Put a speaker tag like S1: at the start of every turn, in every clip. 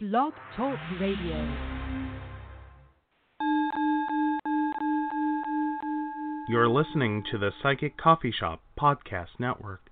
S1: Blog Talk Radio.
S2: You're listening to the Psychic Coffee Shop Podcast Network.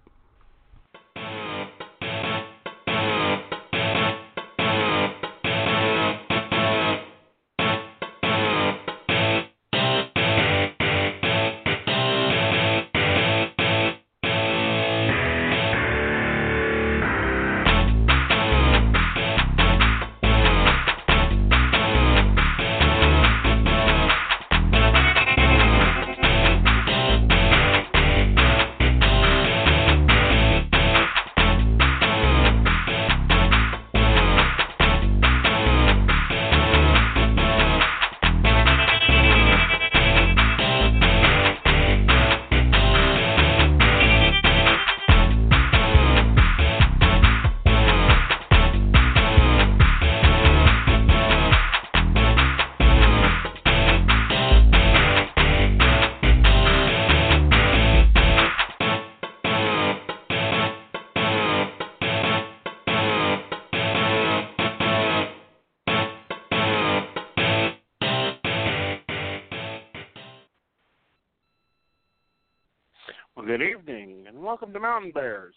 S3: Well, good evening, and welcome to Mountain Bears.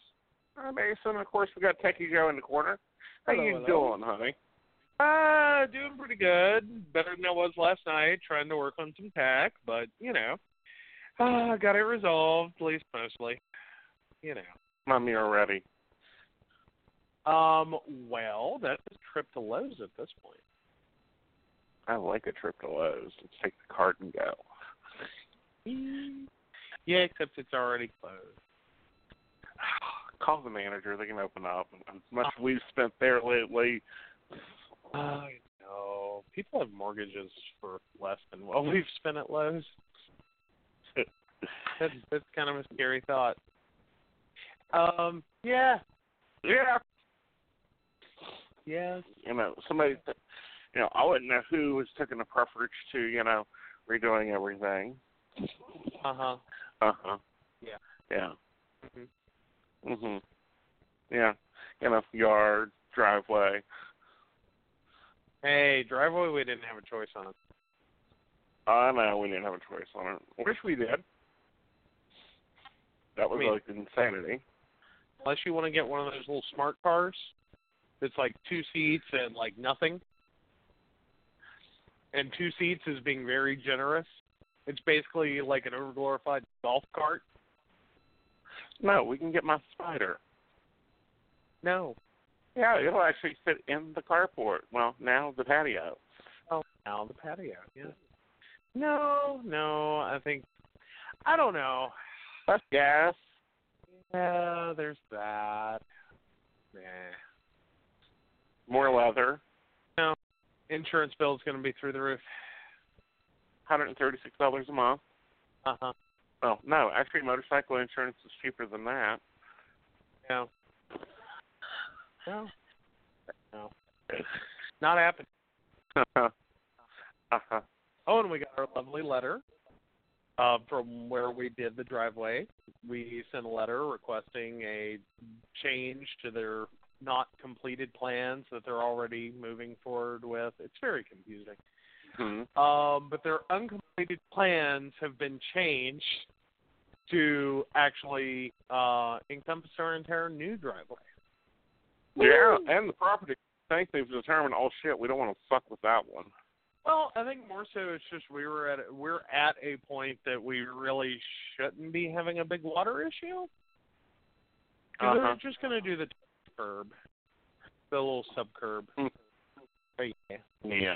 S3: I'm Mason, and of course we got Techie Joe in the corner. How
S4: Hello,
S3: you
S4: hello.
S3: doing, honey?
S4: Uh, doing pretty good. Better than I was last night, trying to work on some tack, but you know. Uh, got it resolved, at least mostly. You know.
S3: Mommy already.
S4: Um, well, that's a trip to Lowe's at this point.
S3: I like a trip to Lowe's. Let's take the cart and go.
S4: Yeah, except it's already closed.
S3: Call the manager. They can open up. As much as we've spent there lately,
S4: I know. People have mortgages for less than what we've spent at Lowe's. that's that's kind of a scary thought. Um, yeah,
S3: yeah,
S4: yes.
S3: you know, somebody, you know, I wouldn't know who was taking the preference to, you know, redoing everything.
S4: Uh huh.
S3: Uh huh.
S4: Yeah.
S3: Yeah.
S4: Mhm.
S3: Mhm. Yeah. You know, yard, driveway.
S4: Hey, driveway we didn't have a choice on.
S3: I know we didn't have a choice on it. I wish we did. That was
S4: I mean-
S3: like insanity.
S4: Unless you want to get one of those little smart cars that's like two seats and like nothing. And two seats is being very generous. It's basically like an overglorified golf cart.
S3: No, we can get my spider.
S4: No.
S3: Yeah, it'll actually sit in the carport. Well, now the patio.
S4: Oh, now the patio. Yeah. No, no. I think I don't know.
S3: That's gas.
S4: Yeah, there's that. Nah.
S3: More leather.
S4: Insurance bill's going to be through the roof.
S3: Hundred and thirty six dollars a month.
S4: Uh huh.
S3: Oh no, actually motorcycle insurance is cheaper than that.
S4: No. No. No. Not happening.
S3: uh huh.
S4: Oh, and we got our lovely letter uh, from where we did the driveway. We sent a letter requesting a change to their not completed plans that they're already moving forward with. It's very confusing.
S3: hmm
S4: Um, but their uncompleted plans have been changed to actually uh, encompass our entire new driveway.
S3: Yeah, and the property. I think they've determined. Oh shit, we don't want to fuck with that one.
S4: Well, I think more so it's just we were at we're at a point that we really shouldn't be having a big water issue. 'Cause
S3: Uh-huh.
S4: They're just gonna do the curb, the little sub curb.
S3: Mm.
S4: But yeah,
S3: Yeah.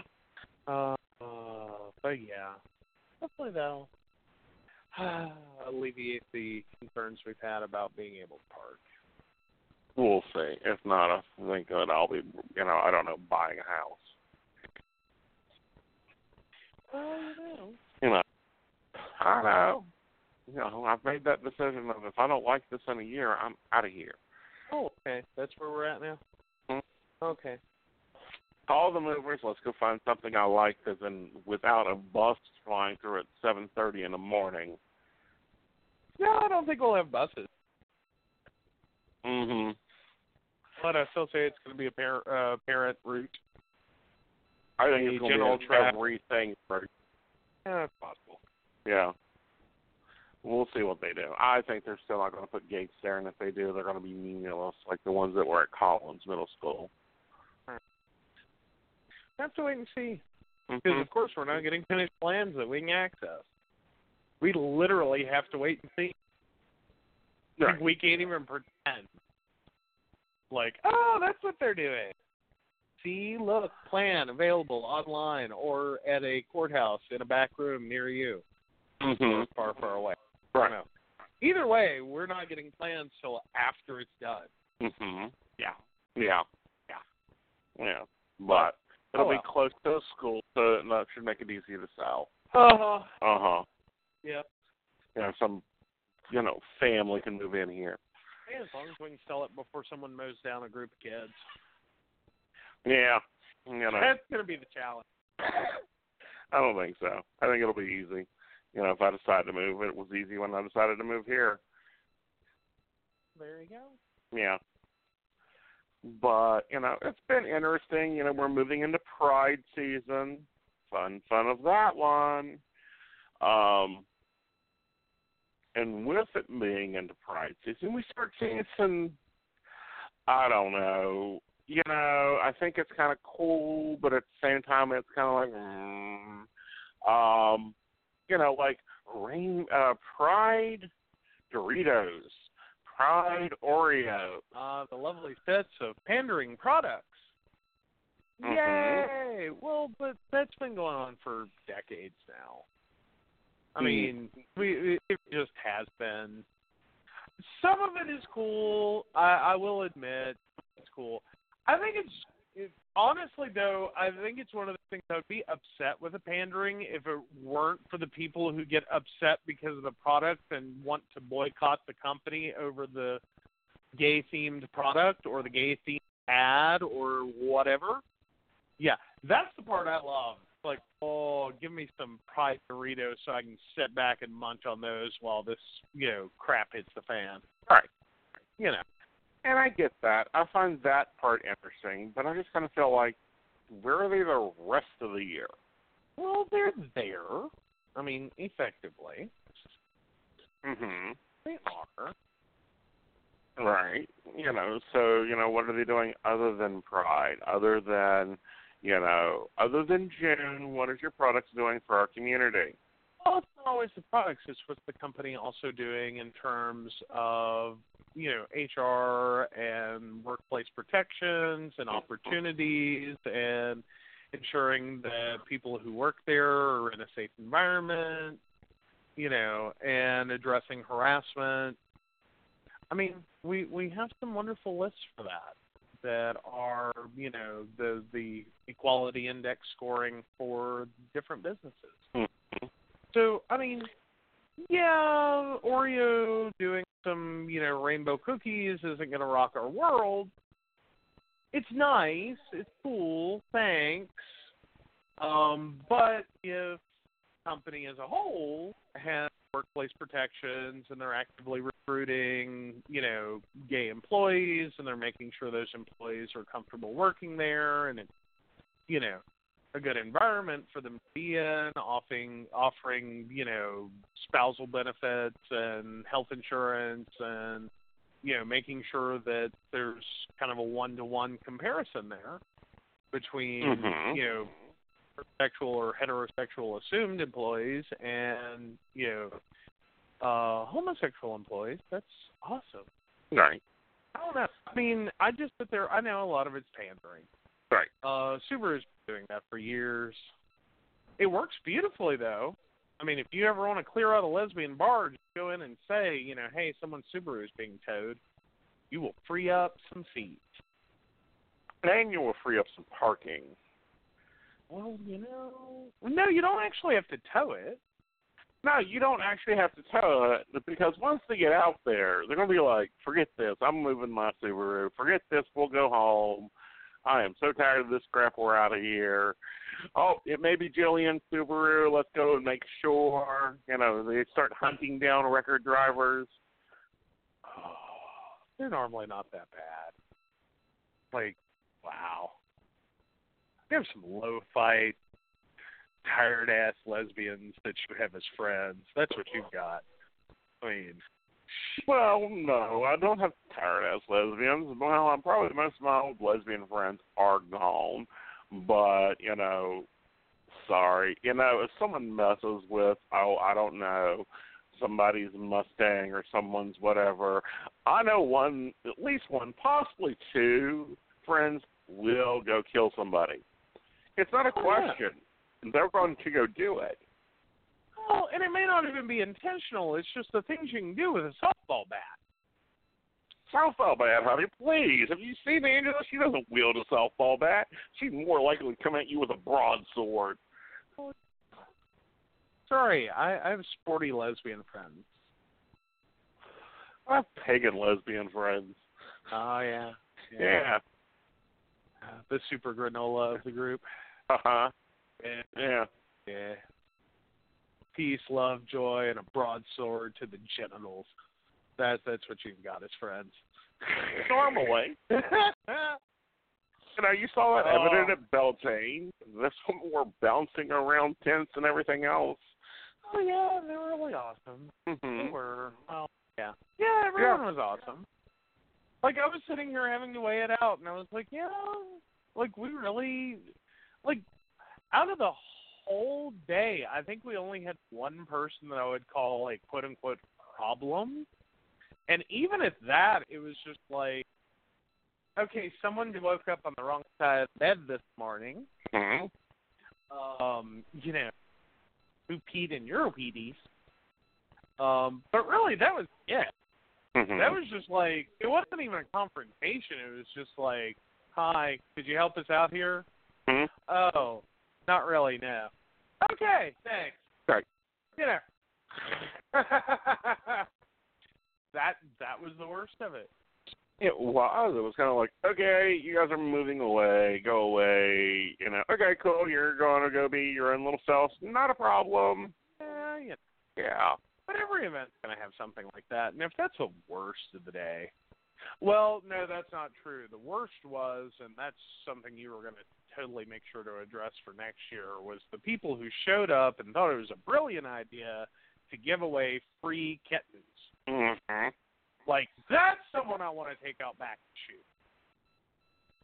S4: uh, uh, but yeah, hopefully that'll alleviate the concerns we've had about being able to park.
S3: We'll see. If not, I think that I'll be, you know, I don't know, buying a house.
S4: Well, you know,
S3: You know, I know. You know, I've made that decision of if I don't like this in a year, I'm out of here.
S4: oh okay, that's where we're at now.
S3: Mm.
S4: Okay.
S3: Call the movers. Let's go find something I like, because then without a bus flying through at 7:30 in the morning.
S4: No, I don't think we'll have buses.
S3: Mm-hmm.
S4: but I still say it's going to be a parent uh, parent route.
S3: I think
S4: The
S3: it's going to
S4: general
S3: be a Trev Reed thing. for-
S4: Yeah, it's possible.
S3: Yeah. We'll see what they do. I think they're still not going to put Gates there, and if they do, they're going to be meaningless, like the ones that were at Collins Middle School.
S4: We have to wait and see because
S3: Mhm.
S4: of course we're not getting finished plans that we can access. We literally have to wait and see.
S3: Right.
S4: We can't even pretend. Like, oh, that's what they're doing. See, look, plan available online or at a courthouse in a back room near you,
S3: Mhm.
S4: far, far away. I don't
S3: Right.
S4: know. Either way, we're not getting plans till after it's done. Mm-hmm.
S3: hmm Yeah. Yeah. Yeah. Yeah. But it'll
S4: Oh,
S3: be
S4: well.
S3: close to a school, so it not- should make it easy to sell.
S4: Uh huh.
S3: Uh huh.
S4: Yep.
S3: You know, some, you know, family can move in here.
S4: As long as we can sell it before someone mows down a group of kids.
S3: Yeah. You know,
S4: That's gonna be the challenge.
S3: I don't think so. I think it'll be easy. You know, if I decide to move, it was easy when I decided to move here.
S4: There you go.
S3: Yeah. But, you know, it's been interesting. You know, we're moving into Pride season. Fun, fun of that one. Um, and with it being into Pride season, we start seeing some, I don't know, you know, I think it's kind of cool, but at the same time, it's kind of like, mm, um, you know, like rain, uh, Pride Doritos, Pride Oreo,
S4: Uh, the lovely sets of pandering products.
S3: Mhm.
S4: Yay! Well, but that's been going on for decades now. I
S3: Mhm.
S4: mean, we it just has been. Some of it is cool. I, I will admit, it's cool. I think it's it, honestly though. I think it's one of the things I would be upset with the pandering if it weren't for the people who get upset because of the product and want to boycott the company over the gay themed product or the gay themed ad or whatever. Yeah, that's the part I love. It's Like, oh, give me some pride Doritos so I can sit back and munch on those while this, you know, crap hits the fan.
S3: Right.
S4: You know.
S3: And I get that. I find that part interesting, but I just kind of feel like, where are they the rest of the year?
S4: Well, they're there. I mean, effectively,
S3: hmm
S4: they are.
S3: Right. You know, so, you know, what are they doing other than Pride? Other than, you know, other than June, what is your products doing for our community?
S4: Well, it's not always the products. It's what the company also doing in terms of you know HR and workplace protections and opportunities and ensuring that people who work there are in a safe environment. You know, and addressing harassment. I mean, we we have some wonderful lists for that that are you know the the equality index scoring for different businesses. So I mean, yeah, Oreo doing some you know rainbow cookies isn't going to rock our world. It's nice, it's cool, thanks. Um, but if the company as a whole has workplace protections and they're actively recruiting, you know, gay employees and they're making sure those employees are comfortable working there and it's you know a good environment for them to be in, offering offering you know spousal benefits and health insurance and you know making sure that there's kind of a one to one comparison there between
S3: Mhm.
S4: you know sexual or heterosexual assumed employees and you know uh homosexual employees that's awesome
S3: Right.
S4: I don't know. I mean, I just sit there. I know a lot of it's pandering.
S3: Right.
S4: Uh, Subaru's been doing that for years. It works beautifully, though. I mean, if you ever want to clear out a lesbian bar, just go in and say, you know, hey, someone's Subaru is being towed. You will free up some seats.
S3: And you will free up some parking.
S4: Well, you know. No, you don't actually have to tow it.
S3: No, you don't actually have to tow it because once they get out there, they're going to be like, forget this. I'm moving my Subaru. Forget this. We'll go home. I am so tired of this crap. We're out of here. Oh, it may be Jillian's Subaru. Let's go and make sure. You know, they start hunting down record drivers.
S4: They're normally not that bad. Like, wow. You have some low fi tired ass lesbians that you have as friends. That's what you've got. I mean,
S3: Well, no, I don't have tired ass lesbians. Well, I'm probably most of my old lesbian friends are gone, but you know, sorry, you know, if someone messes with, oh, I don't know, somebody's Mustang or someone's whatever, I know one, at least one, possibly two friends will go kill somebody. It's not a
S4: Oh, yeah.
S3: question. They're going to go do it.
S4: well, and it may not even be intentional. It's just the things you can do with a softball bat.
S3: softball bat, honey. Please, have you seen Angela? She doesn't wield a softball bat. She's more likely to come at you with a broadsword.
S4: Sorry, I, I have sporty lesbian friends.
S3: I have pagan lesbian friends.
S4: Oh yeah.
S3: Yeah.
S4: Uh, The super granola of the group.
S3: Uh huh.
S4: Yeah.
S3: Yeah.
S4: Yeah. Peace, love, joy, and a broadsword to the genitals. That's that's what you've got as friends.
S3: Normally,
S4: Ah,
S3: you know, you saw that
S4: Oh.
S3: evident at Beltane. This one were bouncing around tents and everything else.
S4: oh yeah, they were really awesome. They
S3: Mm-hmm.
S4: were well yeah. Yeah, everyone was awesome. Like I was sitting here having to weigh it out and I was like, Yeah like we really like out of the whole day, I think we only had one person that I would call a quote unquote problem. And even at that it was just like okay, someone woke up on the wrong side of bed this morning.
S3: hmm
S4: Um, you know, who peed in your Wheaties. Um, but really that was it.
S3: Mm-hmm.
S4: That was just like it wasn't even a confrontation. It was just like, "Hi, could you help us out here?"
S3: Mhm.
S4: Oh, not really. No. Okay, thanks.
S3: Right.
S4: Dinner. that that was the worst of it.
S3: It was. It was kind of like, okay, you guys are moving away. Go away. You know, okay, cool. You're going to go be your own little self. Not a problem.
S4: Yeah, you know,
S3: Yeah.
S4: but every event's gonna have something like that. And if that's the worst of the day, well, no, that's not true. The worst was, and that's something you were gonna totally make sure to address for next year, was the people who showed up and thought it was a brilliant idea to give away free kittens.
S3: hmm
S4: Like that's someone I want to take out back and shoot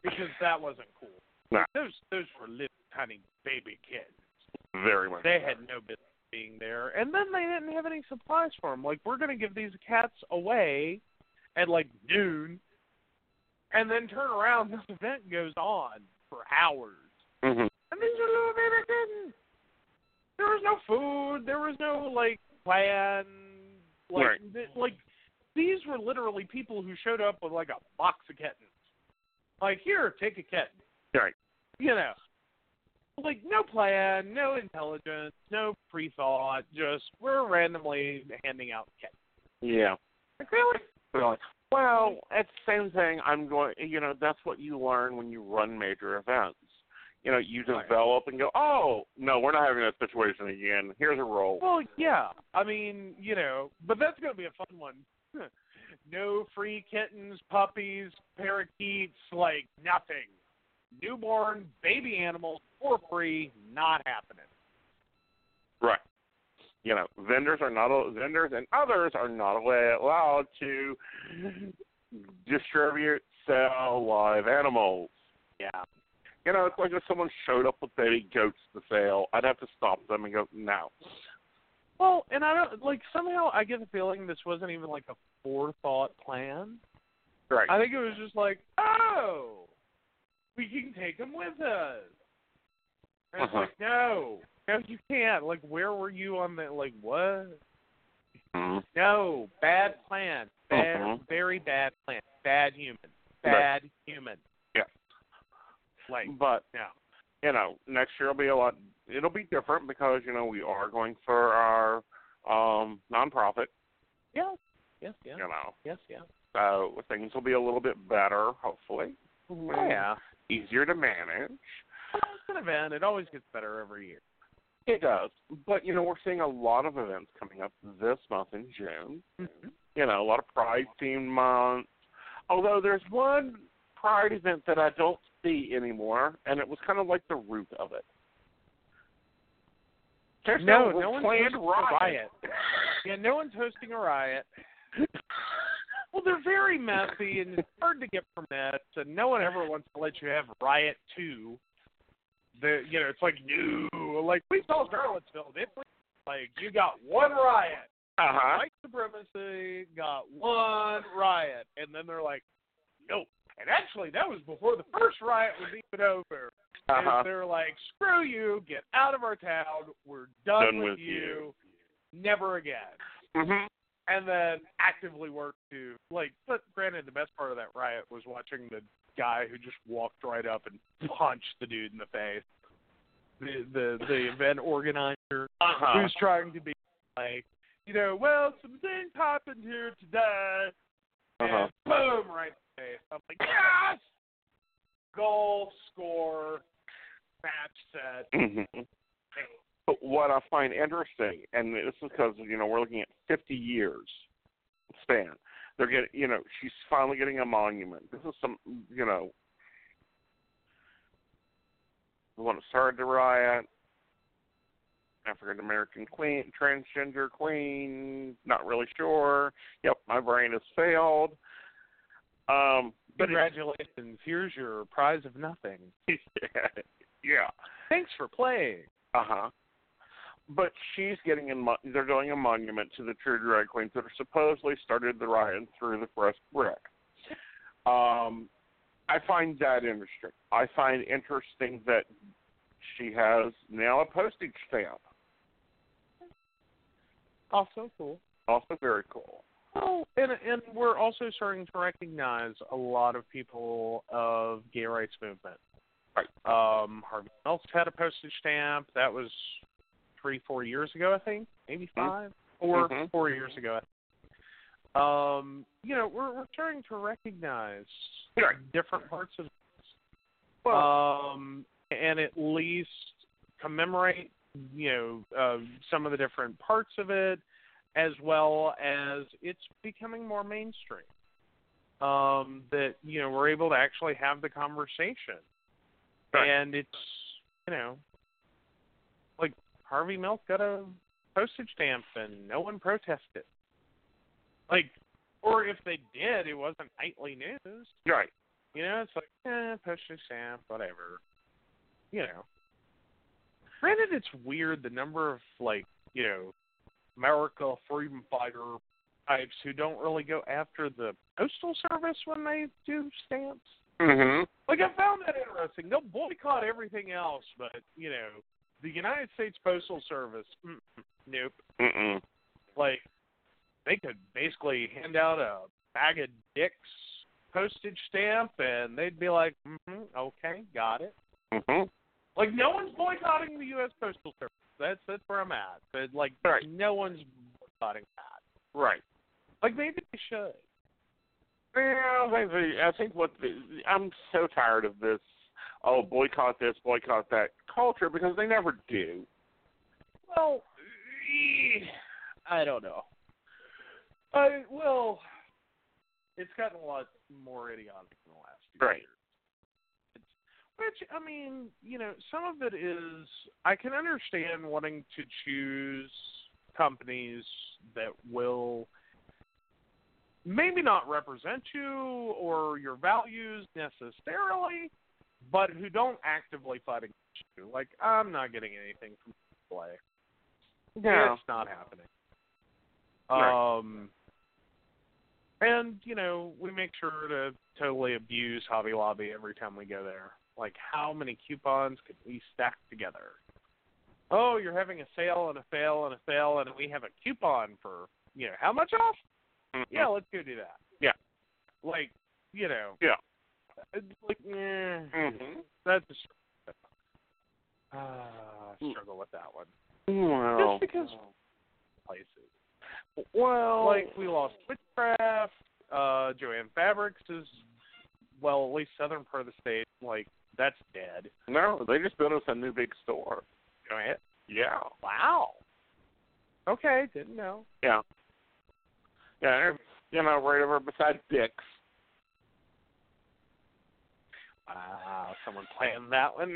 S4: because that wasn't cool.
S3: No.
S4: Those those were little tiny baby kittens
S3: Very much.
S4: they had no business being there. And then they didn't have any supplies for them. Like, we're going to give these cats away at like noon and then turn around. This event goes on for hours.
S3: hmm
S4: And these are little baby kittens. There was no food. There was no, like, plan. Like,
S3: Right.
S4: th- like these were literally people who showed up with, like, a box of kittens. Like, here, take a kitten
S3: Right.
S4: you know, like no plan, no intelligence, no pre thought, just we're randomly handing out kits.
S3: Yeah.
S4: Like, really?
S3: They're like, well, it's the same thing. I'm going. You know, that's what you learn when you run major events. You know, you
S4: Right.
S3: develop and go. Oh no, we're not having that situation again. Here's a roll.
S4: Well, yeah. I mean, you know, but that's going to be a fun one. no free kittens, puppies, parakeets, like nothing. Newborn baby animals for free, not happening.
S3: Right. You know, vendors are not al- vendors and others are not allo- allowed to distribute sell live animals.
S4: Yeah.
S3: You know, it's like if someone showed up with baby goats to sale, I'd have to stop them and go, no.
S4: Well, and I don't like somehow I get the feeling this wasn't even like a forethought plan.
S3: Right.
S4: I think it was just like, oh, we can take them with us. And it's
S3: Uh-huh.
S4: like, no, no, you can't. Like, where were you on that? Like, what?
S3: Mhm.
S4: No, bad plan. Bad,
S3: Mhm.
S4: very bad plan. Bad human.
S3: Right.
S4: Bad human.
S3: Yeah.
S4: Like,
S3: But
S4: no.
S3: you know, next year will be a lot. It'll be different because you know we are going for our um nonprofit.
S4: Yes. Yes. Yes.
S3: You know,
S4: Yes. Yes.
S3: so things will be a little bit better, hopefully,
S4: Oh,
S3: Mm-hmm.
S4: yeah.
S3: easier to manage.
S4: Well, It's an event. It always gets better every year.
S3: It does, but you know we're seeing a lot of events coming up this month in Mm-hmm. June. You know, a lot of pride themed months. Although there's one Pride event that I don't see anymore, and it was kind of like the root of it. There's
S4: no,
S3: no,
S4: no one's
S3: planned
S4: hosting a
S3: riot.
S4: riot. Yeah, no one's hosting a riot. Well, they're very messy and it's hard to get permits, and no one ever wants to let you have riot two. The you know it's like no, like we saw Charlottesville, didn't we? Like you got one riot.
S3: Uh huh.
S4: White supremacy got one riot, and then they're like, nope. And actually, that was before the first riot was even over.
S3: Uh huh.
S4: And they're like, screw you, get out of our town. We're done,
S3: Done with
S4: you. Never again.
S3: hmm
S4: And then actively work to like. But granted, the best part of that riot was watching the guy who just walked right up and punched the dude in the face. The the the event organizer
S3: Uh-huh.
S4: who's trying to be like, you know, well, some things happened here today,
S3: Uh-huh.
S4: and boom, right in the face. I'm like, yes, goal, score, match set.
S3: Mhm. But what I find interesting, and this is because you know we're looking at 50 years span. They're getting, you know, she's finally getting a monument. This is some, you know, the one that started the riot. African American queen, transgender queen. Not really sure. Yep, my brain has failed. Um, but it-
S4: Congratulations, here's your prize of nothing.
S3: yeah.
S4: Thanks for playing.
S3: Uh huh. But she's getting a mon- they're doing a monument to the true drag queens that are supposedly started the riot through the first brick. Um, I find that interesting. I find interesting that she has now a postage stamp.
S4: Also Oh, cool.
S3: Also very cool.
S4: Oh, and and we're also starting to recognize a lot of people of gay rights movement.
S3: Right.
S4: Um, Harvey Milk had a postage stamp. That was three, four years ago, I think, maybe
S3: Mm-hmm.
S4: 5 or
S3: Mhm.
S4: four years ago. Um, you know, we're we're starting to recognize
S3: Right.
S4: different parts of
S3: Well-
S4: um, and at least commemorate, you know, uh, some of the different parts of it, as well as it's becoming more mainstream. Um, that you know we're able to actually have the conversation,
S3: Right.
S4: and it's you know, like Harvey Milk got a postage stamp and no one protested. Like, or if they did, it wasn't nightly news.
S3: Right.
S4: You know, it's like, eh, postage stamp, whatever. You know. Granted, it's weird the number of, like, you know, America freedom fighter types who don't really go after the postal service when they do stamps.
S3: Mhm.
S4: Like, I found that interesting. They'll boycott everything else, but, you know, the United States Postal Service, mm, nope.
S3: Mm-mm.
S4: Like, they could basically hand out a bag of dicks postage stamp, and they'd be like, mm okay, got it.
S3: Mhm.
S4: Like, no one's boycotting the U.S. Postal Service. That's that's where I'm at. But like,
S3: Right.
S4: no one's boycotting that.
S3: Right.
S4: Like, maybe they should.
S3: Well, I think, I think what the, I'm so tired of this. Oh, boycott this, boycott that culture because they never do.
S4: Well, eh, I don't know. I well, it's gotten a lot more idiotic in the last few
S3: Right.
S4: years. It's, which I mean, you know, some of it is I can understand wanting to choose companies that will maybe not represent you or your values necessarily, but who don't actively fight against you. Like I'm not getting anything from play.
S3: No.
S4: It's not happening.
S3: Right.
S4: Um, and you know, we make sure to totally abuse Hobby Lobby every time we go there. Like, how many coupons could we stack together? Oh, you're having a sale and a sale and a sale, and we have a coupon for you know how much off?
S3: Mhm.
S4: Yeah, let's go do that.
S3: Yeah.
S4: Like, you know.
S3: Yeah.
S4: It's Like, eh,
S3: Mhm.
S4: that's a str- ah, I struggle with that one.
S3: Well,
S4: Just because places.
S3: well,
S4: Oh. Like we lost witchcraft. Uh, Joanne Fabrics is well, at least southern part of the state. Like that's dead.
S3: no, they just built us a new big store.
S4: Joanne,
S3: Yeah,
S4: wow. Okay, didn't know.
S3: yeah, yeah. You know, right over beside Dick's.
S4: someone planned that one.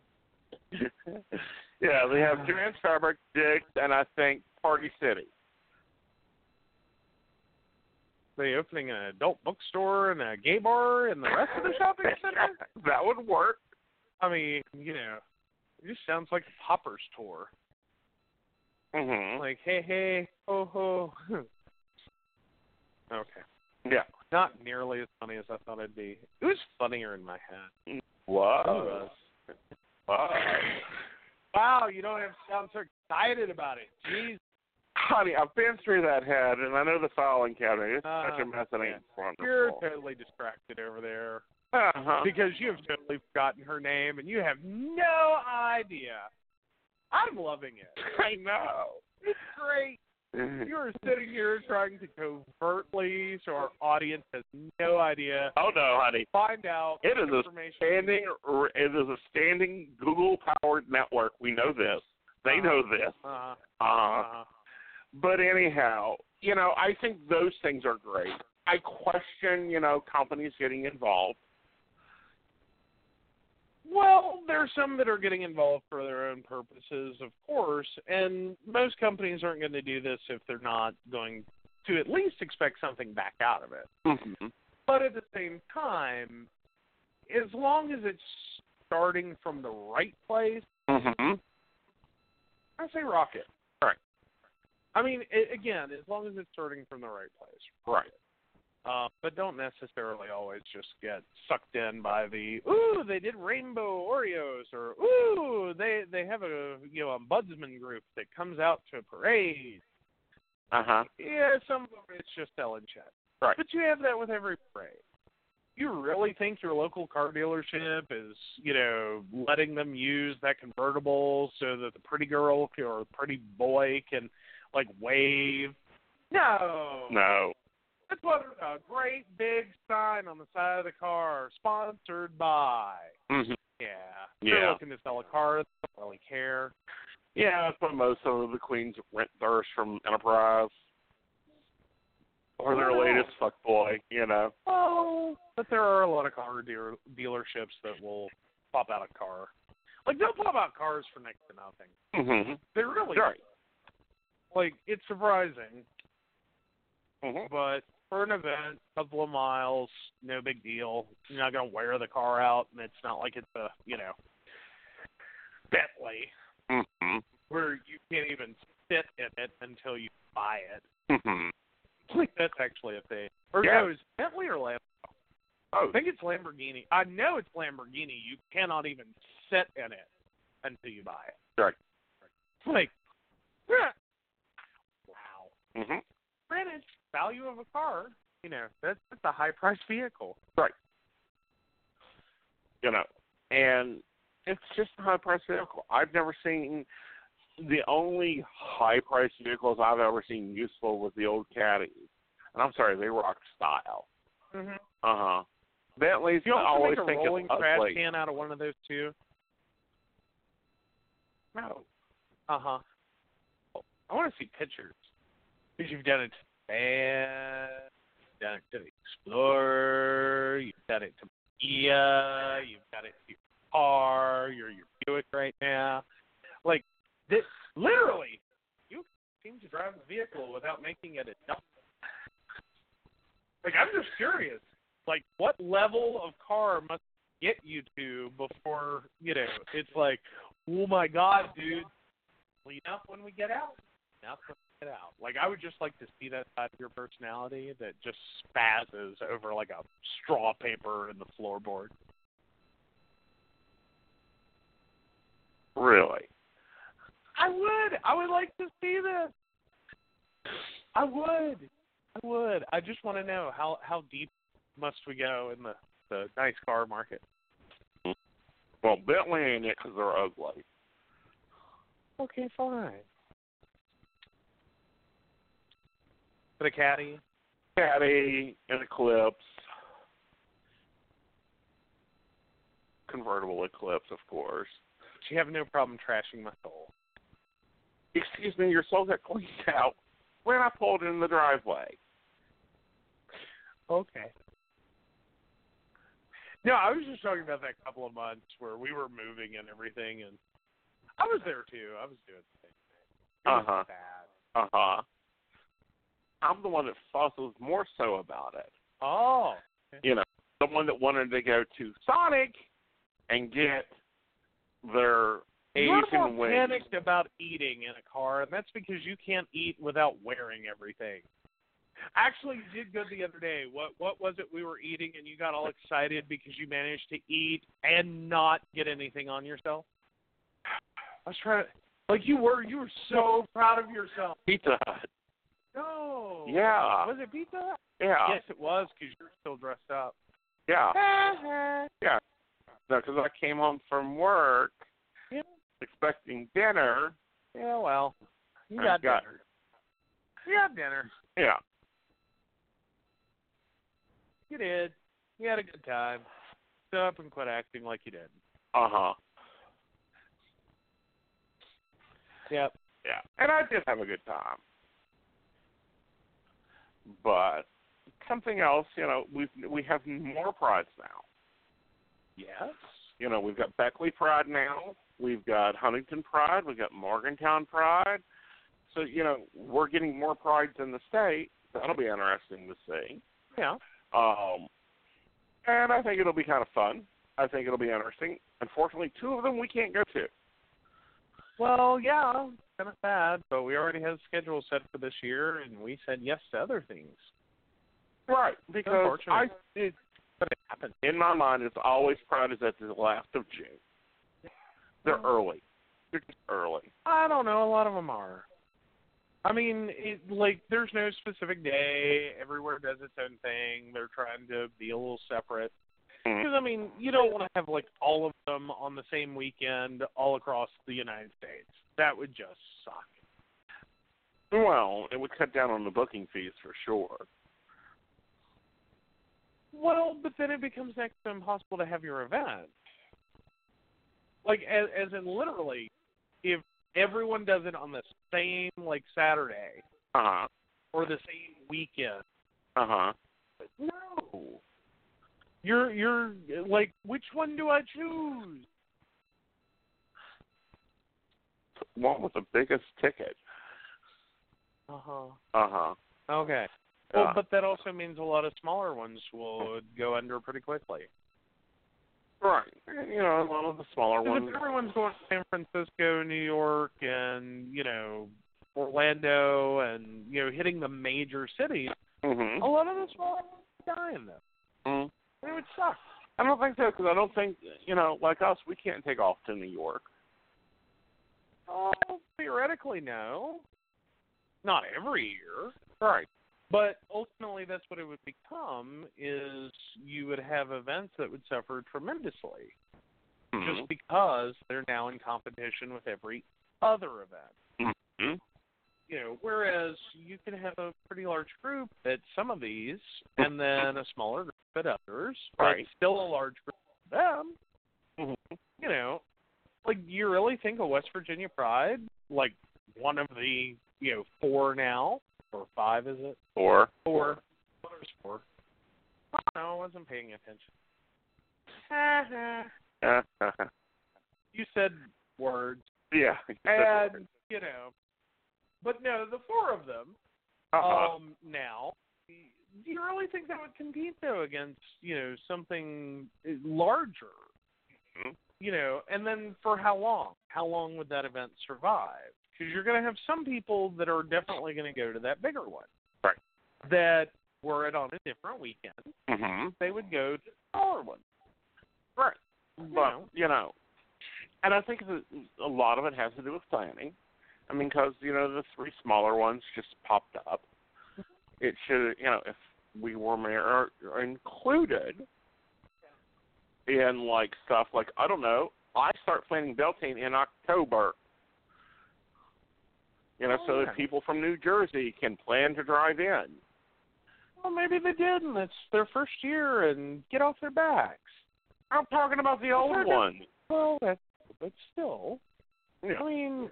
S3: yeah, they have Trans Fabric, Dick, and I think Party City.
S4: they opening an adult bookstore and a gay bar and the rest of the shopping center?
S3: that would work.
S4: I mean, you know, it just sounds like a popper's tour.
S3: Mm-hmm.
S4: Like, hey, hey, ho, ho. okay.
S3: yeah.
S4: Not nearly as funny as I thought it'd be. It was funnier in my head.
S3: Wow. Wow.
S4: Wow, you don't have to sound so excited about it. Jeez.
S3: Honey, I've been through that head, and I know the filing cabinet. It's such
S4: Uh,
S3: a mess. It ain't
S4: You're
S3: wonderful.
S4: totally distracted over there
S3: Uh-huh.
S4: because you have totally forgotten her name and you have no idea. I'm loving it.
S3: I know.
S4: It's great.
S3: Mm-hmm.
S4: You are sitting here trying to covertly, so our audience has no idea.
S3: Oh no, honey.
S4: Find out
S3: It is a
S4: information.
S3: standing. It is a standing Google-powered network. We know this. They know this.
S4: Uh,
S3: Uh,
S4: uh,
S3: but anyhow, you know, I think those things are great. I question, you know, companies getting involved.
S4: well, there are some that are getting involved for their own purposes, of course, and most companies aren't going to do this if they're not going to at least expect something back out of it.
S3: Mm-hmm.
S4: But at the same time, as long as it's starting from the right place,
S3: Mm-hmm.
S4: I say rocket.
S3: Right.
S4: I mean, a again, as long as it's starting from the right place.
S3: Right.
S4: Uh, but don't necessarily always just get sucked in by the ooh they did rainbow Oreos or ooh they they have a you know ombudsman group that comes out to a parade.
S3: Uh huh.
S4: Yeah, some of it's just selling shit.
S3: Right.
S4: But you have that with every parade. You really think your local car dealership is you know letting them use that convertible so that the pretty girl or pretty boy can like wave? No.
S3: No.
S4: Let's put a great big sign on the side of the car, sponsored by.
S3: Mm-hmm.
S4: Yeah. They're
S3: Yeah.
S4: looking to sell a car. They don't really care.
S3: Yeah, that's what most of the queens rent theirs from Enterprise or their
S4: Well,
S3: latest fuckboy. You know.
S4: Oh, but there are a lot of car dealer, dealerships that will pop out a car. Like they'll pop out cars for next to nothing.
S3: Mm-hmm.
S4: They really
S3: Right.
S4: like it's surprising,
S3: Mm-hmm.
S4: but for an event, couple of miles, no big deal. You're not gonna wear the car out, and it's not like it's a you know Bentley.
S3: Mm-hmm.
S4: where you can't even sit in it until you buy it.
S3: Mm-hmm.
S4: Like that's actually a thing. Or
S3: Yeah.
S4: no, is it Bentley or Lamborghini?
S3: Oh,
S4: I think it's Lamborghini. I know it's Lamborghini. You cannot even sit in it until you buy it.
S3: Correct.
S4: It's like, yeah. wow.
S3: mm-hmm.
S4: Granted, value of a car, you know, that's, that's a high priced vehicle.
S3: you know, and it's just a high priced vehicle. I've never seen the only high priced vehicles I've ever seen useful was the old caddies. And I'm sorry, they rock style.
S4: Mm-hmm.
S3: Uh huh. Bentley's
S4: You
S3: I
S4: also
S3: always
S4: make a
S3: think
S4: rolling
S3: of
S4: trash
S3: ugly.
S4: can out of one of those two.
S3: No.
S4: Uh huh. I want to see pictures because you've done it to Man, you've done it to the Explorer, you've done it to Kia, you've done it to your car, your your Buick right now. Like this, literally, you seem to drive a vehicle without making it a dump. Like I'm just curious, like what level of car must get you to before you know it's like, oh my god, dude, clean up when we get out. Clean up when we get out. Like I would just like to see that side of your personality that just spazzes over like a straw paper in the floorboard.
S3: Really.
S4: I would. I would like to see this. I would. I would. I just want to know how how deep must we go in the the nice car market.
S3: Well, Bentley ain't it because they're ugly.
S4: Okay, fine. But a caddy.
S3: Caddy, an Eclipse, convertible Eclipse, of course.
S4: You have no problem trashing my soul.
S3: Excuse me, your soul got cleaned out when I pulled in the driveway.
S4: Okay. No, I was just talking about that couple of months where we were moving and everything, and I was there too. I was doing the same thing. It wasn't
S3: Uh-huh.
S4: bad.
S3: Uh huh. I'm the one that fuzzles more so about it.
S4: Oh,
S3: you know, the one that wanted to go to Sonic and get their
S4: you're
S3: Asian
S4: more
S3: wings.
S4: panicked about eating in a car, and that's because you can't eat without wearing everything. Actually, you did good the other day. What what was it we were eating, and you got all excited because you managed to eat and not get anything on yourself? I was trying to, like you were you were so proud of yourself.
S3: Pizza Hut.
S4: No.
S3: Yeah.
S4: Was it pizza? Hut?
S3: Yeah.
S4: Yes, it was because you're still dressed up.
S3: Yeah. yeah. No, because I came home from work
S4: Yeah.
S3: expecting dinner.
S4: Yeah, well, you
S3: I
S4: got,
S3: got-
S4: dinner. You got dinner.
S3: Yeah.
S4: You did. You had a good time. Shut up and quit acting like you did.
S3: Uh huh.
S4: Yep.
S3: Yeah. And I did have a good time. But something else, you know, we we have more prides now.
S4: Yes.
S3: you know, we've got Beckley Pride now, we've got Huntington Pride, we've got Morgantown Pride. So, you know, we're getting more prides in the state. That'll be interesting to see.
S4: Yeah.
S3: Um, and I think it'll be kind of fun. I think it'll be interesting. Unfortunately, two of them we can't go to.
S4: Well, yeah, kind of sad, but we already had a schedule set for this year, and we said yes to other things.
S3: Right, because I
S4: Unfortunate.
S3: it,
S4: But it happened.
S3: in my mind it's always pride is at the last of June.
S4: Mm-hmm.
S3: They're early. They're just early.
S4: I don't know. A lot of them are. I mean, it, like, there's no specific day. Everywhere does its own thing. They're trying to be a little separate.
S3: Mm.
S4: Because, I mean, you don't want to have, like, all of them on the same weekend all across the United States. That would just suck.
S3: Well, it would cut down on the booking fees for sure.
S4: Well, but then it becomes next to impossible to have your event. Like, as, as in literally, if everyone does it on the same, like, Saturday
S3: Uh huh.
S4: or the same weekend,
S3: Uh huh.
S4: no. You're, you're, like, which one do I choose?
S3: one with the biggest ticket.
S4: Uh huh.
S3: Uh huh.
S4: Okay. Well, but that also means a lot of smaller ones will go under pretty quickly.
S3: right. You know, a lot of the smaller
S4: Because
S3: ones.
S4: if everyone's going to San Francisco, New York, and you know Orlando, and you know hitting the major cities,
S3: Mm-hmm.
S4: a lot of the smaller ones are dying though. It would suck.
S3: I don't think so because I don't think you know, like us, we can't take off to New York.
S4: Oh, theoretically, no. Not every year,
S3: Right.
S4: but ultimately that's what it would become. Is you would have events that would suffer tremendously
S3: Mm-hmm.
S4: just because they're now in competition with every other event.
S3: hmm
S4: you know, whereas you can have a pretty large group at some of these and then a smaller group at others, but
S3: Right.
S4: still a large group at them,
S3: Mhm.
S4: you know, like you really think of West Virginia Pride, like one of the, you know, four now, or five is it?
S3: Or
S4: Four. What is four? I don't know, I wasn't paying attention.
S3: uh,
S4: you said words,
S3: yeah. uh,
S4: and, you know, but no, the four of them
S3: uh-huh.
S4: um, now. Do you really think that would compete though against you know something uh, larger?
S3: Mhm.
S4: You know, and then for how long? How long would that event survive? Because you're going to have some people that are definitely going to go to that bigger one,
S3: Right.
S4: That were it on a different weekend,
S3: hmm
S4: they would go to the smaller one,
S3: Right.
S4: You
S3: But
S4: know.
S3: you know, and I think that a lot of it has to do with planning. I mean, because you know the three smaller ones just popped up. It should, you know, if we were mar- or included in like stuff like I don't know, I start planning Beltane in October. You know, so
S4: Okay.
S3: that people from New Jersey can plan to drive in.
S4: Well, maybe they did, and it's their first year, and get off their backs.
S3: I'm talking about the old
S4: Sort of.
S3: one.
S4: Well, that's but still,
S3: You know,
S4: I mean,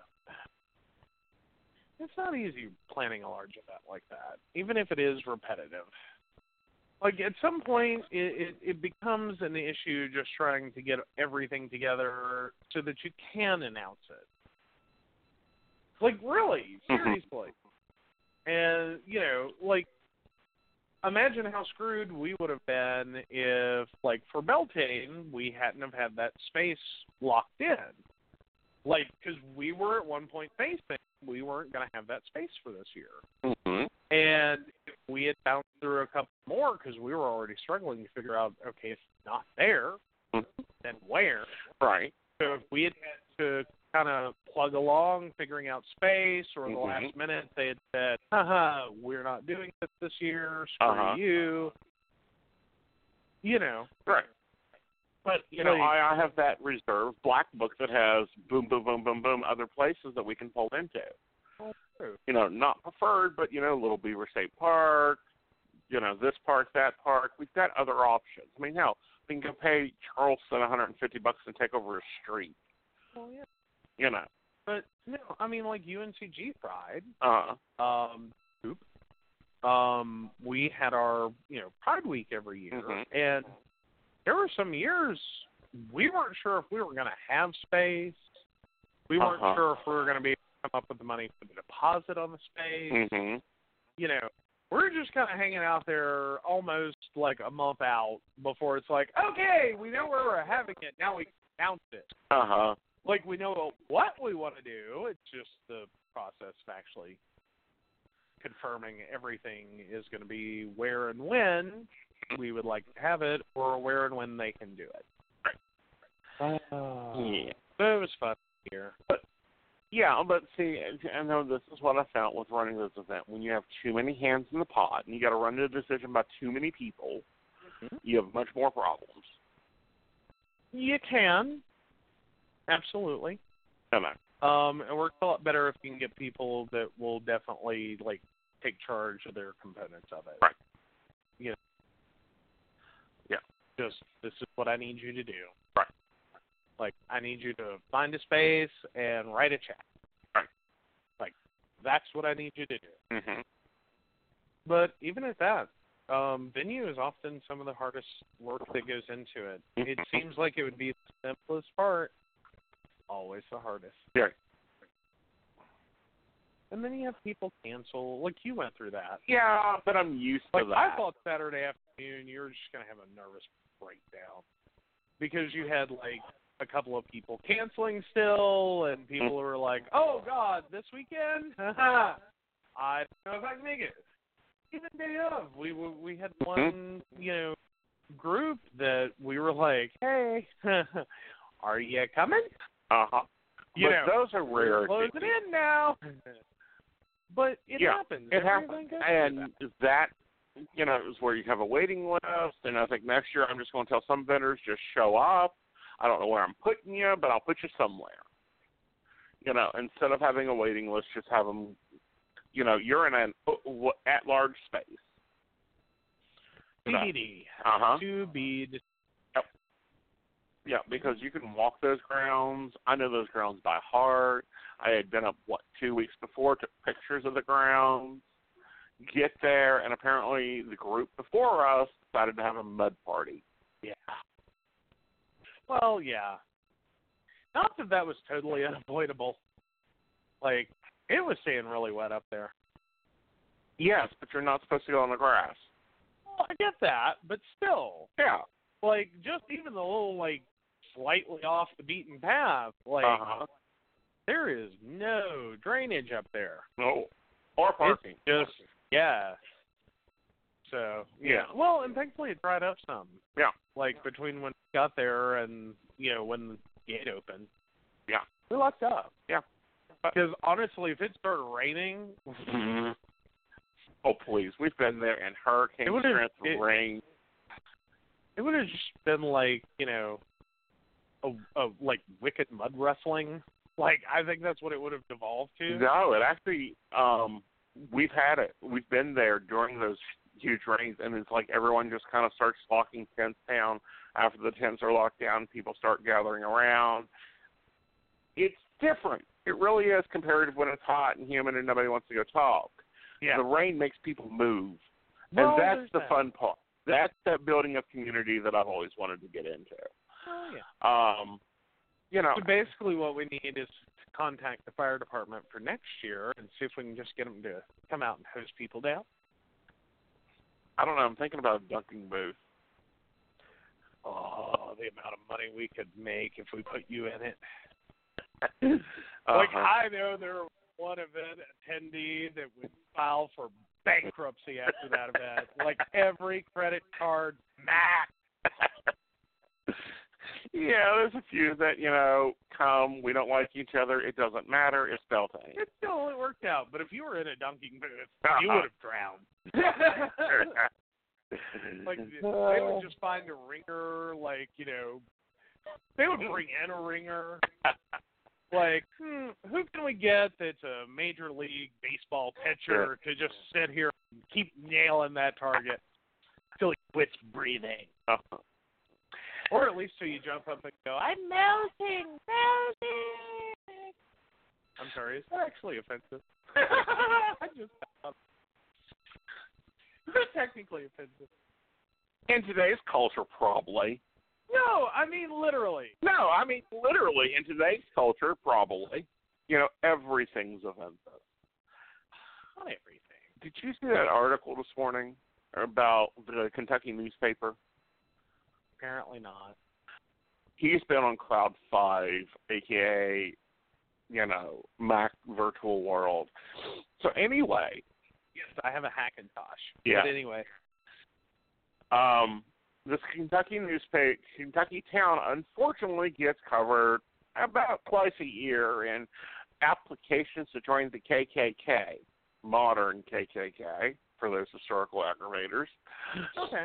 S4: it's not easy planning a large event like that, even if it is repetitive. like at some point it, it it becomes an issue just trying to get everything together so that you can announce it like really
S3: Mhm.
S4: seriously and you know like imagine how screwed we would have been if like for Beltane we hadn't have had that space locked in like because we were at one point facing we weren't going to have that space for this year
S3: hmm
S4: and if we had bounced through a couple more because we were already struggling to figure out, okay, if it's not there, then where?
S3: Right.
S4: So if we had had to kind of plug along, figuring out space, or the
S3: Mhm.
S4: last minute they had said, haha, we're not doing this this year, screw
S3: Uh-huh.
S4: you. You know,
S3: Right.
S4: but
S3: You know,
S4: like,
S3: I, I have that reserve black book that has boom, boom, boom, boom, boom, other places that we can pull into. You know, not preferred, but you know, Little Beaver State Park. You know, this park, that park. We've got other options. I mean, hell, we can go pay Charleston 150 bucks and take over a street.
S4: well, yeah.
S3: You know,
S4: but no, I mean like UNCG Pride.
S3: uh,
S4: um group, um we had our you know pride week every year
S3: Mhm.
S4: and there were some years we weren't sure if we were going to have space we weren't
S3: Uh-huh.
S4: sure if we were going to be able to come up with the money for the deposit on the space
S3: hmm
S4: you know we're just kind of hanging out there almost like a month out before it's like okay we know where we're having it now we can announce it
S3: uh huh.
S4: like we know what we want to do. It's just the process of actually confirming everything is going to be where and when we would like to have it, or where and when they can do it. Uh-huh.
S3: Yeah.
S4: So it was fun here.
S3: Yeah, but see, I know this is what I felt with running this event. When you have too many hands in the pot and you got to run to a decision by too many people,
S4: Mhm.
S3: you have much more problems.
S4: You can, absolutely.
S3: You know.
S4: Um, it works a lot better if you can get people that will definitely like take charge of their components of it.
S3: Right.
S4: You know.
S3: Yeah.
S4: Just this is what I need you to do.
S3: Right.
S4: Like I need you to find a space and write a check.
S3: Right.
S4: Like that's what I need you to do.
S3: Mm-hmm.
S4: But even at that, um, venue is often some of the hardest work that goes into it. It seems like it would be the simplest part, always the hardest.
S3: Yeah.
S4: And then you have people cancel. Like you went through that.
S3: Yeah, but I'm used
S4: Like
S3: to that.
S4: I thought Saturday afternoon you were just gonna have a nervous breakdown because you had like a couple of people canceling still, and
S3: Mm-hmm.
S4: people were like, "Oh God, this weekend? Haha. I don't know if I can make it." Even day of, we we we had
S3: Mm-hmm.
S4: one you know group that we were like, "Hey, are you coming?"
S3: uh-huh.
S4: You
S3: but
S4: know,
S3: those are
S4: we're
S3: rare.
S4: closing in now. But it
S3: Yeah,
S4: happens.
S3: It
S4: Everything
S3: happens,
S4: goes through
S3: and
S4: that.
S3: that you know is where you have a waiting list. And I think next year I'm just going to tell some vendors just show up. I don't know where I'm putting you, but I'll put you somewhere. You know, instead of having a waiting list, just have them. You know, you're in an uh, at-large space. You know,
S4: TBD.
S3: Uh-huh.
S4: To be determined.
S3: Yeah, because you can walk those grounds. I know those grounds by heart. I had been up what two weeks before, took pictures of the grounds. Get there, and apparently the group before us decided to have a mud party.
S4: Yeah. Well, yeah. Not that that was totally unavoidable. Like it was staying really wet up there.
S3: Yes, but you're not supposed to go on the grass.
S4: Well, I get that, but still,
S3: Yeah.
S4: like just even the little like slightly off the beaten path, like
S3: Uh-huh.
S4: there is no drainage up there.
S3: No. Or parking.
S4: Just yeah. So
S3: Yeah.
S4: Well, and thankfully it dried up some.
S3: Yeah.
S4: Like between when we got there and you know when the gate opened.
S3: Yeah.
S4: We locked up.
S3: Yeah.
S4: Because honestly, if it started raining,
S3: Mhm. Oh please, we've been there in hurricane
S4: It would've-
S3: strength
S4: it-
S3: rain.
S4: it would have just been like you know, a, a like wicked mud wrestling. Like I think that's what it would have devolved to.
S3: No, it actually um we've had it. We've been there during those huge rains and it's like everyone just kind of starts locking tents down. After the tents are locked down, people start gathering around. It's different. It really is comparative when it's hot and humid and nobody wants to go talk.
S4: Yeah.
S3: The rain makes people move.
S4: Well,
S3: and that's
S4: there's
S3: the
S4: that.
S3: fun part. that's that building of community that I've always wanted to get into.
S4: Oh yeah.
S3: Um, you know,
S4: So basically, what we need is to contact the fire department for next year and see if we can just get them to come out and hose people down.
S3: I don't know. I'm thinking about a dunking booth.
S4: Oh, the amount of money we could make if we put you in it.
S3: Uh-huh.
S4: Like I know there was one event attendee that would file for bankruptcy after that event. Like every credit card max.
S3: yeah, there's a few that you know come. We don't like each other. It doesn't matter. It's Beltane.
S4: It still only worked out, but if you were in a dunking booth, you
S3: Uh-huh.
S4: would have drowned. like they would just find a ringer, like you know, they would bring in a ringer. Like, hmm, who can we get that's a major league baseball pitcher to just sit here and keep nailing that target till he quits breathing,
S3: Uh-huh.
S4: or at least till you jump up and go, "I'm melting, melting." I'm sorry, is that actually offensive? I just um, technically offensive.
S3: in today's culture, probably.
S4: No, I mean literally.
S3: No, I mean literally in today's culture, probably. You know, everything's offensive.
S4: Not everything.
S3: Did you see that article this morning about the Kentucky newspaper?
S4: Apparently not.
S3: He's been on Cloud Five, aka you know Mac Virtual World. So anyway,
S4: Yes, I have a Hackintosh.
S3: Yeah.
S4: But anyway,
S3: um, this Kentucky newspaper, Kentucky Town, unfortunately gets covered about twice a year in applications to join the KKK, modern KKK, for those historical aggravators.
S4: okay.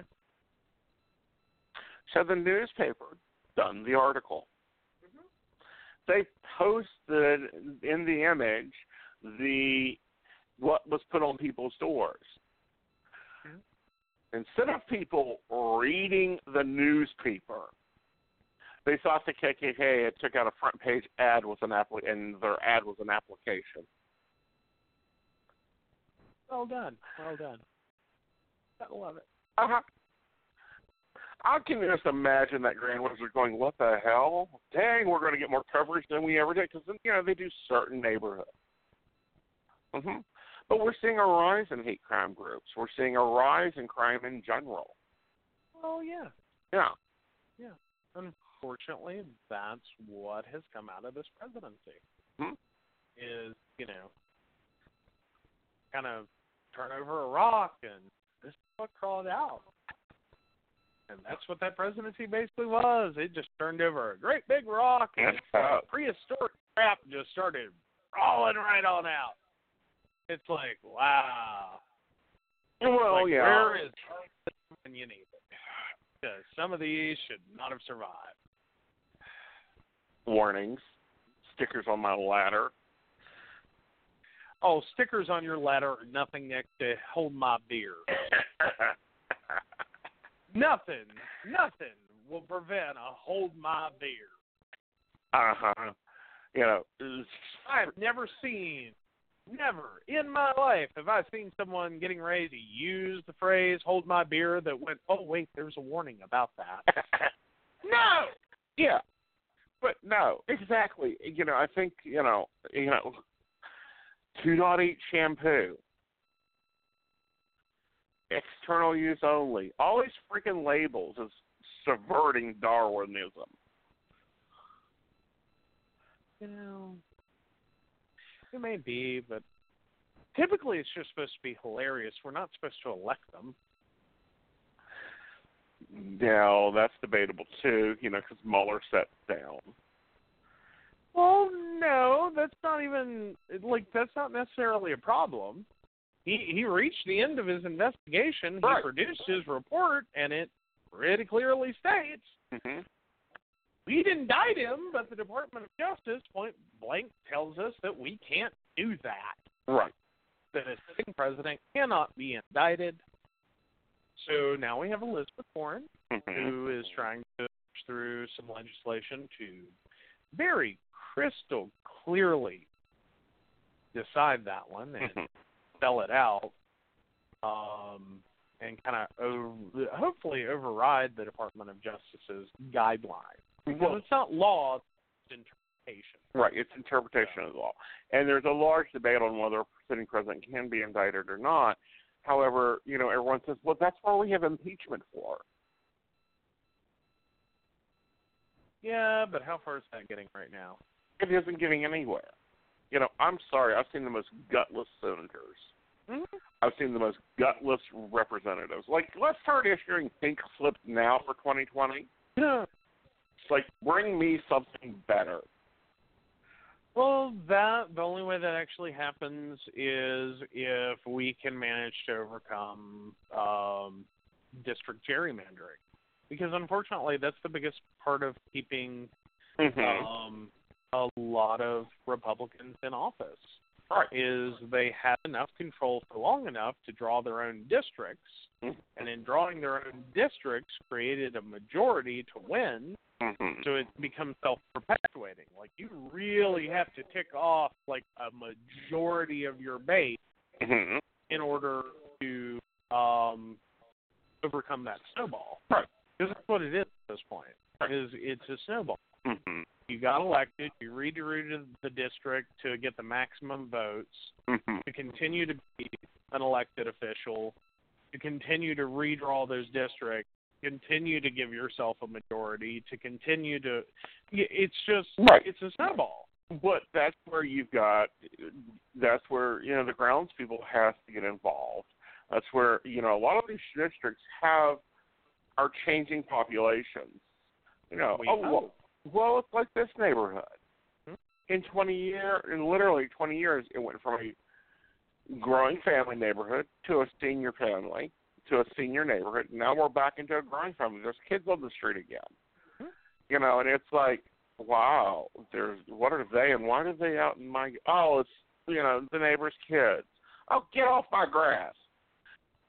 S3: So the newspaper done the article. They posted in the image the what was put on people's doors.
S4: Mhm.
S3: Instead of people reading the newspaper, they thought the KKK had took out a front page ad with an appli- and their ad was an application.
S4: Well done. Well done. Gotta love it.
S3: Uh-huh. I can just imagine that Grand Wizard going, "What the hell? Dang, we're going to get more coverage than we ever did because you know they do certain neighborhoods." hmm But we're seeing a rise in hate crime groups. We're seeing a rise in crime in general.
S4: Well, yeah.
S3: Yeah.
S4: Unfortunately, that's what has come out of this presidency.
S3: Hmm.
S4: Is you know, kind of turn over a rock and this is what crawled out. And that's what that presidency basically was. It just turned over a great big rock and
S3: That's how-
S4: prehistoric crap just started rolling right on out. It's like, wow.
S3: Well,
S4: Like,
S3: Oh, yeah.
S4: Where is when you need it? 'Cause some of these should not have survived.
S3: warnings, stickers on my ladder.
S4: Oh, stickers on your ladder are nothing next to hold my beer. Nothing, nothing will prevent a hold my beer.
S3: uh huh. You know,
S4: I've never seen, never in my life have I seen someone getting ready to use the phrase "hold my beer" that went, "Oh wait, there's a warning about that."
S3: no. Yeah. But no, exactly. You know, I think you know, you know, do not eat shampoo. External use only. All these freaking labels is subverting Darwinism.
S4: You know, it may be, but typically it's just supposed to be hilarious. We're not supposed to elect them.
S3: Now that's debatable too. You know, because Mueller sat down.
S4: Well, no, that's not even like that's not necessarily a problem. He he reached the end of his investigation. He
S3: Right.
S4: produced his report, and it pretty clearly states
S3: Mm-hmm.
S4: we indict him, but the Department of Justice point blank tells us that we can't do that.
S3: Right.
S4: That a sitting president cannot be indicted. So now we have Elizabeth Warren
S3: Mm-hmm.
S4: who is trying to push through some legislation to very crystal clearly
S3: Hmm. Mm-hmm.
S4: decide that one and sell it out. Um, and kind of over, hopefully override the Department of Justice's guidelines. Well,
S3: Well,
S4: it's not law, it's interpretation.
S3: right, it's interpretation of the law. And there's a large debate on whether a sitting president can be indicted or not. However, you know, everyone says, well, that's what we have impeachment for.
S4: Yeah, but how far is that getting right now?
S3: It isn't getting anywhere. You know, I'm sorry, I've seen the most gutless senators.
S4: Mhm.
S3: I've seen the most gutless representatives. Like, let's start issuing pink slips now for 2020. It's like, bring me something better.
S4: Well, that the only way that actually happens is if we can manage to overcome um, district gerrymandering, because unfortunately, that's the biggest part of keeping
S3: Hmm.
S4: um, a lot of Republicans in office.
S3: Uh, Right.
S4: Is they had enough control for long enough to draw their own districts,
S3: Mhm.
S4: and in drawing their own districts, created a majority to win.
S3: Mhm.
S4: So it becomes self perpetuating. Like you really have to tick off like a majority of your base
S3: Mhm.
S4: in order to um overcome that snowball.
S3: Right.
S4: Because that's what it is at this point.
S3: Right.
S4: Is it's a snowball.
S3: Mhm.
S4: You got elected, you redirected the district to get the maximum votes,
S3: Mhm.
S4: to continue to be an elected official, to continue to redraw those districts, continue to give yourself a majority, to continue to. y- It's just,
S3: Right.
S4: it's a snowball.
S3: But that's where you've got, that's where, you know, the grounds people have to get involved. That's where, you know, a lot of these districts have, are changing populations. You know,
S4: We
S3: oh, well,
S4: hope.
S3: well, it's like this neighborhood.
S4: Hmm.
S3: In 20 year, in literally 20 years, it went from a growing family neighborhood to a senior family to a senior neighborhood. Now we're back into a growing family. There's kids on the street again.
S4: Hmm.
S3: You know, and it's like, wow, there's what are they and why are they out in my? Oh, it's you know the neighbor's kids. Oh, get off my grass.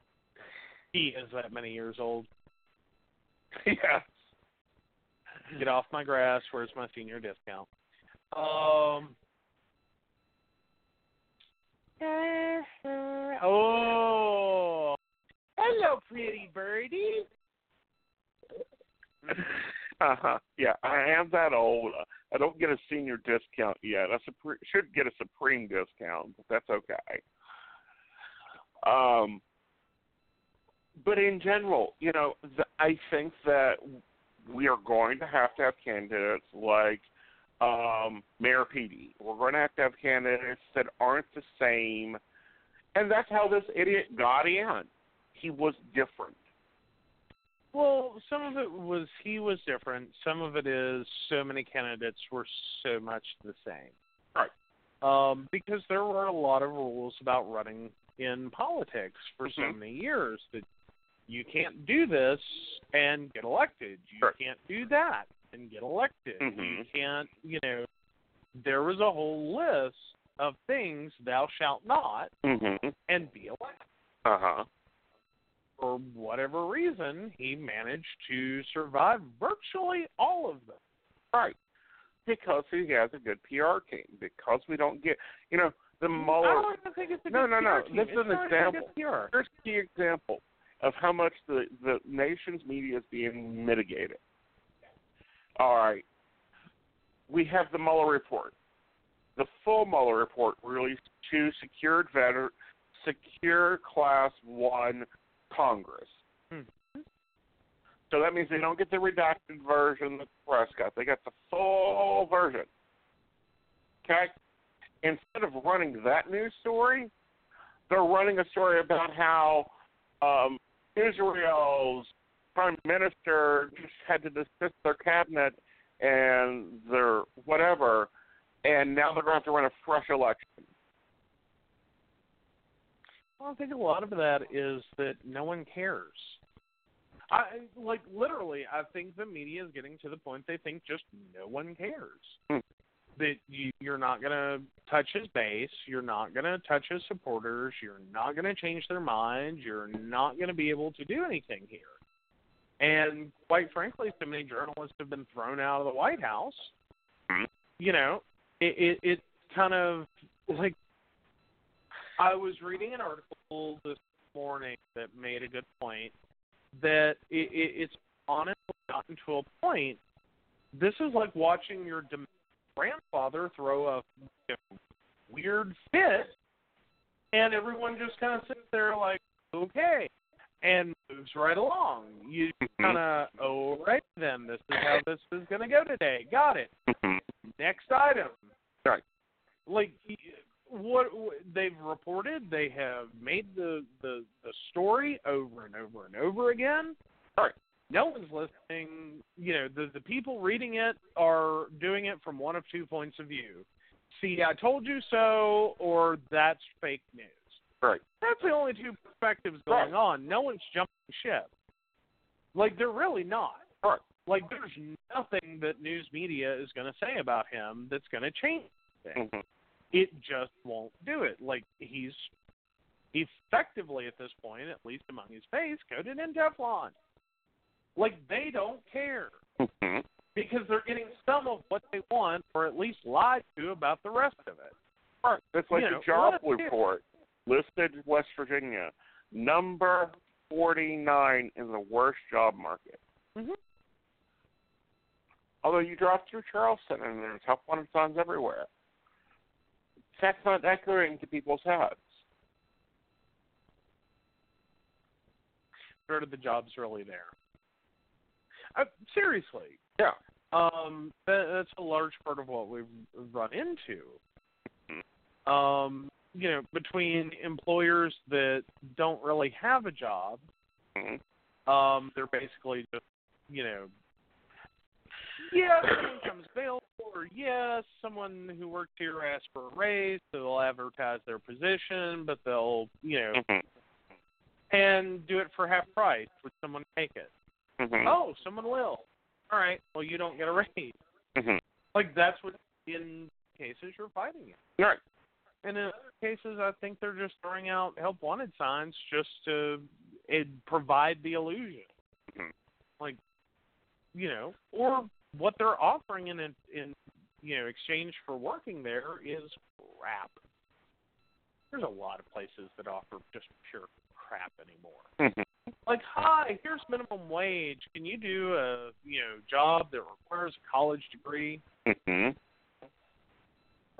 S4: He is that many years old.
S3: yes.
S4: Get off my grass. Where's my senior discount? Um. Oh. Hello, pretty birdie.
S3: Uh-huh. Yeah, I am that old. I don't get a senior discount yet. I supre- should get a supreme discount, but that's okay. Um, but in general, you know, th- I think that we are going to have to have candidates like um, Mayor Petey. We're going to have to have candidates that aren't the same, and that's how this idiot got in. He was different.
S4: Well, some of it was he was different. Some of it is so many candidates were so much the same.
S3: Right.
S4: Um, because there were a lot of rules about running in politics for so
S3: Mhm.
S4: many years that you can't do this and get elected. You
S3: Sure.
S4: can't do that and get elected. You
S3: Mhm.
S4: can't, you know, there was a whole list of things thou shalt not
S3: Mm-hmm.
S4: and be elected
S3: Uh huh.
S4: for whatever reason, he managed to survive virtually all of them.
S3: Right. Because he has a good PR team. Because we don't get, you know, the
S4: I
S3: Mueller.
S4: don't even think it's a
S3: No,
S4: good
S3: no,
S4: PR
S3: no.
S4: team.
S3: This is
S4: It's not
S3: an
S4: even
S3: example.
S4: good PR.
S3: Here's the example of how much the the nation's media is being mitigated. All right. We have the Mueller report. The full Mueller report released to secured veter- secure class one Congress.
S4: Mhm.
S3: So that means they don't get the redacted version that the press got. They got the full version. Okay? Instead of running that news story, they're running a story about how um, Israel's prime minister just had to dismiss their cabinet and their whatever, and now they're going to have to run a fresh election.
S4: Well, I think a lot of that is that no one cares. I like literally. I think the media is getting to the point they think just no one cares.
S3: Hmm.
S4: That you, you're not gonna touch his base, you're not gonna touch his supporters, you're not gonna change their minds, you're not gonna be able to do anything here. And quite frankly, so many journalists have been thrown out of the White House.
S3: Hmm.
S4: You know, it it, it kind of like I was reading an article this morning that made a good point that it, it, it's honestly gotten to a point. This is like watching your dem- grandfather throw a you know, weird fit, and everyone just kind of sits there like, okay, and moves right along. You
S3: Mm-hmm.
S4: kind of, oh, right then, this is how this is going to go today. Got it.
S3: Mm-hmm.
S4: Next item.
S3: Right.
S4: Like y- what, what they've reported, they have made the, the the story over and over and over again.
S3: Right.
S4: No one's listening. You know, the the people reading it are doing it from one of two points of view. See, I told you so, or that's fake news.
S3: Right.
S4: That's the only two perspectives going
S3: Right.
S4: on. No one's jumping ship. Like they're really not.
S3: Right.
S4: Like there's nothing that news media is going to say about him that's going to change anything
S3: Mhm.
S4: it just won't do it. Like he's effectively at this point, at least among his face, coated in Teflon. Like they don't care
S3: Mhm.
S4: because they're getting some of what they want, or at least lied to about the rest of it.
S3: Right. It's like
S4: You
S3: the
S4: know,
S3: job
S4: what a-
S3: report listed West Virginia, number 49 in the worst job market.
S4: Mhm.
S3: Although you drive through Charleston and there's help wanted signs everywhere. That's not echoing into people's heads.
S4: Sure, the job's really there. Uh, seriously.
S3: Yeah.
S4: Um, that, that's a large part of what we've run into. Um, you know, between employers that don't really have a job
S3: Mhm.
S4: Um, they're basically just, you know, yeah, someone comes available, or yeah, someone who worked here asked for a raise, so they'll advertise their position, but they'll, you know,
S3: Mhm.
S4: and do it for half price. Would someone take it?
S3: Mhm.
S4: Oh, someone will. All right, well, you don't get a raise.
S3: Mhm.
S4: Like that's what in cases you're fighting it.
S3: Right.
S4: And in other cases, I think they're just throwing out help wanted signs just to it, provide the illusion.
S3: Mhm.
S4: Like, you know, or what they're offering in in you know exchange for working there is crap. There's a lot of places that offer just pure crap anymore
S3: Mhm.
S4: like, hi, here's minimum wage. Can you do a you know job that requires a college degree?
S3: Mhm.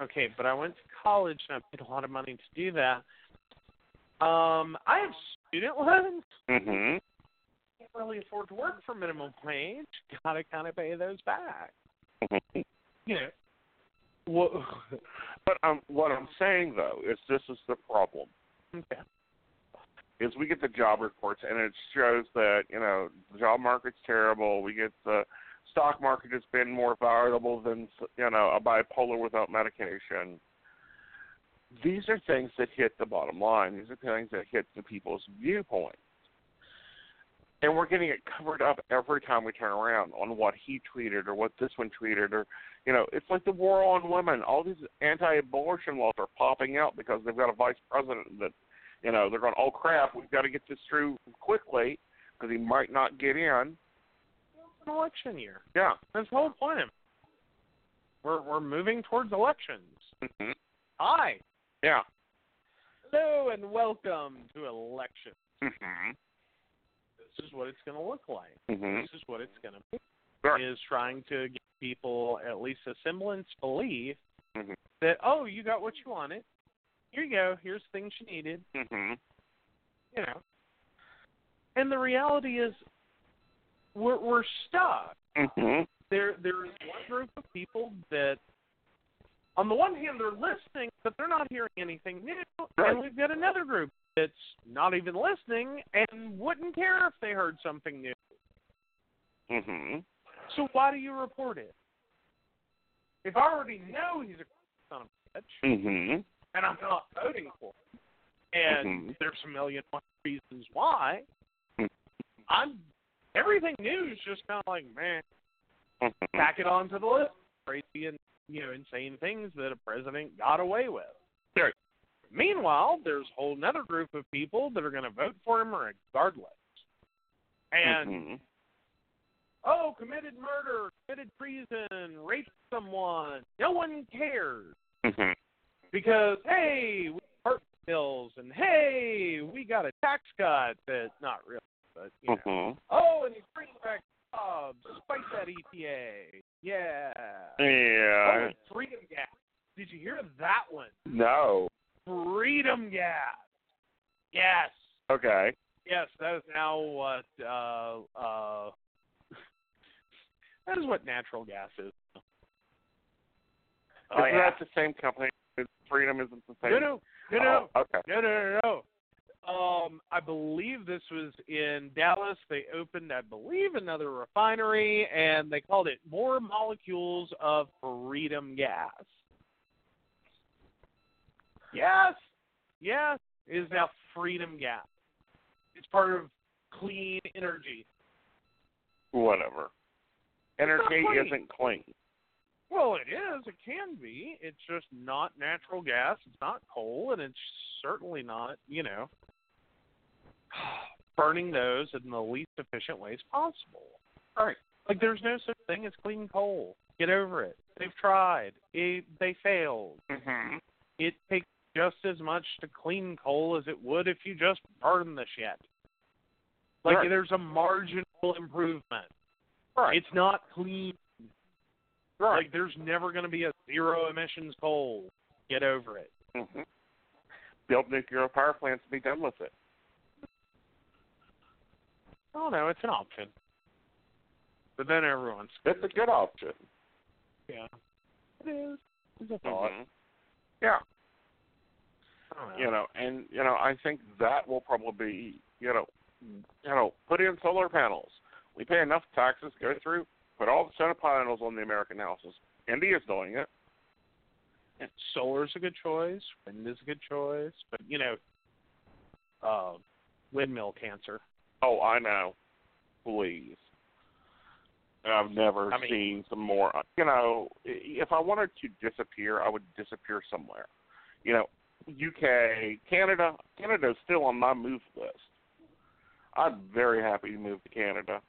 S4: Okay, but I went to college and I paid a lot of money to do that. Um, I have student loans.
S3: Mhm.
S4: Can't really afford to work for minimum wage. Gotta kind of pay those back.
S3: Mhm.
S4: You know. What?
S3: But um, what I'm saying though is this is the problem.
S4: okay.
S3: is we get the job reports and it shows that you know the job market's terrible. We get the stock market has been more volatile than you know a bipolar without medication. These are things that hit the bottom line. These are things that hit the people's viewpoint. And we're getting it covered up every time we turn around on what he tweeted or what this one tweeted or you know, it's like the war on women. All these anti abortion laws are popping out because they've got a vice president that you know, they're going, oh crap, we've got to get this through quickly because he might not get in.
S4: It's an election year.
S3: Yeah.
S4: That's the whole point of it. We're we're moving towards elections.
S3: hmm
S4: Hi.
S3: Yeah.
S4: Hello and welcome to election.
S3: Mm-hmm.
S4: This is what it's going to look like.
S3: Mm-hmm.
S4: This is what it's going to be.
S3: Right.
S4: Is trying to give people at least a semblance belief
S3: Mhm.
S4: that oh, you got what you wanted. Here you go. Here's things you needed.
S3: Mm-hmm.
S4: You know. And the reality is, we're we're stuck.
S3: Mm-hmm.
S4: There there is one group of people that. On the one hand, they're listening, but they're not hearing anything new.
S3: Right.
S4: And we've got another group that's not even listening and wouldn't care if they heard something new.
S3: Mm-hmm.
S4: So why do you report it? If I already know he's a son of a bitch
S3: Mm-hmm.
S4: and I'm not voting for him, and
S3: Mhm.
S4: there's a million and one reasons why,
S3: Mhm.
S4: I'm everything new is just kind of like man,
S3: Mm-hmm.
S4: tack it onto the list. Crazy and you know insane things that a president got away with.
S3: Right.
S4: Meanwhile, there's a whole another group of people that are going to vote for him regardless, and
S3: Mm-hmm.
S4: oh, committed murder, committed treason, raped someone. No one cares
S3: Mm-hmm.
S4: because hey, we hurt bills and hey, we got a tax cut that not really, but you know.
S3: Mhm.
S4: Oh, and he's bringing back jobs. Spike that EPA. Yeah. Oh,
S3: Yeah.
S4: freedom gas. Did you hear that one?
S3: No.
S4: Freedom gas. Yes.
S3: Okay.
S4: Yes, that is now what uh uh that is what natural gas is.
S3: Isn't that the same company? Freedom isn't the same.
S4: Oh, No, no, no, no.
S3: Oh, okay.
S4: No, no, no, no. Um, I believe this was in Dallas. They opened, I believe, another refinery, and they called it More Molecules of Freedom Gas. Yes, yes, it is now Freedom Gas. It's part of clean energy.
S3: Whatever. Energy
S4: clean.
S3: isn't clean.
S4: Well, it is. It can be. It's just not natural gas. It's not coal, and it's certainly not, you know, burning those in the least efficient ways possible. All right. Like, there's no such thing as clean coal. Get over it. They've tried. It, they failed.
S3: Mm-hmm.
S4: It takes just as much to clean coal as it would if you just burn the shit. Like,
S3: Right.
S4: there's a marginal improvement.
S3: Right.
S4: It's not clean
S3: right.
S4: like there's never going to be a zero emissions coal. Get over it.
S3: hmm Build nuclear power plants and be done with it.
S4: Oh no, it's an option. But then everyone's
S3: It's a good option.
S4: yeah. Mm-hmm. It is. It's a thought.
S3: Mhm. Yeah.
S4: I don't know.
S3: You know, and you know, I think that will probably, you know, you know, put in solar panels. We pay enough taxes, go through, put all the solar panels on the American houses. India's doing it.
S4: And solar's a good choice. Wind is a good choice. But you know, uh, windmill cancer.
S3: Oh, I know. Please. I've never
S4: I mean-
S3: seen some more. You know, i- if I wanted to disappear, I would disappear somewhere. You know, UK, Canada. Canada's still on my move list. I'm very happy to move to Canada.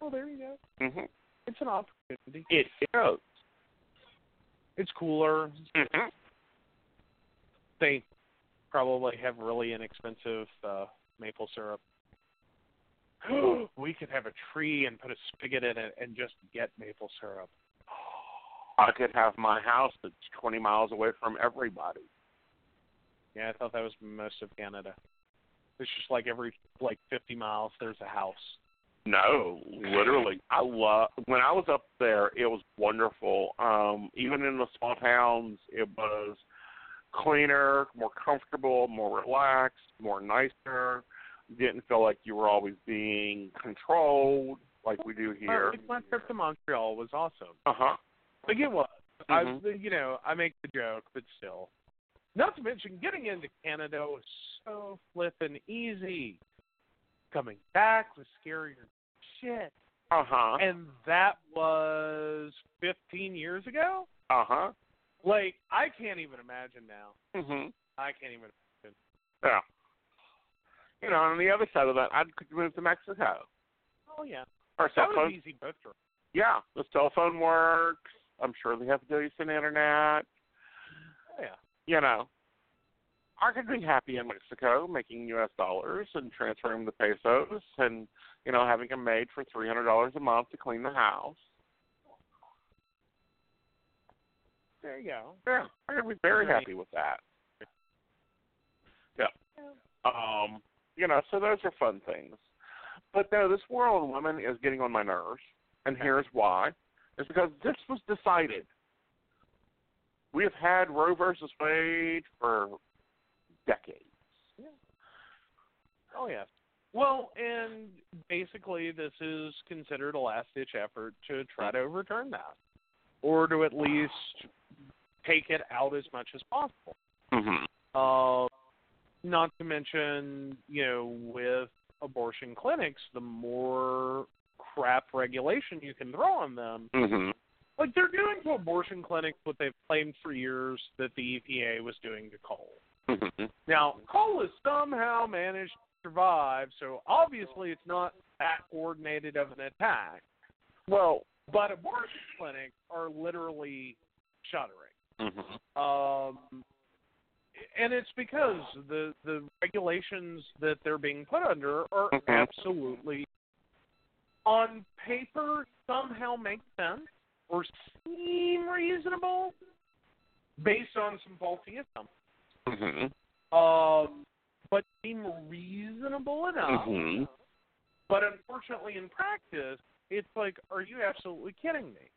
S4: Well, Oh, there you go.
S3: hmm
S4: It's an opportunity.
S3: It is.
S4: It's cooler.
S3: hmm
S4: They probably have really inexpensive uh, maple syrup. we could have a tree and put a spigot in it and just get maple syrup.
S3: I could have my house that's 20 miles away from everybody.
S4: Yeah, I thought that was most of Canada. It's just like every like 50 miles there's a house.
S3: No, literally. I love when I was up there. It was wonderful. Um, even in the small towns, it was cleaner, more comfortable, more relaxed, more nicer. Didn't feel like you were always being controlled like we do
S4: Uh,
S3: here.
S4: like my trip to Montreal was awesome.
S3: Uh huh.
S4: Like it was.
S3: Mhm.
S4: I, you know, I make the joke, but still. Not to mention, getting into Canada was so flippin' easy. Coming back was scarier than shit.
S3: Uh huh.
S4: And that was 15 years ago?
S3: Uh huh.
S4: Like, I can't even imagine now.
S3: Mhm.
S4: I can't even.
S3: Yeah. You know, on the other side of that, I could move to Mexico.
S4: Oh, yeah.
S3: Our cell
S4: That was
S3: phone
S4: easy boat trip.
S3: yeah, the cell phone works. I'm sure they have decent internet.
S4: Oh, yeah.
S3: You know, I could be happy in Mexico making U.S. dollars and transferring the pesos, and you know, having them made for three hundred dollars a month to clean the house.
S4: There you go.
S3: Yeah, I could be very
S4: Right.
S3: happy with that. Yeah. Um, you know, so those are fun things. But no, this war on women is getting on my nerves, and here's why: is because this was decided. We have had Roe versus Wade for decades.
S4: Oh yeah. Well, and basically this is considered a last ditch effort to try to overturn that. Or to at least take it out as much as possible.
S3: Mm-hmm.
S4: Uh, not to mention, you know, with abortion clinics, the more crap regulation you can throw on them.
S3: Mm-hmm.
S4: Like they're doing to abortion clinics what they've claimed for years that the EPA was doing to coal.
S3: Mm-hmm.
S4: Now, Cole has somehow managed to survive, so obviously it's not that coordinated of an attack.
S3: Well,
S4: But abortion clinics are literally shuttering.
S3: Mm-hmm.
S4: Um, and it's because the the regulations that they're being put under are
S3: Mhm.
S4: absolutely on paper somehow make sense or seem reasonable based on some faulty assumptions.
S3: Mm-hmm.
S4: Um, but seem reasonable enough.
S3: Mm-hmm.
S4: But unfortunately, in practice, it's like, are you absolutely kidding me?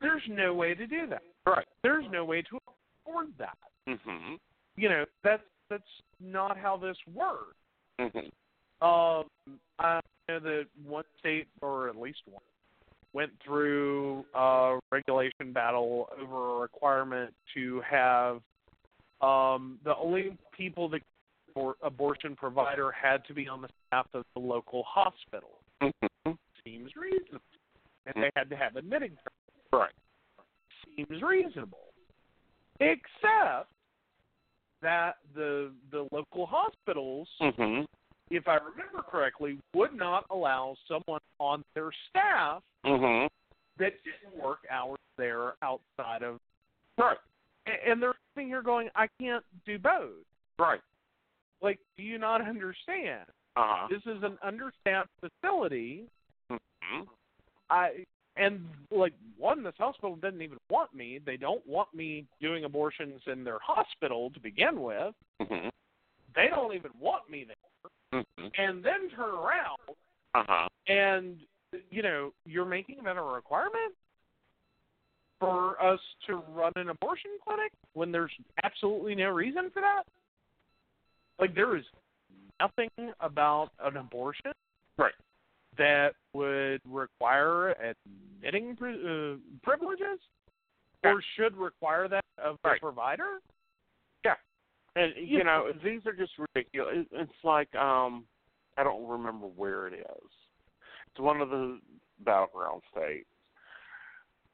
S4: There's no way to do that.
S3: Right.
S4: There's no way to afford that.
S3: Mm-hmm.
S4: You know, that's that's not how this works.
S3: Mm-hmm.
S4: Um, I know that one state, or at least one, went through a regulation battle over a requirement to have um, the only people that for abortion provider had to be on the staff of the local hospital.
S3: Mm-hmm.
S4: Seems reasonable, and they had to have admitting.
S3: Right.
S4: Seems reasonable, except that the the local hospitals
S3: Mm-hmm.
S4: if I remember correctly, would not allow someone on their staff
S3: Mm-hmm.
S4: that didn't work hours there outside of.
S3: Right.
S4: a- And they're sitting here going, I can't do both.
S3: Right.
S4: Like, do you not understand?
S3: Uh-huh.
S4: This is an understaffed facility.
S3: Mm-hmm.
S4: I and like one, this hospital doesn't even want me. They don't want me doing abortions in their hospital to begin with.
S3: Mm-hmm.
S4: They don't even want me there.
S3: Mm-hmm.
S4: And then turn around
S3: Uh-huh.
S4: and you know you're making that a requirement for us to run an abortion clinic when there's absolutely no reason for that like there is nothing about an abortion
S3: Right.
S4: that would require admitting pri- uh, privileges or should require that of the
S3: Right.
S4: provider
S3: And you know, these are just ridiculous. It's like um, I don't remember where it is. It's one of the battleground states.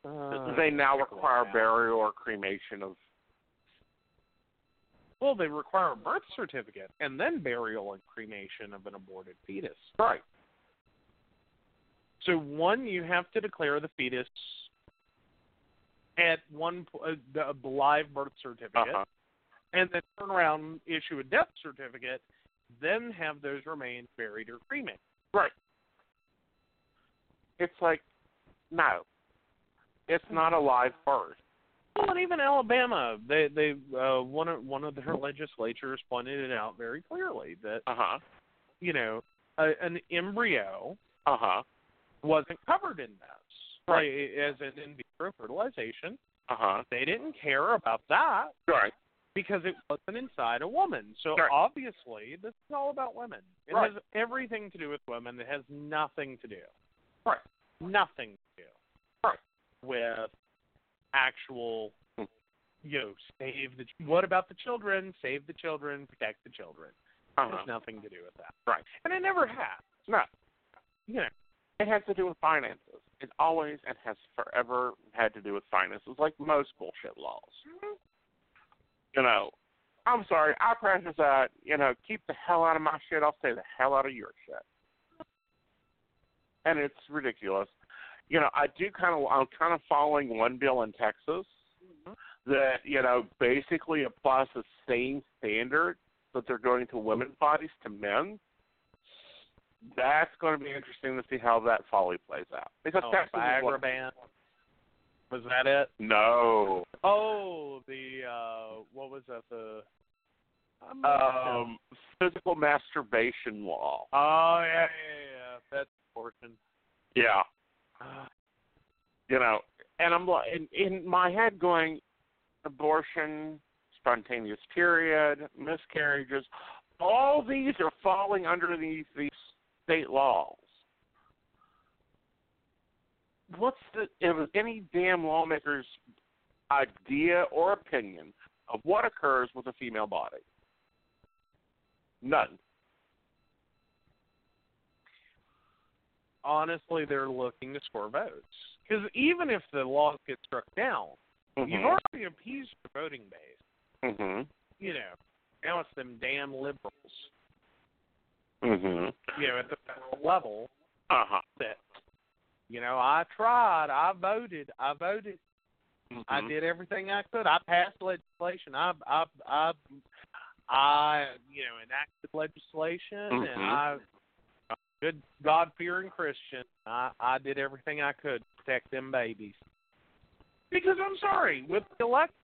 S4: Uh,
S3: they now require burial or cremation of.
S4: well they require a birth certificate and then burial and cremation of an aborted fetus
S3: Right.
S4: So one, you have to declare the fetus at one po- uh, the the live birth
S3: Uh
S4: certificate,
S3: huh.
S4: and then turn around, issue a death certificate, then have those remains buried or cremated.
S3: It's like, no, it's not a live birth.
S4: Well, and even Alabama, they they uh, one of one of their legislatures pointed it out very clearly that
S3: Uh huh.
S4: you know a, an embryo
S3: Uh huh.
S4: wasn't covered in this,
S3: Right.
S4: Like, As an in vitro fertilization,
S3: Uh huh.
S4: they didn't care about that.
S3: Right.
S4: because it wasn't inside a woman. So
S3: Right.
S4: obviously, this is all about women. It
S3: Right.
S4: has everything to do with women. It has nothing to do.
S3: Right.
S4: Nothing to do.
S3: Right.
S4: With actual,
S3: Hmm.
S4: you know, save the. What about the children? Save the children. Protect the children.
S3: Uh
S4: It has
S3: huh.
S4: nothing to do with that.
S3: Right.
S4: And it never has.
S3: No,
S4: You know.
S3: it has to do with finances. It always and has forever had to do with finances, like most bullshit laws. You know, I'm sorry. I practice that. You know, keep the hell out of my shit. I'll stay the hell out of your shit. And it's ridiculous. You know, I do kind of. I'm kind of following one bill in Texas
S4: Mm-hmm.
S3: that you know basically applies the same standard that they're doing to women's bodies to men. That's going to be interesting to see how that folly plays out because
S4: Oh,
S3: Texas is
S4: Viagra
S3: one-
S4: ban. Was that it?
S3: no.
S4: Oh, the uh, what was that? The I'm gonna-
S3: Um, physical masturbation law.
S4: Oh yeah, yeah, yeah. That's fortune.
S3: Yeah. you know, and I'm like in, in my head going, abortion, spontaneous period, miscarriages, all these are falling under these these state laws. What's the it was any damn lawmaker's idea or opinion of what occurs with a female body? None.
S4: Honestly, they're looking to score votes because even if the laws get struck down,
S3: Mm-hmm.
S4: you've already appeased your voting base.
S3: Mhm.
S4: You know, now it's them damn liberals.
S3: Mhm.
S4: You know, at the federal level,
S3: Uh huh.
S4: that you know, I tried, I voted, I voted.
S3: Mm-hmm.
S4: I did everything I could. I passed legislation. I I I I you know enacted legislation,
S3: Mhm.
S4: and I I'm a good God fearing Christian. I I did everything I could to protect them babies. Because I'm sorry, with the election,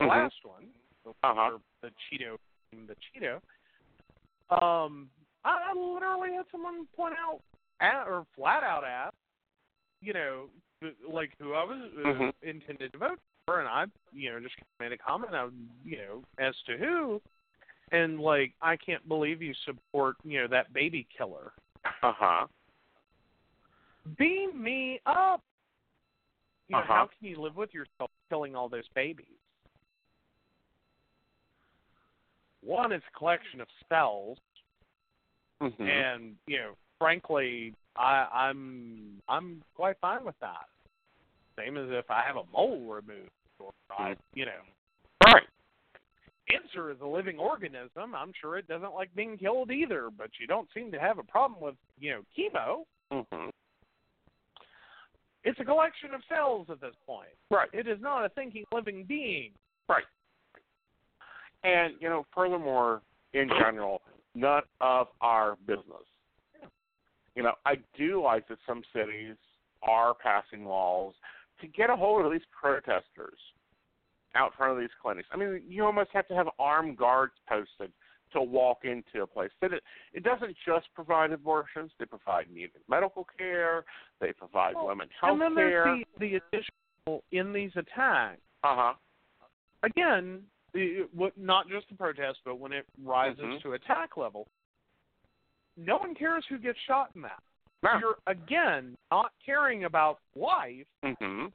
S4: the
S3: Mhm.
S4: last one, the,
S3: Uh-huh.
S4: or the Cheeto, the Cheeto. Um, I, I literally had someone point out at, or flat out ask, you know, th- like who I was uh,
S3: Mhm.
S4: intended to vote for, and I, you know, just made a comment, I, you know, as to who, and like I can't believe you support, you know, that baby killer.
S3: Uh huh.
S4: Beam me up. You know,
S3: Uh-huh.
S4: how can you live with yourself killing all those babies? One is a collection of cells,
S3: Mm-hmm.
S4: and you know, frankly, I, I'm I'm quite fine with that. Same as if I have a mole removed, or I,
S3: Mm-hmm.
S4: you know,
S3: right.
S4: cancer is a living organism. I'm sure it doesn't like being killed either, but you don't seem to have a problem with you know chemo.
S3: Mm-hmm.
S4: It's a collection of cells at this point.
S3: Right.
S4: It is not a thinking living being.
S3: And you know, furthermore, in general, none of our business. You know, I do like that some cities are passing laws to get a hold of these protesters out front of these clinics. I mean, you almost have to have armed guards posted to walk into a place. That it, it doesn't just provide abortions; they provide needed medical care, they provide
S4: Well,
S3: women health
S4: And then
S3: care.
S4: there's the, the additional in these attacks.
S3: Uh huh.
S4: Again, the, what, not just the protests, but when it rises
S3: Mhm.
S4: to attack level, no one cares who gets shot in that. You're again not caring about life,
S3: Mm-hmm.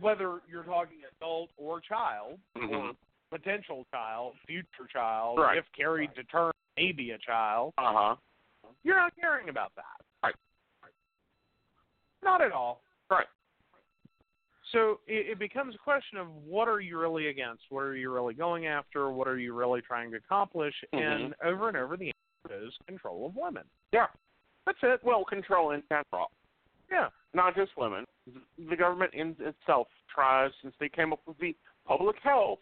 S4: whether you're talking adult or child,
S3: Mhm.
S4: or potential child, future child,
S3: Right.
S4: if carried to term, maybe a child.
S3: Uh huh.
S4: You're not caring about that.
S3: Right.
S4: Not at all.
S3: Right.
S4: So it, it becomes a question of what are you really against? What are you really going after? What are you really trying to accomplish?
S3: Mhm.
S4: And over and over, the answer is control of women.
S3: Yeah.
S4: That's it.
S3: Well, control in general.
S4: Yeah.
S3: not just women. The government in itself tries, since they came up with the public health,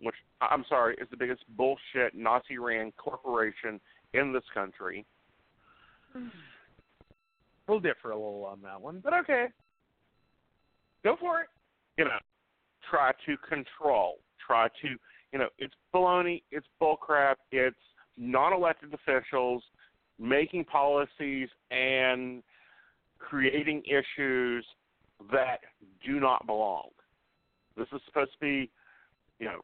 S3: which I- I'm sorry is the biggest bullshit Nazi ran corporation in this country.
S4: We'll differ a little on that one, Mm-hmm. but okay. Go for it.
S3: You know, try to control, try to, you know, it's baloney, it's bullcrap, it's non-elected officials making policies and creating issues that do not belong. This is supposed to be, you know,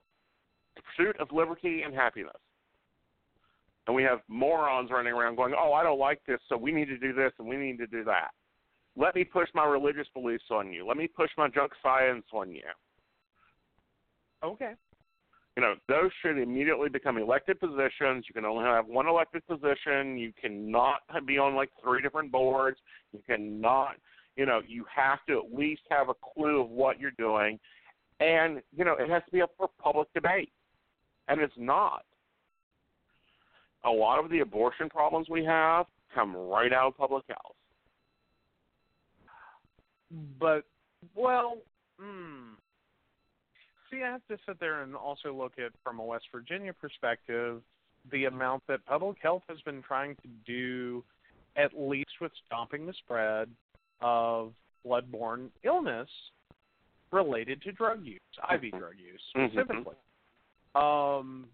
S3: the pursuit of liberty and happiness. And we have morons running around going, oh, I don't like this, so we need to do this and we need to do that. Let me push my religious beliefs on you. Let me push my junk science on you.
S4: Okay.
S3: You know, those should immediately become elected positions. You can only have one elected position. You cannot be on like three different boards. You cannot, you know, you have to at least have a clue of what you're doing. And, you know, it has to be up for public debate. And it's not. A lot of the abortion problems we have come right out of public health.
S4: but well, mm, see, I have to sit there and also look at from a West Virginia perspective the amount that public health has been trying to do, at least with stopping the spread of bloodborne illness related to drug use, IV
S3: Mhm.
S4: drug use
S3: Mhm.
S4: specifically. Um,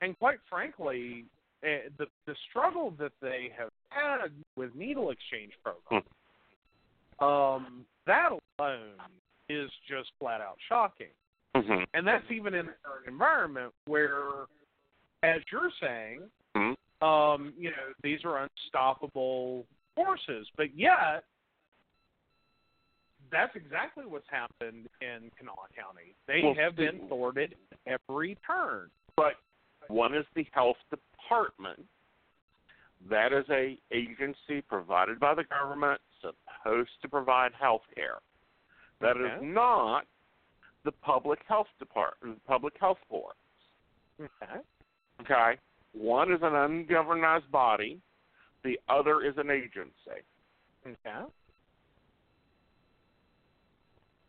S4: and quite frankly, eh, the the struggle that they have had with needle exchange programs, um, that alone is just flat out shocking.
S3: Mm-hmm.
S4: And that's even in an environment where, as you're saying,
S3: Mm-hmm.
S4: um, you know, these are unstoppable forces. But yet, that's exactly what's happened in Kanawha County. They
S3: Well,
S4: have been
S3: see-
S4: thwarted at every turn.
S3: But one is the health department. That is a agency provided by the government supposed to provide health care. That is
S4: Okay.
S3: not the public health department, the public health board.
S4: Okay.
S3: Okay, one is an ungovernized body, the other is an agency.
S4: Okay.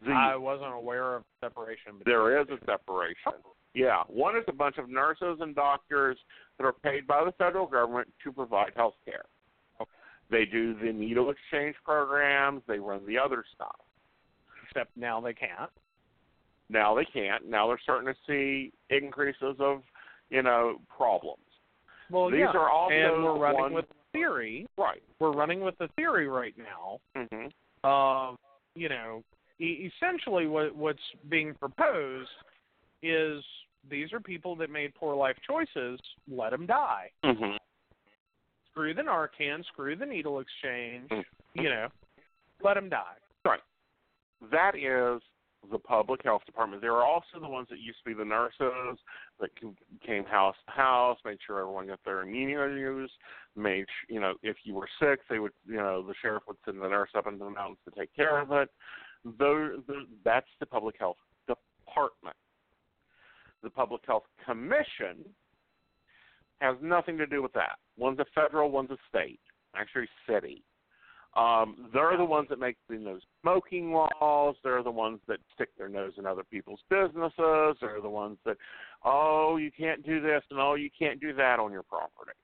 S3: The,
S4: I wasn't aware of separation. between
S3: there is
S4: the
S3: a separation. Yeah, one is a bunch of nurses and doctors that are paid by the federal government to provide health care.
S4: Okay.
S3: They do the needle exchange programs. They run the other stuff.
S4: two, Except now they can't.
S3: Now they can't. Now they're starting to see increases of, you know, problems.
S4: Well,
S3: These
S4: yeah.
S3: are also
S4: and we're running
S3: ones-
S4: with the theory.
S3: right.
S4: We're running with the theory right now
S3: hmm
S4: of you know e- essentially what what's being proposed is these are people that made poor life choices. Let them die.
S3: hmm
S4: Screw the Narcan. Screw the needle exchange.
S3: Mhm.
S4: You know, let them die.
S3: That is the public health department. There are also the ones that used to be the nurses that c- came house to house, made sure everyone got their immunities, made sh- you know if you were sick, they would you know the sheriff would send the nurse up into the mountains to take care of it. Those, those that's the public health department. The public health commission has nothing to do with that. One's a federal, one's a state, actually city. Um, they're the ones that make the no smoking laws. They're the ones that stick their nose in other people's businesses. They're the ones that, oh, you can't do this and oh, you can't do that on your property.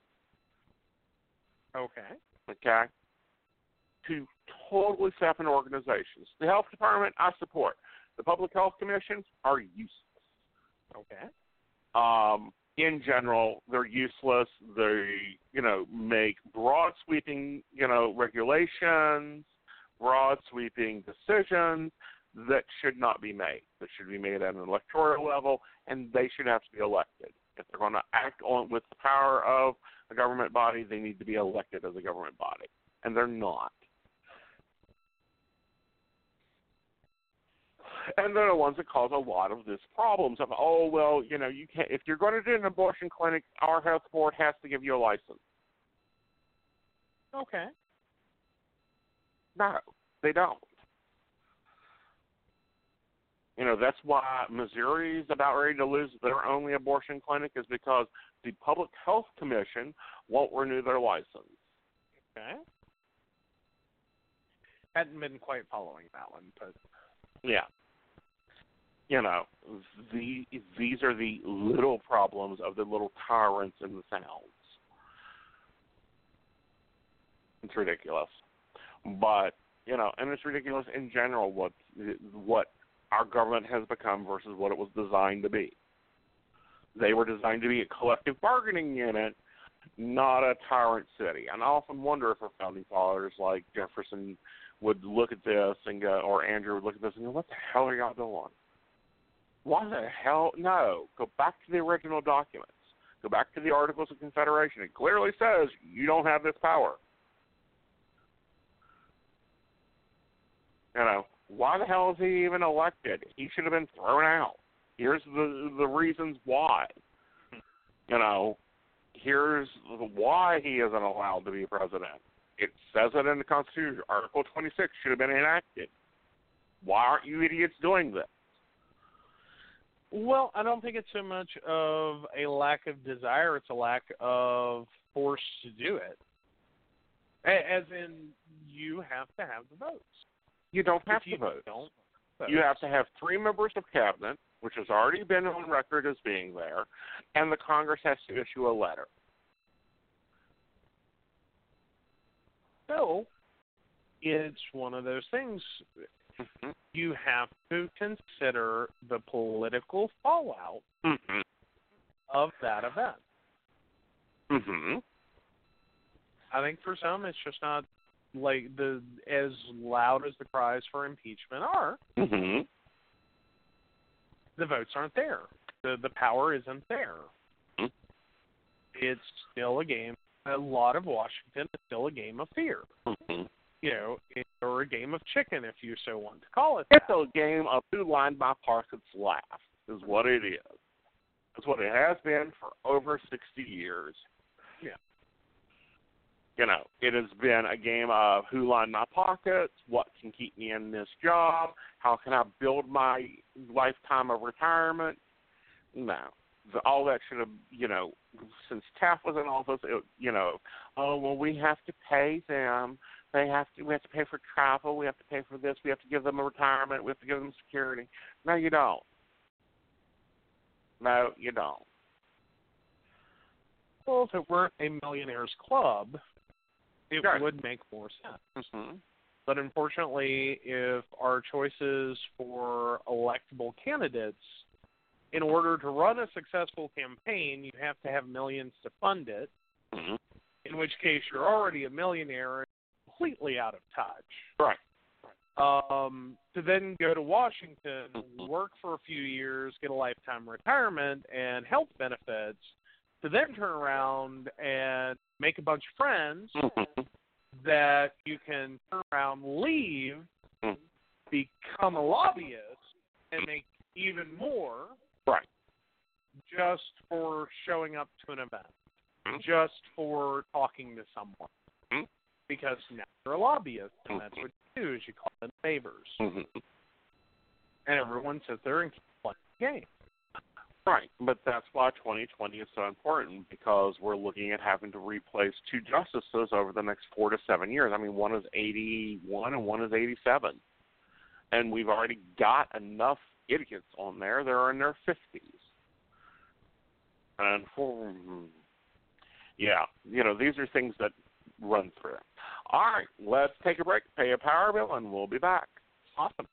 S4: Okay.
S3: Okay? Two totally separate organizations. The health department I support. The public health commission are useless.
S4: Okay.
S3: um, in general, they're useless. They, you know, make broad sweeping, you know, regulations, broad sweeping decisions that should not be made. That should be made at an electoral level, and they should have to be elected. If they're going to act on with the power of a government body, they need to be elected as a government body, and they're not. and they're the ones that cause a lot of these problems of oh well you know you can not if you're going to do an abortion clinic our health board has to give you a license
S4: Okay.
S3: no they don't you know that's why missouri's about ready to lose their only abortion clinic is because the public health commission won't renew their license
S4: Okay. Hadn't been quite following that one, but
S3: yeah you know the these are the little problems of the little tyrants in the towns it's ridiculous. But you know, and it's ridiculous in general what what our government has become versus what it was designed to be. They were designed to be a collective bargaining unit, not a tyrant city. And I often wonder if our founding fathers like Jefferson would look at this and go, or Andrew would look at this and go, "What the hell are y'all doing? Why the hell? No, go back to the original documents. Go back to the Articles of Confederation. It clearly says you don't have this power." you know, why the hell is he even elected? He should have been thrown out. Here's the the reasons why. You know, here's the- why he isn't allowed to be president. It says it in the Constitution. Article 26 should have been enacted. Why aren't you idiots doing this?
S4: well, I don't think it's so much of a lack of desire; it's a lack of force to do it. A- As in, you have to have the votes.
S3: You don't have
S4: if you
S3: to vote.
S4: Don't
S3: You have to have three members of cabinet, which has already been on record as being there, and the Congress has to issue a letter.
S4: So, it's one of those things.
S3: Mm-hmm.
S4: You have to consider the political fallout
S3: Mm-hmm.
S4: of that event.
S3: Mm-hmm.
S4: I think for some, it's just not like the as loud as the cries for impeachment are.
S3: Mm-hmm.
S4: The votes aren't there. The the power isn't there.
S3: Hmm.
S4: It's still a game. A lot of Washington is still a game of fear.
S3: Mm-hmm.
S4: You know, it, or a game of chicken, if you so want to call it.
S3: It's
S4: that.
S3: a game of who lined my pockets last is what it is. It's what it has been for over sixty years.
S4: Yeah.
S3: You know, it has been a game of who lined my pockets, what can keep me in this job, how can I build my lifetime of retirement. No. The, all that should have, you know, since Taft was in office, it, you know, oh well, we have to pay them They have to. We have to pay for travel. We have to pay for this. We have to give them a retirement. We have to give them security. No, you don't. No, you don't.
S4: Well, if it weren't a millionaires club, it
S3: Sure.
S4: would make more sense.
S3: Mm-hmm.
S4: But unfortunately, if our choices for electable candidates, in order to run a successful campaign, you have to have millions to fund it,
S3: Mm-hmm.
S4: in which case you're already a millionaire and completely out of touch.
S3: Right.
S4: Um, to then go to Washington,
S3: Mhm.
S4: work for a few years, get a lifetime retirement and health benefits, to then turn around and make a bunch of friends
S3: Mm-hmm.
S4: that you can turn around, leave,
S3: Mm.
S4: become a lobbyist, and make even more.
S3: Right.
S4: Just for showing up to an event,
S3: Mm.
S4: just for talking to someone.
S3: Mm.
S4: Because now you're a lobbyist, and that's
S3: Mhm.
S4: what you do is you call in favors,
S3: Mm-hmm.
S4: and everyone sits there and keeps playing the game.
S3: Right, but that's why 2020 is so important because we're looking at having to replace two justices over the next four to seven years. I mean, one is 81 and one is 87, and we've already got enough idiots on there. They're in their 50s, and hmm, yeah, you know, these are things that run through. All right, let's take a break, pay a power bill, and we'll be back.
S4: Awesome.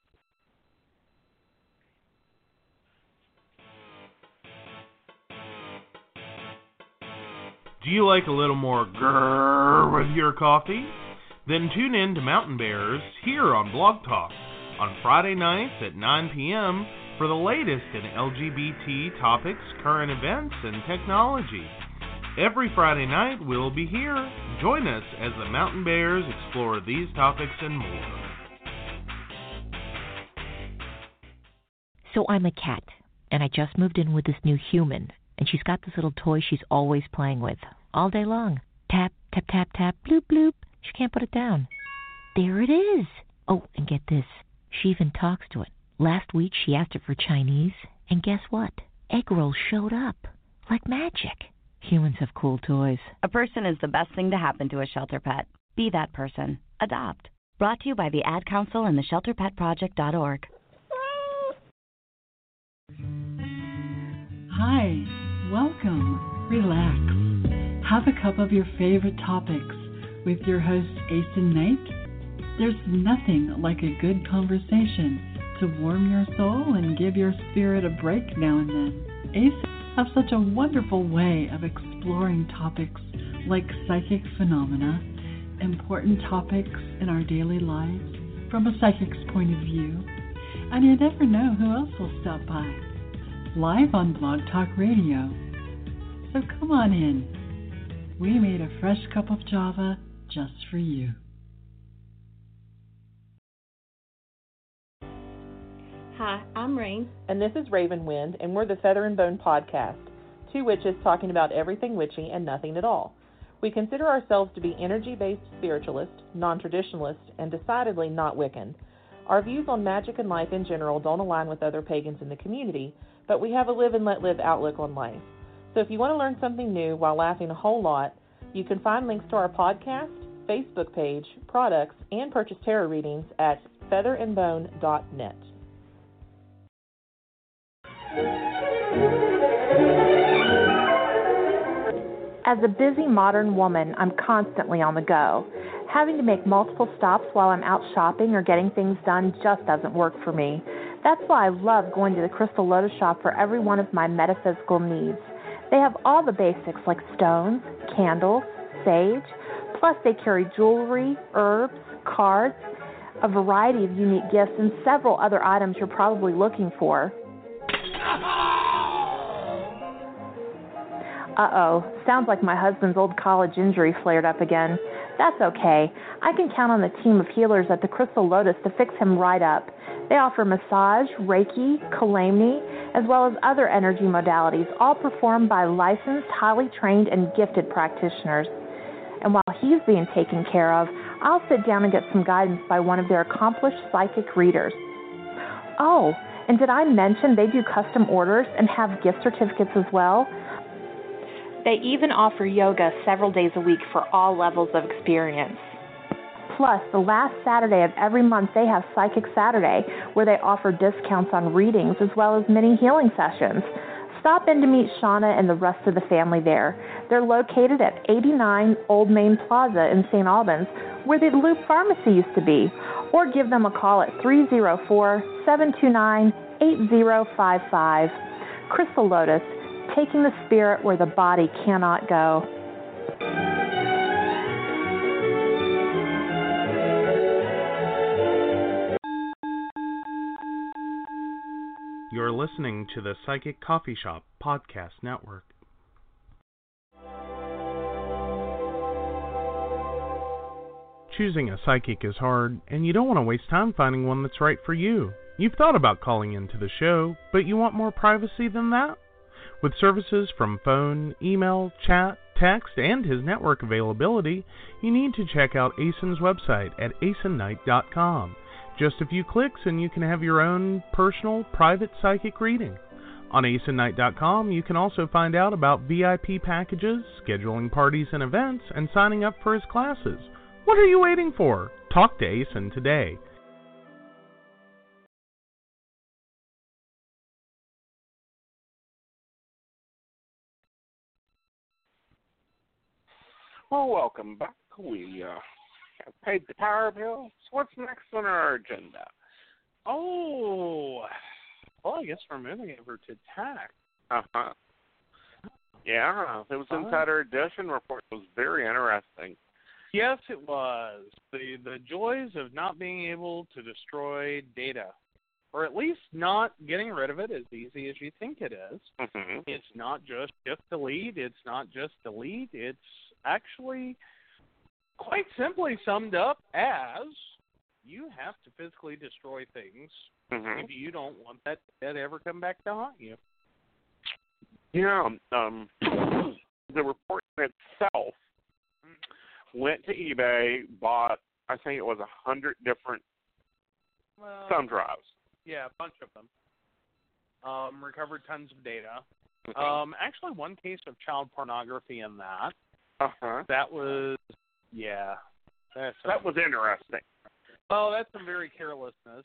S2: Do you like a little more grrr with your coffee? Then tune in to Mountain Bears here on Blog Talk on Friday nights at 9 p.m. for the latest in LGBT topics, current events, and technology. Every Friday night we'll be here. Join us as the Mountain Bears explore these topics and more.
S1: So I'm a cat, and I just moved in with this new human, and she's got this little toy she's always playing with all day long. Tap, tap, tap, tap, bloop, bloop. She can't put it down. There it is. Oh, and get this. She even talks to it. Last week she asked it for Chinese, and guess what? Egg rolls showed up. Like magic. Humans have cool toys.
S5: A person is the best thing to happen to a shelter pet. Be that person. Adopt. Brought to you by the Ad Council and the ShelterPetProject.org.
S6: Hi, welcome. Relax. Have a cup of your favorite topics with your host, Asen Knight. There's nothing like a good conversation to warm your soul and give your spirit a break now and then. Asen have such a wonderful way of exploring topics like psychic phenomena, important topics in our daily lives from a psychic's point of view, and you never know who else will stop by live on Blog Talk Radio. So come on in. We made a fresh cup of Java just for you.
S7: Hi, I'm Rain.
S8: And this is Raven Wind, and we're the Feather and Bone Podcast, two witches talking about everything witchy and nothing at all. We consider ourselves to be energy based spiritualists, non traditionalists, and decidedly not Wiccan. Our views on magic and life in general don't align with other pagans in the community, but we have a live and let live outlook on life. So if you want to learn something new while laughing a whole lot, you can find links to our podcast, Facebook page, products, and purchase tarot readings at featherandbone.net.
S9: As a busy modern woman, I'm constantly on the go. Having to make multiple stops while I'm out shopping or getting things done just doesn't work for me. That's why I love going to the Crystal Lotus shop for every one of my metaphysical needs. They have all the basics like stones, candles, sage, plus they carry jewelry, herbs, cards, a variety of unique gifts, and several other items you're probably looking for. Uh oh, sounds like my husband's old college injury flared up again. That's okay. I can count on the team of healers at the Crystal Lotus to fix him right up. They offer massage, Reiki, Kalamni, as well as other energy modalities, all performed by licensed, highly trained, and gifted practitioners. And while he's being taken care of, I'll sit down and get some guidance by one of their accomplished psychic readers. Oh, and did I mention they do custom orders and have gift certificates as well? They even offer yoga several days a week for all levels of experience. Plus, the last Saturday of every month, they have Psychic Saturday, where they offer discounts on readings as well as many healing sessions. Stop in to meet Shauna and the rest of the family there. They're located at 89 Old Main Plaza in St. Albans, where the Loop Pharmacy used to be, or give them a call at 304 729 8055. Crystal Lotus, taking the spirit where the body cannot go.
S2: You're listening to the Psychic Coffee Shop Podcast Network. Choosing a psychic is hard, and you don't want to waste time finding one that's right for you. You've thought about calling into the show, but you want more privacy than that? With services from phone, email, chat, text, and his network availability, you need to check out ASIN's website at asinnight.com. Just a few clicks and you can have your own personal, private psychic reading. On asinnight.com, you can also find out about VIP packages, scheduling parties and events, and signing up for his classes. What are you waiting for? Talk to ASIN today.
S3: Well, welcome back. We uh, have paid the power bills. What's next on our agenda?
S4: Oh, well, I guess we're moving over to tax.
S3: Uh huh. Yeah, it was Insider Edition report. It was very interesting.
S4: Yes, it was the the joys of not being able to destroy data, or at least not getting rid of it as easy as you think it is.
S3: Mm-hmm.
S4: It's not just just delete. It's not just delete. It's actually quite simply summed up as you have to physically destroy things
S3: Mm-hmm.
S4: if you don't want that that to ever come back to haunt you.
S3: Yeah, um, the report itself went to eBay, bought I think it was a hundred different
S4: Well,
S3: thumb drives.
S4: Yeah, a bunch of them. Um, recovered tons of data. Um, actually, one case of child pornography in that.
S3: uh huh.
S4: That was, yeah. That's
S3: That was interesting.
S4: oh, that's some very carelessness.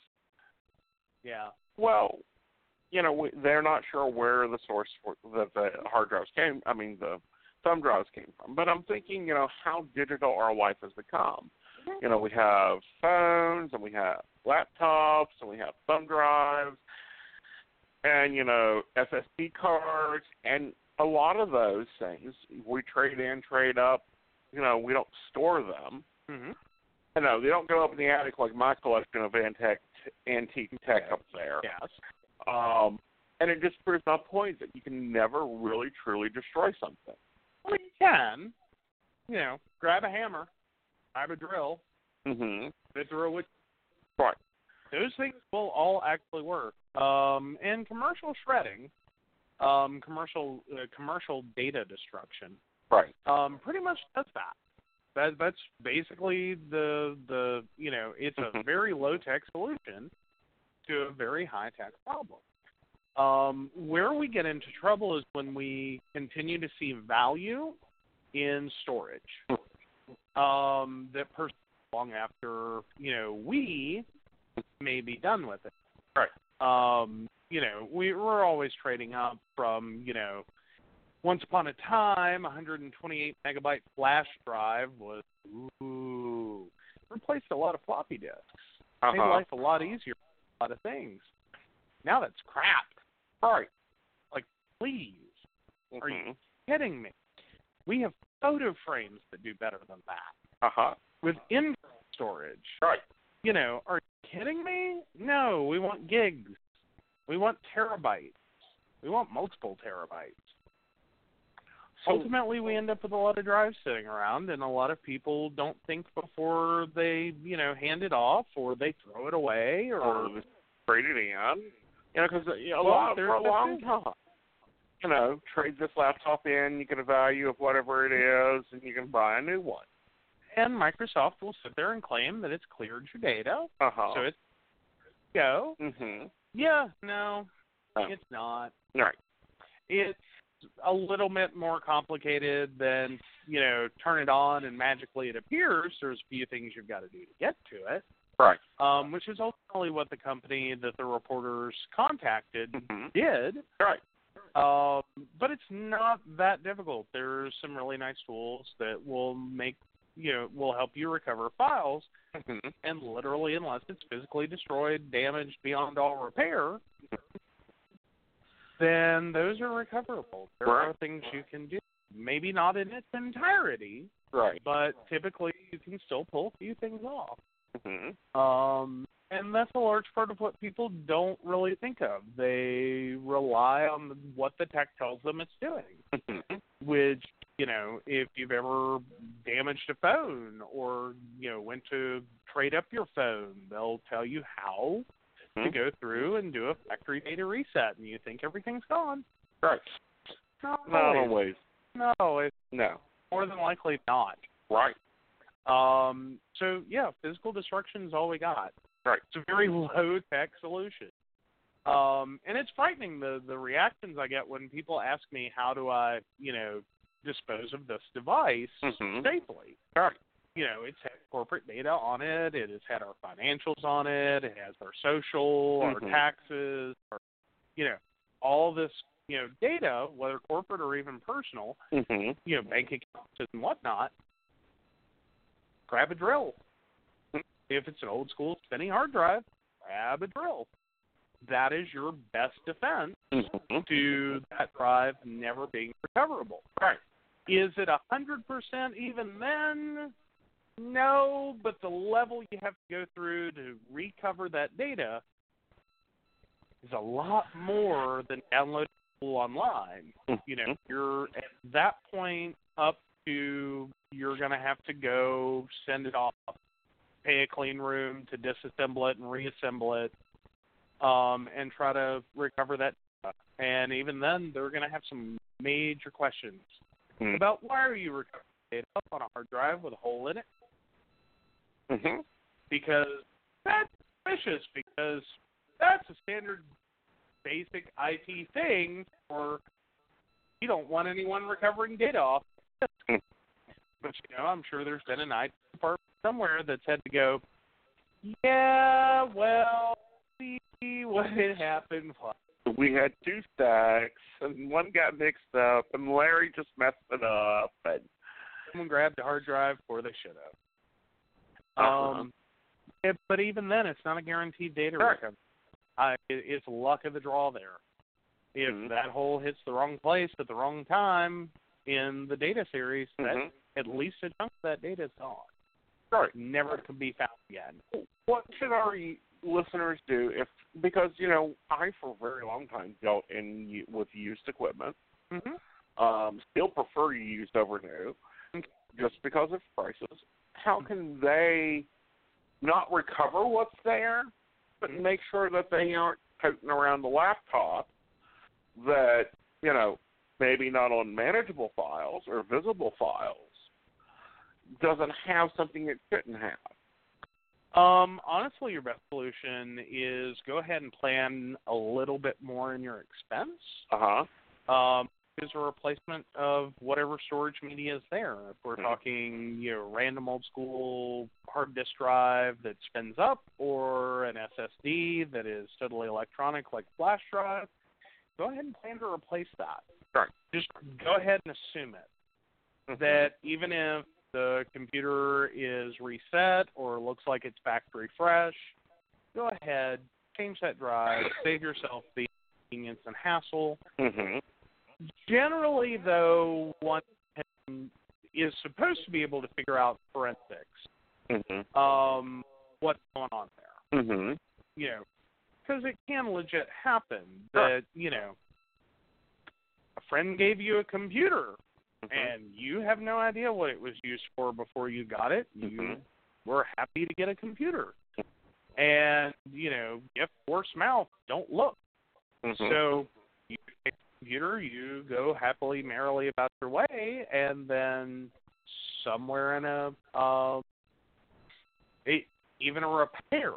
S4: Yeah.
S3: Well, you know, we, they're not sure where the source for, that the hard drives came. I mean, the thumb drives came from. But I'm thinking, you know, how digital our life has become. You know, we have phones and we have laptops and we have thumb drives and you know SSD cards and a lot of those things we trade in, trade up. You know, we don't store them.
S4: Mhm.
S3: You know, they don't go up in the attic like my collection of antique antique tech up there.
S4: Yes.
S3: Um, and it just proves my point that you can never really truly destroy something.
S4: Well, you can. You know, grab a hammer, grab a drill,
S3: Mm-hmm.
S4: fit through a wood.
S3: Right.
S4: Those things will all actually work. Um, and commercial shredding, um, commercial uh, commercial data destruction.
S3: Right.
S4: um, pretty much does that. That that's basically the the you know it's a
S3: Mhm.
S4: very low tech solution to a very high tech problem. Um, where we get into trouble is when we continue to see value in storage um, that persists long after you know we may be done with it. Right. Um, you know we we're always trading up from you know once upon a time, 128 megabyte flash drive was ooh replaced a lot of floppy disks. Made
S3: Uh-huh.
S4: life a lot easier for a lot of things. Now that's crap.
S3: Right.
S4: Like, please, Are you-
S3: Mhm.
S4: kidding me? We have photo frames that do better than that
S3: Uh-huh.
S4: with internal storage.
S3: Right.
S4: You know, are you kidding me? No, we want gigs. We want terabytes. We want multiple terabytes.
S3: So,
S4: ultimately we end up with a lot of drives sitting around and a lot of people don't think before they you know hand it off or they throw it away or
S3: or trade it in. You know, because you know, a
S4: Well,
S3: lot
S4: there's
S3: for a
S4: the
S3: long
S4: thing.
S3: time. You know, trade this laptop in, you get a value of whatever it is, and you can buy a new one.
S4: and microsoft will sit there and claim that it's cleared your data
S3: Uh huh.
S4: so it's go
S3: hmm
S4: yeah no
S3: Oh.
S4: it's not
S3: Right.
S4: it's a little bit more complicated than you know turn it on and magically it appears. There's a few things you've got to do to get to it.
S3: Right.
S4: Um, which is ultimately what the company that the reporters contacted
S3: hmm
S4: did.
S3: Right.
S4: Um, but it's not that difficult. There's some really nice tools that will make you know will help you recover files,
S3: hmm
S4: Mm-hmm. and literally, unless it's physically destroyed, damaged beyond all repair, then those are recoverable. There are
S3: Right.
S4: things you can do. Maybe not in its entirety,
S3: Right.
S4: but typically you can still pull a few things off.
S3: hmm
S4: Um, and that's a large part of what people don't really think of. They rely on what the tech tells them it's doing,
S3: hmm
S4: which, you know, if you've ever damaged a phone or, you know, went to trade up your phone, they'll tell you how to
S3: Mhm.
S4: go through and do a factory data reset, and you think everything's gone.
S3: Right.
S4: Not
S3: Not
S4: always.
S3: always.
S4: No, it's
S3: No.
S4: more than likely not.
S3: Right.
S4: Um, so yeah, physical destruction is all we got.
S3: Right.
S4: It's a very low tech solution. Um, and it's frightening the the reactions I get when people ask me how do I you know dispose of this device
S3: Mhm.
S4: safely.
S3: Right.
S4: You know, it's had corporate data on it. It has had our financials on it. It has our social,
S3: Mhm.
S4: our taxes, our, you know, all this you know data, whether corporate or even personal,
S3: hmm
S4: you know, bank accounts and whatnot, grab a drill. If it's an old school spinning hard drive, grab a drill. That is your best defense
S3: hmm
S4: to that drive never being recoverable.
S3: Right.
S4: Is it a hundred percent even then? No, but the level you have to go through to recover that data is a lot more than downloading it online you
S3: Mm-hmm.
S4: know you're at that point up to you're going to have to go send it off pay a clean room to disassemble it and reassemble it um and try to recover that data. and even then they're going to have some major questions
S3: Mhm.
S4: about why are you recovering data on a hard drive with a hole in it
S3: hmm
S4: because that's suspicious because that's a standard basic IT thing or you don't want anyone recovering data off.
S3: Hmm.
S4: But you know, I'm sure there's been an IT department somewhere that's had to go, Yeah, well see what had happened was
S3: we had two stacks, and one got mixed up, and Larry just messed it up. And
S4: someone grabbed a hard drive before they should have. Um
S3: Uh-huh.
S4: it- but even then it's not a guaranteed data
S3: Sure.
S4: recovery. I, it, it's luck of the draw there. If
S3: Mhm.
S4: that hole hits the wrong place at the wrong time in the data series,
S3: Mhm.
S4: that at least a chunk of that data is gone.
S3: Right.
S4: Never can be found again.
S3: what should our listeners do if because you know I for a very long time dealt in u- with used equipment.
S4: Mm-hmm.
S3: Um, still prefer used over new, just because of prices. How
S4: Mm-hmm.
S3: can they not recover what's there, but
S4: Mm-hmm.
S3: make sure that they aren't poking around the laptop that you know maybe not on manageable files or visible files doesn't have something it shouldn't have.
S4: Um, honestly, your best solution is go ahead and plan a little bit more in your expense.
S3: Uh huh.
S4: um, is a replacement of whatever storage media is there. If we're
S3: Mhm.
S4: talking, you know, random old school hard disk drive that spins up, or an SSD that is totally electronic, like flash drive, go ahead and plan to replace that.
S3: Right.
S4: Just go ahead and assume it
S3: Mm-hmm.
S4: that even if the computer is reset or looks like it's factory fresh, go ahead, change that drive, save yourself the inconvenience and hassle.
S3: hmm
S4: Generally, though, one can- is supposed to be able to figure out forensics,
S3: Mhm.
S4: um, what's going on there,
S3: Mhm.
S4: you know, because it can legit happen
S3: Sure.
S4: that you know a friend gave you a computer
S3: Mhm.
S4: and you have no idea what it was used for before you got it. You
S3: Mhm.
S4: were happy to get a computer, and you know, if worse mouth, don't look.
S3: Mhm.
S4: So you take the computer, you go happily, merrily about your way, and then somewhere in a um, it, even a repair,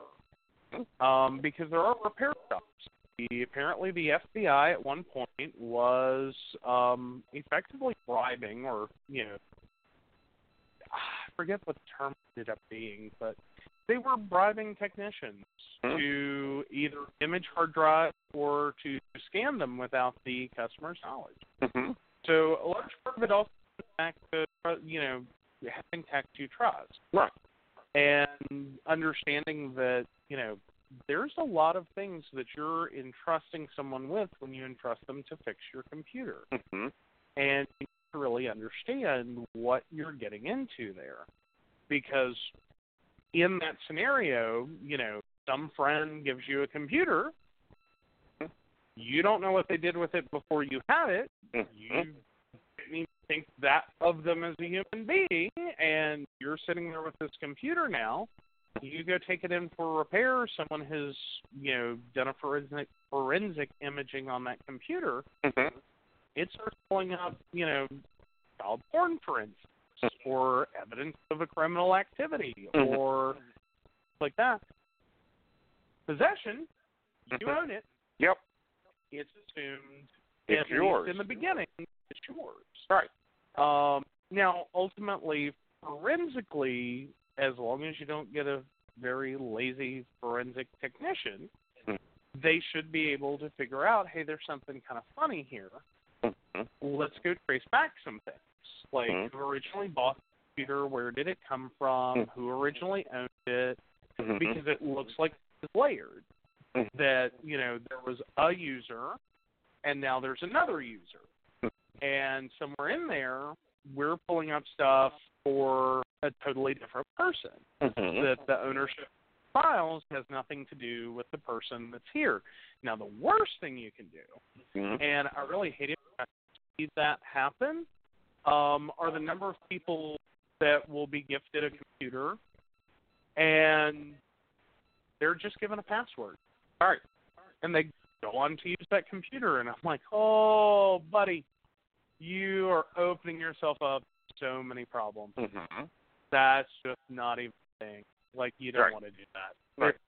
S4: um, because there are repair shops the, apparently the FBI at one point was um, effectively bribing, or you know, I forget what the term ended up being, but they were bribing technicians
S3: Hmm.
S4: to either image hard drive or to scan them without the customer's knowledge.
S3: hmm
S4: So a large part of it also comes back to uh, you know having tech to trust
S3: Right.
S4: and understanding that you know there's a lot of things that you're entrusting someone with when you entrust them to fix your computer
S3: hmm
S4: and you need to really understand what you're getting into there because in that scenario you know some friend gives you a computer you don't know what they did with it before you had it
S3: hmm
S4: you didn't even think that of them as a human being, and you're sitting there with this computer now. You go take it in for repair. Someone has, you know, done a forensic forensic imaging on that computer.
S3: hmm
S4: It starts pulling up, you know, child porn, for instance, or evidence of a criminal activity,
S3: Mhm.
S4: or like that. Possession, you
S3: Mhm.
S4: own it.
S3: Yep.
S4: It's assumed
S3: It's
S4: at
S3: yours.
S4: least in the beginning, it's yours.
S3: Right.
S4: Um, now, ultimately, forensically, as long as you don't get a very lazy forensic technician,
S3: Hmm.
S4: they should be able to figure out, hey, there's something kind of funny here.
S3: hmm
S4: Let's go trace back some things, like
S3: Mhm.
S4: who originally bought the computer, where did it come from,
S3: Mhm.
S4: who originally owned it,
S3: Mhm.
S4: because it looks like it's layered
S3: Mhm.
S4: that you know there was a user and now there's another user
S3: Mhm.
S4: and somewhere in there we're pulling up stuff for a totally different person
S3: Mhm.
S4: that the ownership files has nothing to do with the person that's here now the worst thing you can do
S3: Mhm.
S4: and I really hate it when I see that happen, um, are the number of people that will be gifted a computer and they're just given a password. All right. And they go on to use that computer and I'm like, Oh, buddy, you are opening yourself up to so many problems.
S3: Mhm.
S4: That's just not even a thing. Like you don't
S3: Right.
S4: want to do that.
S3: Right.
S4: There's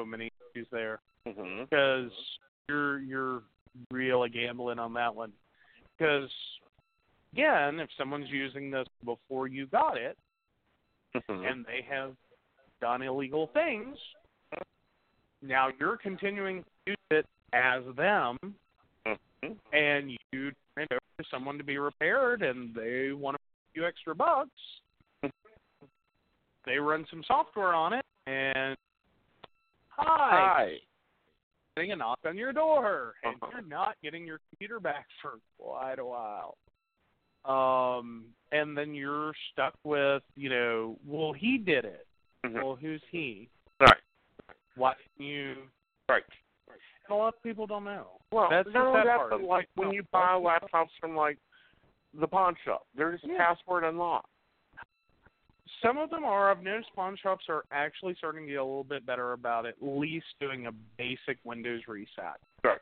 S4: so many issues there
S3: Mhm.
S4: because you're you're really gambling on that one. Because again, if someone's using this before you got it
S3: Mhm.
S4: and they have done illegal things, now you're continuing to use it as them,
S3: Mhm.
S4: and you turn it over to someone to be repaired, and they want to make you extra bucks. They run some software on it, and hi,
S3: Hi.
S4: getting a knock on your door and
S3: Uh-huh.
S4: you're not getting your computer back for quite a while. Um and then you're stuck with, you know, well he did it.
S3: Mhm.
S4: Well who's he?
S3: Right.
S4: Why didn't you
S3: Right.
S4: and a lot of people don't know.
S3: Well,
S4: That's the
S3: no,
S4: sad
S3: that's
S4: part.
S3: the-
S4: It's
S3: like
S4: like,
S3: when
S4: no,
S3: you buy
S4: that's the-
S3: laptops from like the pawn shop. There's a
S4: Yeah.
S3: password unlocked.
S4: Some of them are I've noticed pawn shops are actually starting to get a little bit better about at least doing a basic Windows reset.
S3: Right.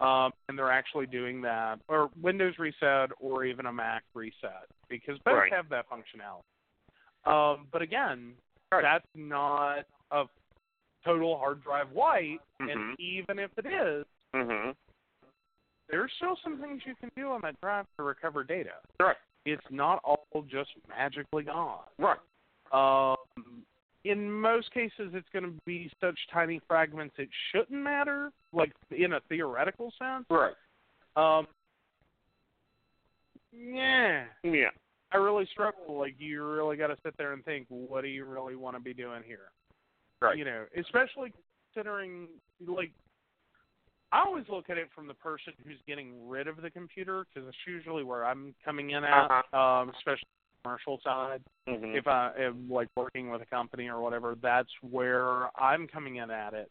S4: um, and they're actually doing that, or Windows Reset, or even a Mac Reset, because both
S3: Right.
S4: have that functionality. Um, but again,
S3: Right.
S4: that's not a total hard drive wipe,
S3: Mhm.
S4: and even if it is,
S3: Mm-hmm.
S4: there's still some things you can do on that drive to recover data.
S3: Right.
S4: It's not all just magically gone.
S3: Right.
S4: Um, in most cases, it's going to be such tiny fragments it shouldn't matter, like in a theoretical sense.
S3: Right.
S4: Um, yeah,
S3: Yeah.
S4: I really struggle. Like, you really got to sit there and think, what do you really want to be doing here?
S3: Right.
S4: You know, especially considering, like, I always look at it from the person who's getting rid of the computer because it's usually where I'm coming in at,
S3: Uh-huh.
S4: um, especially the commercial side
S3: Mm-hmm.
S4: if I am like working with a company or whatever, that's where I'm coming in at it.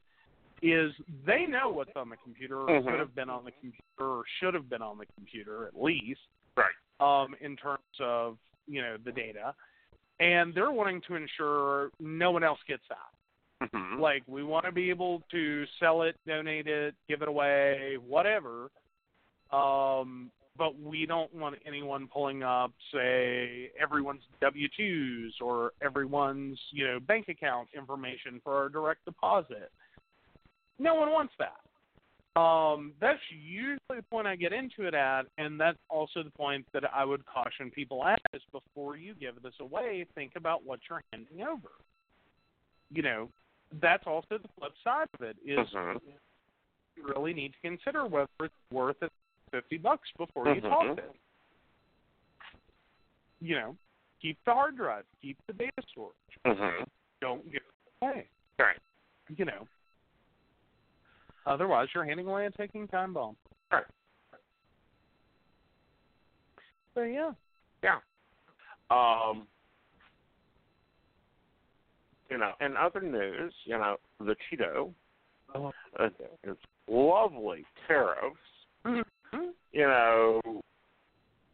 S4: Is they know what's on the computer or
S3: Mhm.
S4: could have been on the computer or should have been on the computer at least.
S3: Right.
S4: Um, in terms of, you know, the data. And they're wanting to ensure no one else gets that.
S3: mm-hmm.
S4: Like we want to be able to sell it, donate it, give it away, whatever. Um but we don't want anyone pulling up, say, everyone's W twos or everyone's you know bank account information for our direct deposit. No one wants that. Um, that's usually the point I get into it at, and that's also the point that I would caution people at is before you give this away, think about what you're handing over. You know, that's also the flip side of it is
S3: Mhm.
S4: you really need to consider whether it's worth it fifty bucks before you
S3: Mhm.
S4: toss it. You know, keep the hard drive, keep the data storage.
S3: Mhm.
S4: Don't give it away.
S3: Right.
S4: You know. Otherwise you're handing away a ticking time bomb.
S3: Right.
S4: So yeah.
S3: Um, you know, in other news, you know, the Cheeto
S4: Oh.
S3: uh, its lovely tariffs.
S4: Mhm.
S3: You know,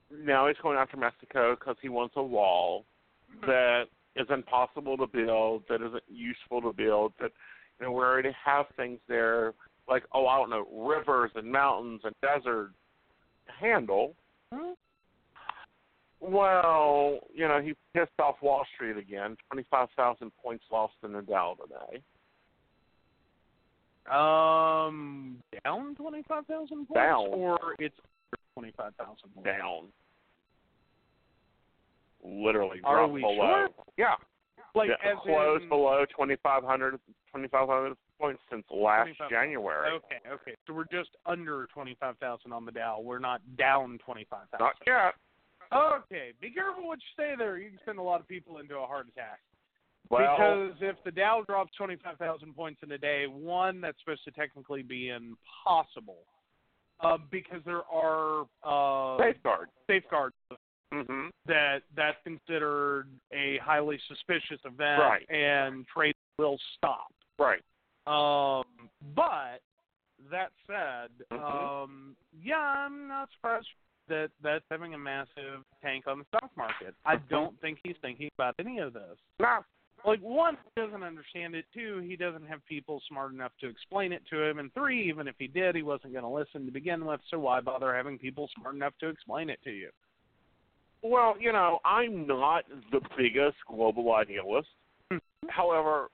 S3: now he's going after Mexico because he wants a wall that is impossible to build, that isn't useful to build, that you know we already have things there like oh I don't know rivers and mountains and deserts to handle.
S4: Mhm.
S3: Well, you know, he pissed off Wall Street again. Twenty-five thousand points lost in the Dow today.
S4: Um, down twenty five thousand points,
S3: Down.
S4: or it's twenty five thousand points.
S3: Down. Literally
S4: Are
S3: dropped
S4: we
S3: below.
S4: sure?
S3: Yeah,
S4: Like
S3: yeah,
S4: as
S3: closed
S4: in,
S3: below 2,500, 2,500 points since last
S4: 2,500.
S3: January.
S4: Okay, okay. So we're just under twenty five thousand on the Dow. We're not down twenty five
S3: Not
S4: thousand.
S3: yet,
S4: Okay, be careful what you say there. You can send a lot of people into a heart attack.
S3: well,
S4: because if the Dow drops twenty five thousand points in a day, one that's supposed to technically be impossible. Uh, because there are uh,
S3: safeguard.
S4: safeguards
S3: Mm-hmm.
S4: that that's considered a highly suspicious event
S3: Right.
S4: and trade will stop.
S3: Right.
S4: Um, but that said,
S3: Mhm.
S4: um, yeah, I'm not surprised that that's having a massive tank on the stock market. I
S3: Mhm.
S4: don't think he's thinking about any of this.
S3: No.
S4: Like one, he doesn't understand it. Two, he doesn't have people smart enough to explain it to him. And three, even if he did, he wasn't going to listen to begin with. So why bother having people smart enough to explain it to you?
S3: Well, you know, I'm not the biggest global idealist.
S4: Mhm.
S3: However,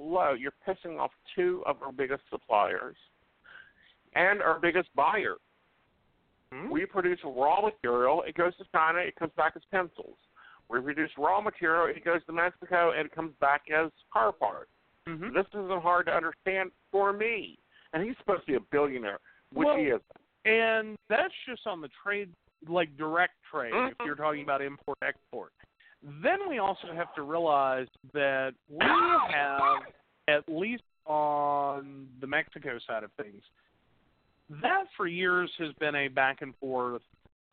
S3: hello, you're pissing off two of our biggest suppliers and our biggest buyer.
S4: Mm-hmm.
S3: We produce raw material, it goes to China, it comes back as pencils. We produce raw material, it goes to Mexico, and it comes back as car parts.
S4: Mm-hmm.
S3: This isn't hard to understand for me. And he's supposed to be a billionaire, which
S4: Well,
S3: he is.
S4: And that's just on the trade, like direct trade, if
S3: Mhm.
S4: you're talking about import export. Then we also have to realize that we have, at least on the Mexico side of things, that for years has been a back and forth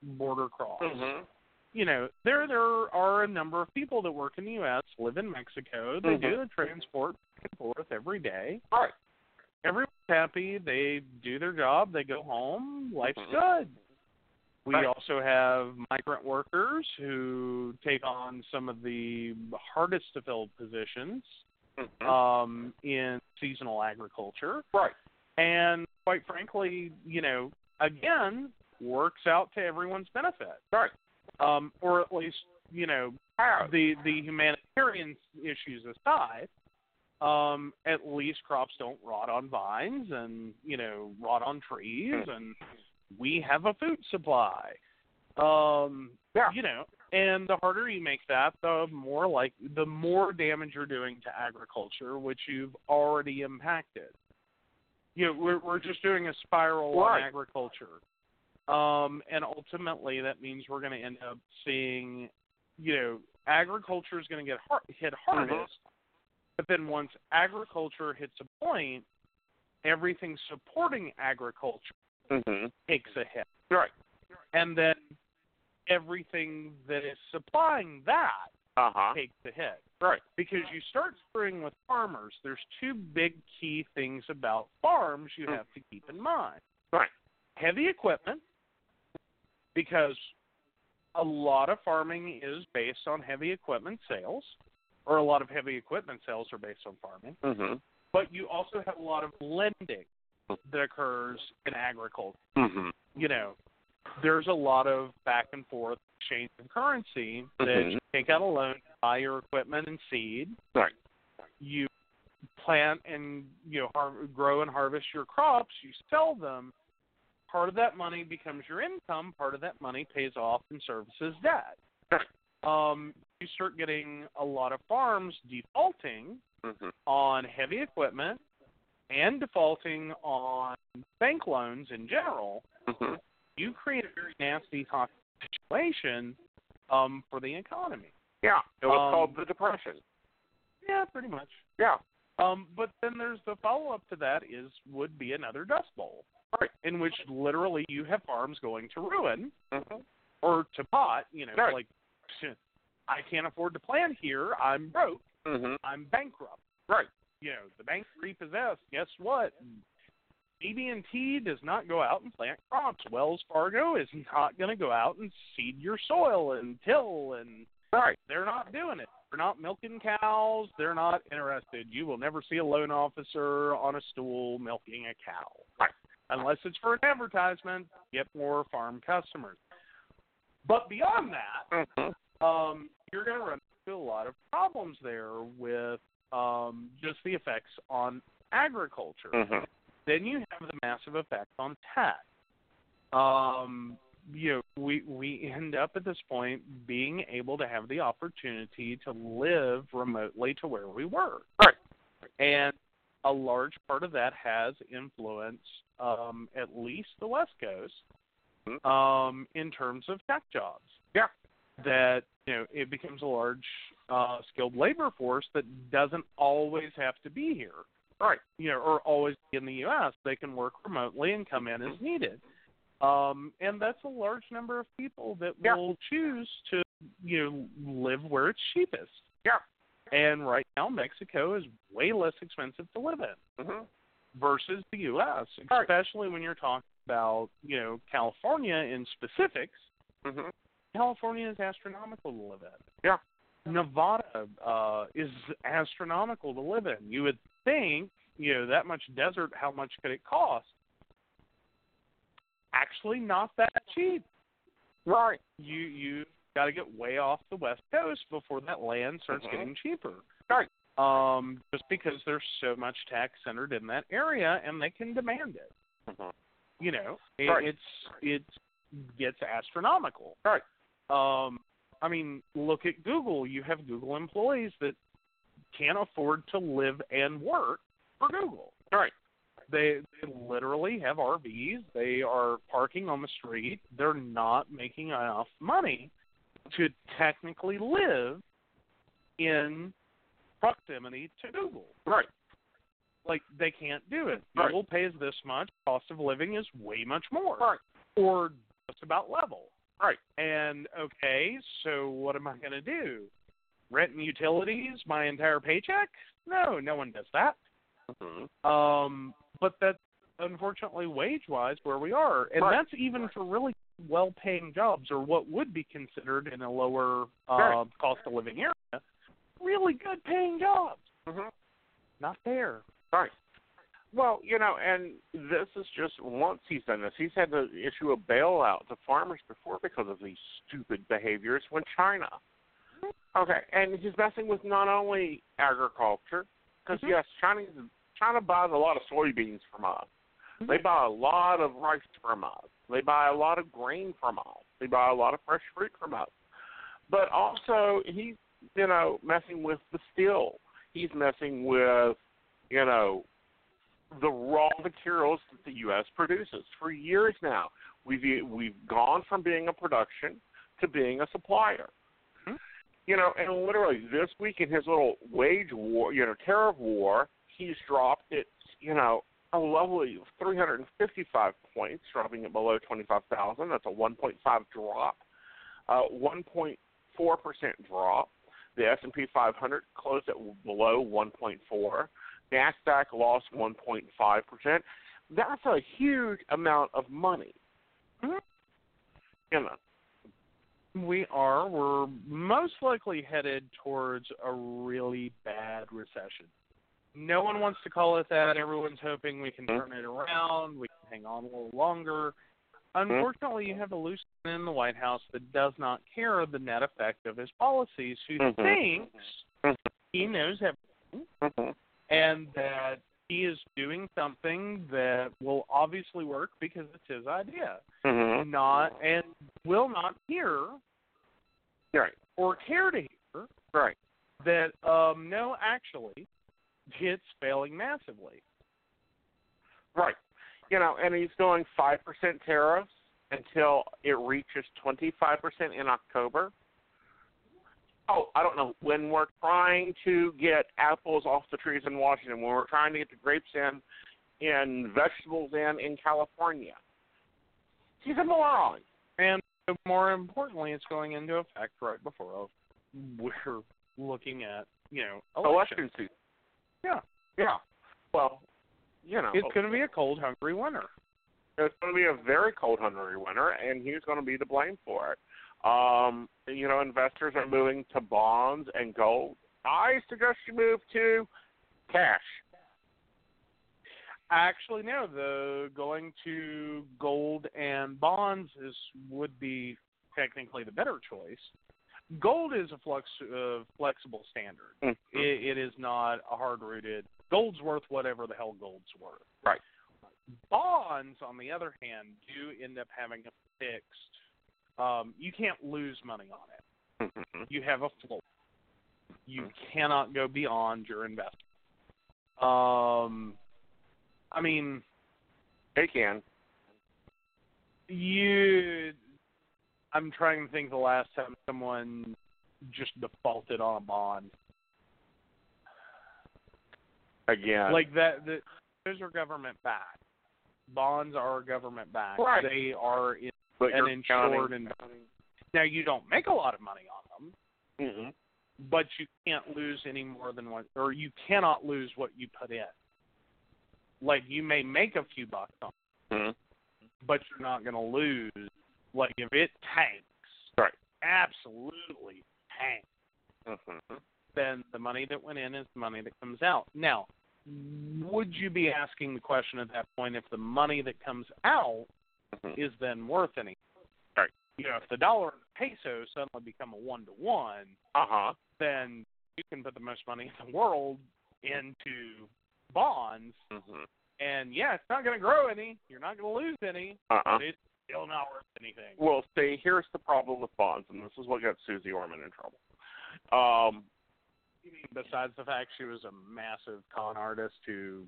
S4: border cross.
S3: Mm-hmm.
S4: You know, there there are a number of people that work in the U.S., live in Mexico. They do the transport back and forth every day
S3: All right.
S4: everyone's happy. They do their job. They go home. Life's good. We
S3: Right.
S4: also have migrant workers who take on some of the hardest to fill positions
S3: Mhm.
S4: um, in seasonal agriculture.
S3: Right.
S4: And quite frankly, you know, again, works out to everyone's benefit.
S3: Right.
S4: Um, or at least, you know, the the humanitarian issues aside, um, at least crops don't rot on vines and you know rot on
S3: Hmm.
S4: trees, and we have a food supply. Um,
S3: Yeah.
S4: You know, and the harder you make that, the more like the more damage you're doing to agriculture, which you've already impacted. You know, we're we're just doing a spiral
S3: Right.
S4: on agriculture. Um, and ultimately, that means we're going to end up seeing, you know, agriculture is going to get har- hit hardest. But then once agriculture hits a point, everything supporting agriculture
S3: Mm-hmm.
S4: takes a hit.
S3: Right.
S4: And then everything that is supplying that
S3: Uh-huh.
S4: takes a hit.
S3: Right.
S4: Because you start screwing with farmers. There's two big key things about farms you
S3: Mm.
S4: have to keep in mind.
S3: Right.
S4: Heavy equipment, because a lot of farming is based on heavy equipment sales, or a lot of heavy equipment sales are based on farming.
S3: Mm-hmm.
S4: But you also have a lot of lending that occurs in agriculture
S3: Mm-hmm.
S4: you know, there's a lot of back and forth exchange of currency that
S3: Mhm.
S4: you take out a loan, buy your equipment and seed.
S3: Right.
S4: You plant and you know har- grow and harvest your crops, you sell them. Part of that money becomes your income. Part of that money pays off and services debt. Um, you start getting a lot of farms defaulting
S3: hmm
S4: on heavy equipment and defaulting on bank loans in general.
S3: hmm
S4: You create a very nasty toxic situation um, for the economy.
S3: Yeah, it was
S4: Um,
S3: called the Depression.
S4: Yeah, pretty much.
S3: Yeah,
S4: Um, but then there's the follow up to that is would be another dust bowl,
S3: Right.
S4: in which literally you have farms going to ruin
S3: hmm
S4: or to pot. You know,
S3: Right.
S4: like I can't afford to plant here. I'm broke.
S3: hmm
S4: I'm bankrupt.
S3: Right.
S4: You know, the bank's repossessed. Guess what? AD&T does not go out and plant crops. Wells Fargo is not going to go out and seed your soil and till, and
S3: right.
S4: they're not doing it. They're not milking cows. They're not interested. You will never see a loan officer on a stool milking a cow,
S3: Right.
S4: unless it's for an advertisement. Get more farm customers. But beyond that,
S3: hmm
S4: um, you're going to run into a lot of problems there with um, just the effects on agriculture.
S3: hmm
S4: Then you have the massive effect on tax. Um, you know, we we end up at this point being able to have the opportunity to live remotely to where we were,
S3: Right.
S4: and a large part of that has influenced um, at least the West Coast
S3: Mhm.
S4: um, in terms of tech jobs.
S3: Yeah.
S4: That you know it becomes a large uh, skilled labor force that doesn't always have to be here,
S3: Right.
S4: You know, or always be in the U.S. They can work remotely and come in as needed. Um, and that's a large number of people that
S3: Yeah.
S4: will choose to you know live where it's cheapest.
S3: Yeah.
S4: And right now, Mexico is way less expensive to live in
S3: hmm
S4: versus the U.S.,
S3: Right.
S4: especially when you're talking about you know California in specifics.
S3: hmm
S4: California is astronomical to live in.
S3: Yeah.
S4: Nevada uh, is astronomical to live in. You would think you know that much desert. How much could it cost? Actually, not that cheap.
S3: Right.
S4: You you got to get way off the west coast before that land starts
S3: Mhm.
S4: getting cheaper.
S3: Right.
S4: Um, just because there's so much tax centered in that area, and they can demand it
S3: hmm
S4: you know it,
S3: Right.
S4: it's it gets astronomical
S3: Right.
S4: um i mean look at google you have google employees that can't afford to live and work for google
S3: Right.
S4: they they literally have rvs they are parking on the street they're not making enough money to technically live in proximity to google
S3: Right.
S4: like they can't do it.
S3: Right.
S4: Google pays this much, cost of living is way much more.
S3: Right.
S4: Or just about level.
S3: Right.
S4: And okay, so what am I gonna do? Rent and utilities, my entire paycheck? No, no one does that.
S3: hmm
S4: Um but that's unfortunately wage wise where we are. And
S3: Right.
S4: that's even for really well paying jobs or what would be considered in a lower uh,
S3: Right.
S4: cost of living area. Really good paying jobs.
S3: hmm
S4: Not there.
S3: Right. Well, you know, and this is just once he's done this. He's had to issue a bailout to farmers before because of these stupid behaviors with China.
S4: Mm-hmm.
S3: Okay, and he's messing with not only agriculture, because
S4: Mhm.
S3: yes, Chinese China buys a lot of soybeans from us. They buy a lot of rice from us. They buy a lot of grain from us. They buy a lot of fresh fruit from us. But also, he's you know messing with the steel. He's messing with you know the raw materials that the U.S. produces. For years now, we've we've gone from being a production to being a supplier.
S4: Mhm.
S3: You know, and literally this week in his little wage war, you know, tariff war, he's dropped it, you know, a lovely 355 points, dropping it below 25,000. That's a 1.5 drop, uh, 1.4% drop. The S&P 500 closed at below 1.4. Nasdaq lost 1.5%. That's a huge amount of money. Mm-hmm.
S4: Mhm.
S3: You know,
S4: We are. We're most likely headed towards a really bad recession. No one wants to call it that. Everyone's hoping we can turn it around, we can hang on a little longer. Unfortunately, you have a loose end in the White House that does not care the net effect of his policies, who
S3: Mhm.
S4: thinks
S3: Mhm.
S4: he knows everything
S3: Mhm.
S4: and that he is doing something that will obviously work because it's his idea,
S3: Mm-hmm.
S4: not and will not hear
S3: Right.
S4: or care to hear
S3: Right.
S4: that um no actually it's failing massively.
S3: Right. You know, and he's going 5% tariffs until it reaches 25% in October. Oh, I don't know. When we're trying to get apples off the trees in Washington, when we're trying to get the grapes in and vegetables in in California, he's a moron.
S4: And more importantly, it's going into effect right before a, we're looking at, you know, election.
S3: Election season.
S4: Oh, Yeah.
S3: Yeah. Well, you know,
S4: It's going to be a cold, hungry winter.
S3: it's going to be a very cold, hungry winter, and he's going to be to blame for it. Um, you know, investors are moving to bonds and gold. I suggest you move to cash.
S4: Actually, no. The going to gold and bonds is would be technically the better choice. Gold is a flux, uh, flexible standard. It, it is not a hard rooted. Gold's worth whatever the hell gold's worth.
S3: Right.
S4: Bonds, on the other hand, do end up having a fixed. Um, you can't lose money on it.
S3: Mhm.
S4: You have a floor. You cannot go beyond your investment. Um, I mean,
S3: They can.
S4: you. I'm trying to think the last time someone just defaulted on a bond
S3: Again.
S4: like that. The, those are government backed. Bonds are government backed.
S3: Right.
S4: They are in,
S3: but
S4: an
S3: you're
S4: insured and now you don't make a lot of money on them,
S3: hmm
S4: but you can't lose any more than what, or you cannot lose what you put in. Like you may make a few bucks on,
S3: Mm-hmm.
S4: it, but you're not going to lose. Like if it tanks,
S3: Right.
S4: absolutely tanks,
S3: hmm
S4: then the money that went in is the money that comes out. Now, would you be asking the question at that point if the money that comes out
S3: Mhm.
S4: is then worth anything?
S3: Right.
S4: You know, if the dollar and the peso suddenly become a one to one,
S3: Uh huh.
S4: then you can put the most money in the world into bonds,
S3: hmm
S4: and yeah, it's not going to grow any. You're not going to lose any,
S3: Uh-uh.
S4: but it's still not worth anything.
S3: Well, see, here's the problem with bonds, and this is what got Susie Orman in trouble. Um,
S4: Besides the fact she was a massive con artist who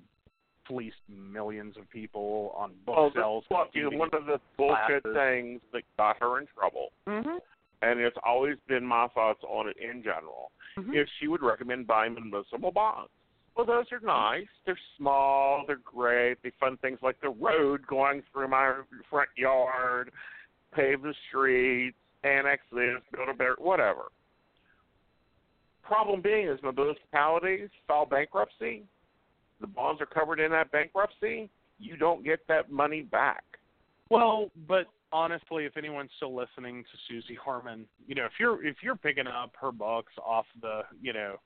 S4: fleeced millions of people on book
S3: well, this
S4: sales.
S3: is what- one of the bullshit
S4: classes.
S3: things that got her in trouble
S4: mm-hmm.
S3: and it's always been my thoughts on it in general,
S4: Mhm.
S3: if she would recommend buying municipal bonds. Well, those are nice. They're small. They're great. They fund things like the road going through my front yard, pave the streets, annex this, build a bear, whatever. Problem being is municipalities file bankruptcy. The bonds are covered in that bankruptcy. You don't get that money back.
S4: Well, but honestly, if anyone's still listening to Susie Harmon, you know, if you're if you're picking up her books off the you know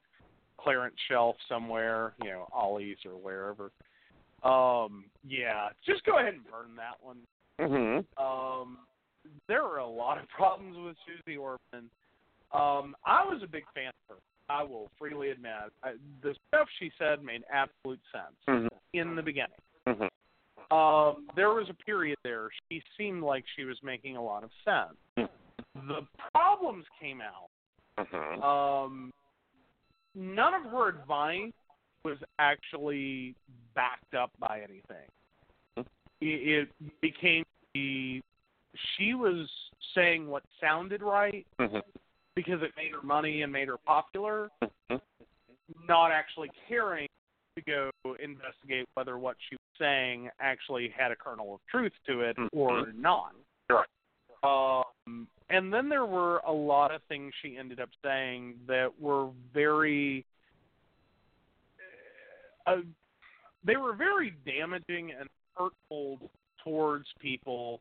S4: clearance shelf somewhere, you know, Ollie's or wherever, um, yeah, just go ahead and burn that one.
S3: Mm-hmm.
S4: Um, there are a lot of problems with Susie Orman. Um, I was a big fan of her. I will freely admit I, the stuff she said made absolute sense
S3: Mm-hmm.
S4: in the beginning.
S3: Mm-hmm.
S4: Um, there was a period there. She seemed like she was making a lot of sense. the problems came out.
S3: Mm-hmm.
S4: Um, none of her advice was actually backed up by anything. It, it became the she was saying what sounded right
S3: Mm-hmm.
S4: because it made her money and made her popular,
S3: Mm-hmm.
S4: not actually caring to go investigate whether what she was saying actually had a kernel of truth to it or not.
S3: Right. Uh,
S4: Um, and then there were a lot of things she ended up saying that were very, uh, they were very damaging and hurtful towards people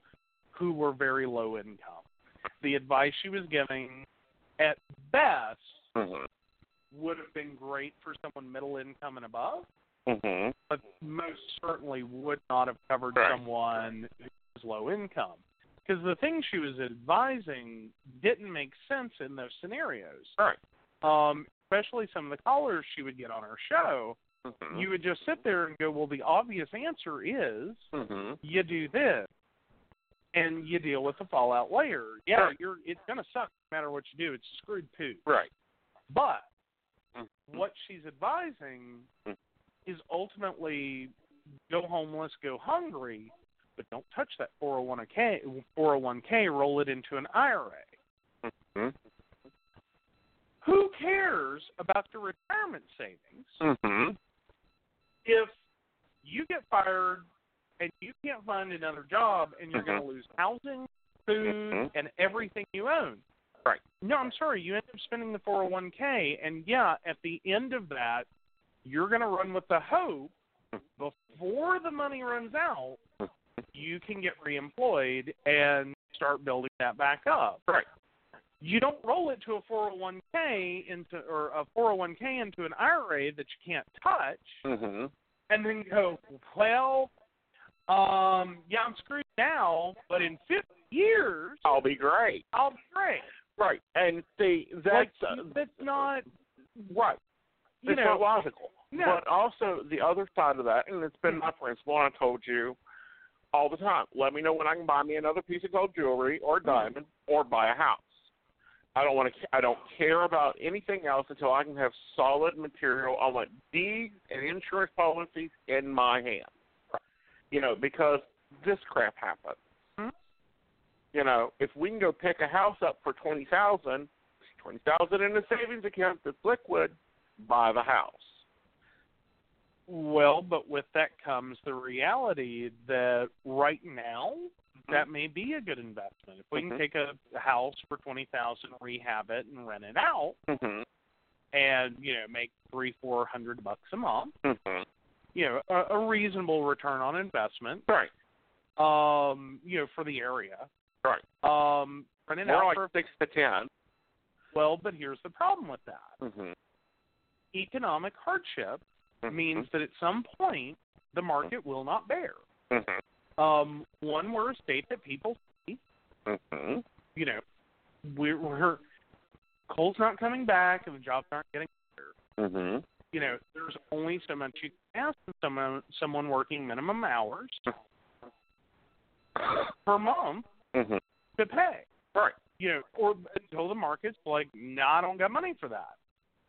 S4: who were very low income. The advice she was giving, at best,
S3: Mm-hmm.
S4: would have been great for someone middle income and above
S3: Mm-hmm.
S4: but most certainly would not have covered
S3: Right.
S4: someone who was low income because the things she was advising didn't make sense in those scenarios.
S3: Right.
S4: Um, especially some of the callers she would get on her show
S3: Mhm.
S4: you would just sit there and go, well, the obvious answer is
S3: Mhm.
S4: you do this, and you deal with the fallout layer. Yeah,
S3: Sure.
S4: you're it's gonna suck no matter what you do. It's screwed poo.
S3: Right.
S4: But
S3: Mhm.
S4: what she's advising
S3: Mhm.
S4: is ultimately go homeless, go hungry, but don't touch that 401k 401k. Roll it into an IRA.
S3: Mhm.
S4: Who cares about your retirement savings?
S3: Mhm.
S4: if you get fired and you can't find another job and you're
S3: Mhm.
S4: going to lose housing, food,
S3: Mhm.
S4: and everything you own.
S3: Right.
S4: No, I'm sorry. You end up spending the 401k, and yeah, at the end of that, you're going to run with the hope before the money runs out,
S3: Mm-hmm.
S4: you can get reemployed and start building that back up.
S3: Right.
S4: You don't roll it to a 401k into or a 401k into an IRA that you can't touch
S3: Mhm.
S4: and then go, well, um, yeah, I'm screwed now, but in 50 years,
S3: I'll be great.
S4: I'll be great.
S3: Right. And see,
S4: Like,
S3: that's uh,
S4: you- that's not,
S3: right.
S4: you
S3: it's
S4: know,
S3: not logical.
S4: no.
S3: But also the other side of that, and it's been my principle, and I told you all the time. Let me know when I can buy me another piece of gold jewelry or
S4: Mm-hmm.
S3: diamond or buy a house. I don't want to. I don't care about anything else until I can have solid material. I want deeds and insurance policies in my hand. You know, because this crap happens.
S4: Mhm.
S3: You know, if we can go pick a house up for twenty thousand, twenty thousand in a savings account that's liquid, buy the house.
S4: well, but with that comes the reality that right now, that may be a good investment. If we
S3: Mhm.
S4: can take a house for 20000 rehab it, and rent it out,
S3: Mhm.
S4: and, you know, make three, four hundred bucks a month,
S3: Mhm.
S4: you know, a, a reasonable return on investment,
S3: Right.
S4: um, you know, for the area.
S3: Right.
S4: Um, rent it
S3: More
S4: out
S3: like
S4: for
S3: six to 10
S4: well, but here's the problem with that.
S3: Mm-hmm.
S4: Economic hardship means that at some point the market will not bear.
S3: Mm-hmm.
S4: Um, one, we're a state that people,
S3: Mm-hmm.
S4: you know, we're, we're coal's not coming back and the jobs aren't getting.
S3: Mm-hmm.
S4: You know, there's only so much you can ask of someone someone working minimum hours per month
S3: Mm-hmm.
S4: to pay.
S3: Right.
S4: You know, or until the market's like, no, nah, I don't got money for that.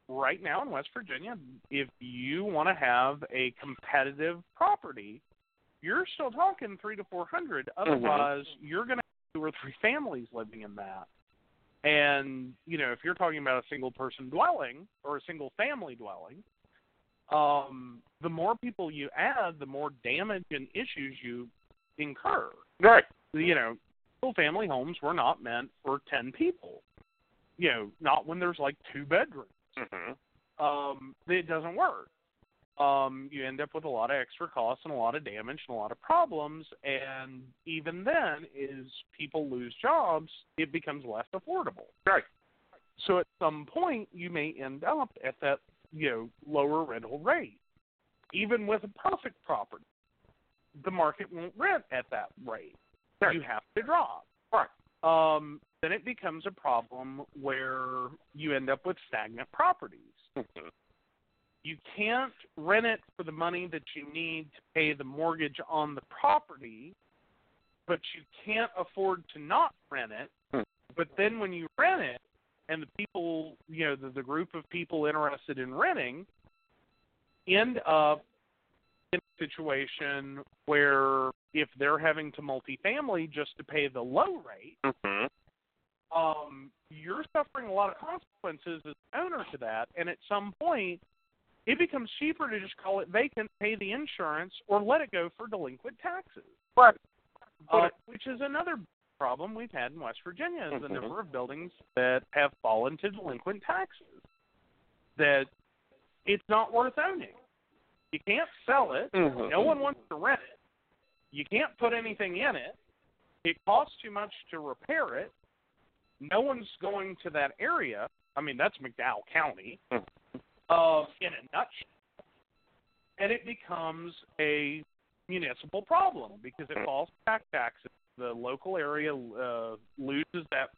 S4: Right now in West Virginia, if you want to have a competitive property, you're still talking three to four hundred. Otherwise, you're going to have two or three families living in that. And you know, if you're talking about a single person dwelling or a single family dwelling, um, the more people you add, the more damage and issues you incur
S3: Right.
S4: you know, single family homes were not meant for ten people. You know, not when there's like two bedrooms.
S3: Mm-hmm.
S4: Um, it doesn't work. Um, you end up with a lot of extra costs and a lot of damage and a lot of problems. And even then, as people lose jobs, it becomes less affordable.
S3: Right.
S4: So at some point, you may end up at that you know lower rental rate. Even with a perfect property, the market won't rent at that rate.
S3: Right.
S4: You have to drop.
S3: Right.
S4: Um, then it becomes a problem where you end up with stagnant properties.
S3: Mhm.
S4: You can't rent it for the money that you need to pay the mortgage on the property, but you can't afford to not rent it.
S3: Hmm.
S4: But then when you rent it, and the people, you know, the, the group of people interested in renting end up in a situation where if they're having to multifamily just to pay the low rate,
S3: Mm-hmm.
S4: um, you're suffering a lot of consequences as an owner to that. And at some point, it becomes cheaper to just call it vacant, pay the insurance, or let it go for delinquent taxes.
S3: Right.
S4: Uh, which is another problem we've had in West Virginia is the
S3: Mhm.
S4: number of buildings that have fallen to delinquent taxes. That it's not worth owning. You can't sell it.
S3: Mm-hmm.
S4: No one wants to rent it. You can't put anything in it. It costs too much to repair it. No one's going to that area. I mean, that's McDowell County
S3: Mhm.
S4: uh, in a nutshell. And it becomes a municipal problem because it
S3: Mhm.
S4: falls back taxes. The local area uh, loses that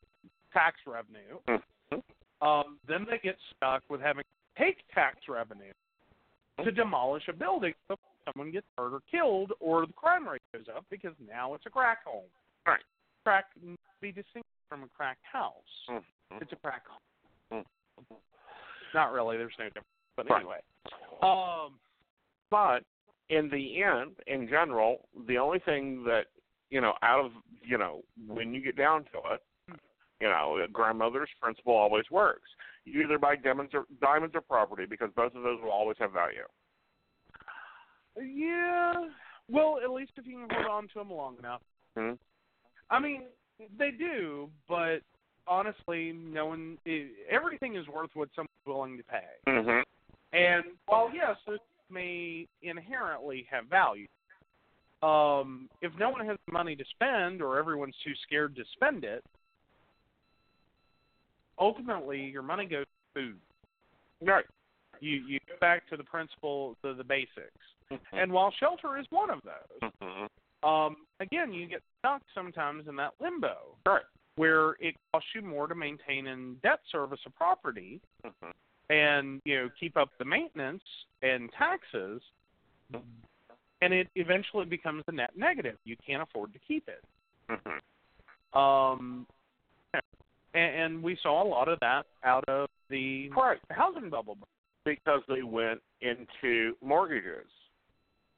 S4: tax revenue.
S3: Mhm.
S4: Um, then they get stuck with having to take tax revenue to demolish a building so someone gets hurt or killed or the crime rate goes up because now it's a crack home.
S3: Right.
S4: Crack be distinct from a crack house.
S3: Mhm.
S4: It's a crack home.
S3: Mhm.
S4: Not really, there's no difference. But
S3: Right.
S4: anyway. Um
S3: But in the end, in general, the only thing that you know, out of you know, when you get down to it, you know, grandmother's principle always works. You either buy diamonds or diamonds or property because both of those will always have value.
S4: yeah. Well, at least if you can hold on to them long enough.
S3: Hmm?
S4: I mean, they do, but honestly, no one i- everything is worth what someone's willing to pay.
S3: Mm-hmm.
S4: And while yes, this may inherently have value, um, if no one has the money to spend or everyone's too scared to spend it, ultimately your money goes to food.
S3: Right.
S4: You you go back to the principle, the the basics.
S3: Mm-hmm.
S4: And while shelter is one of those,
S3: Mhm.
S4: um, again you get stuck sometimes in that limbo
S3: Right.
S4: where it costs you more to maintain and debt service a property
S3: Mhm.
S4: and you know keep up the maintenance and taxes and it eventually becomes a net negative you can't afford to keep it
S3: Mhm.
S4: um and, and we saw a lot of that out of the
S3: Right.
S4: housing bubble
S3: Because they went into mortgages.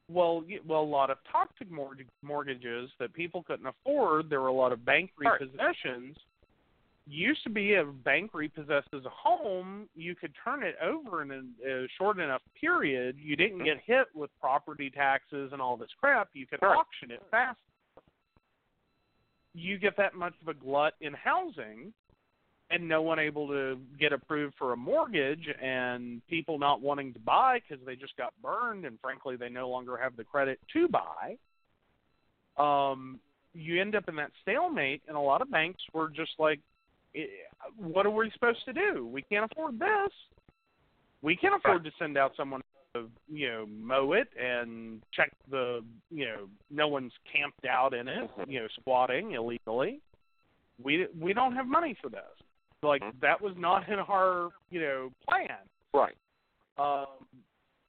S4: well y- well a lot of toxic mortg- mortgages that people couldn't afford there were a lot of bank
S3: Right.
S4: repossessions used to be a bank repossesses a home you could turn it over in a, a short enough period you didn't get hit with property taxes and all this crap you could
S3: Right.
S4: auction it fast you get that much of a glut in housing and no one able to get approved for a mortgage and people not wanting to buy because they just got burned and frankly they no longer have the credit to buy um you end up in that stalemate and a lot of banks were just like "Eh, what are we supposed to do we can't afford this we can't afford to send out someone to you know mow it and check the you know no one's camped out in it you know squatting illegally we we don't have money for this. Like
S3: Mhm.
S4: that was not in our you know plan.
S3: Right.
S4: Um,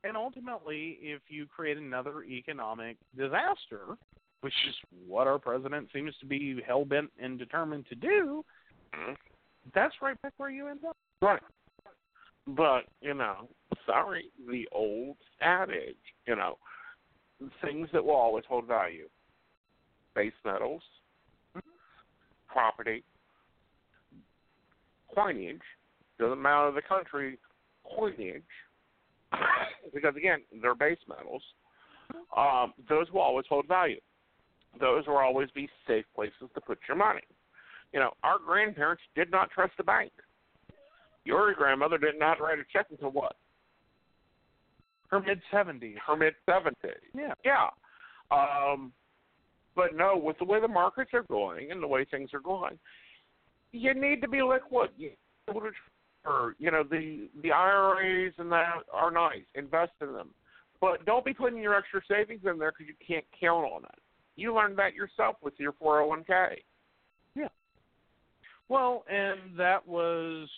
S4: and ultimately, if you create another economic disaster, which is what our president seems to be hell bent and determined to do,
S3: Mhm.
S4: that's right back where you end up.
S3: Right. But, you know, sorry, the old adage, you know, things that will always hold value base metals, property, coinage, doesn't matter the country, coinage, because again, they're base metals, um, those will always hold value. Those will always be safe places to put your money. You know, our grandparents did not trust the bank your grandmother did not write a check until what?
S4: Her mid seventies.
S3: Her mid seventies.
S4: Yeah.
S3: Yeah. Um but no, with the way the markets are going and the way things are going, you need to be liquid. You need to be able to transfer. you know, the the IRAs and that are nice. Invest in them. But don't be putting your extra savings in there because you can't count on it. You learned that yourself with your 401k.
S4: Well, and that was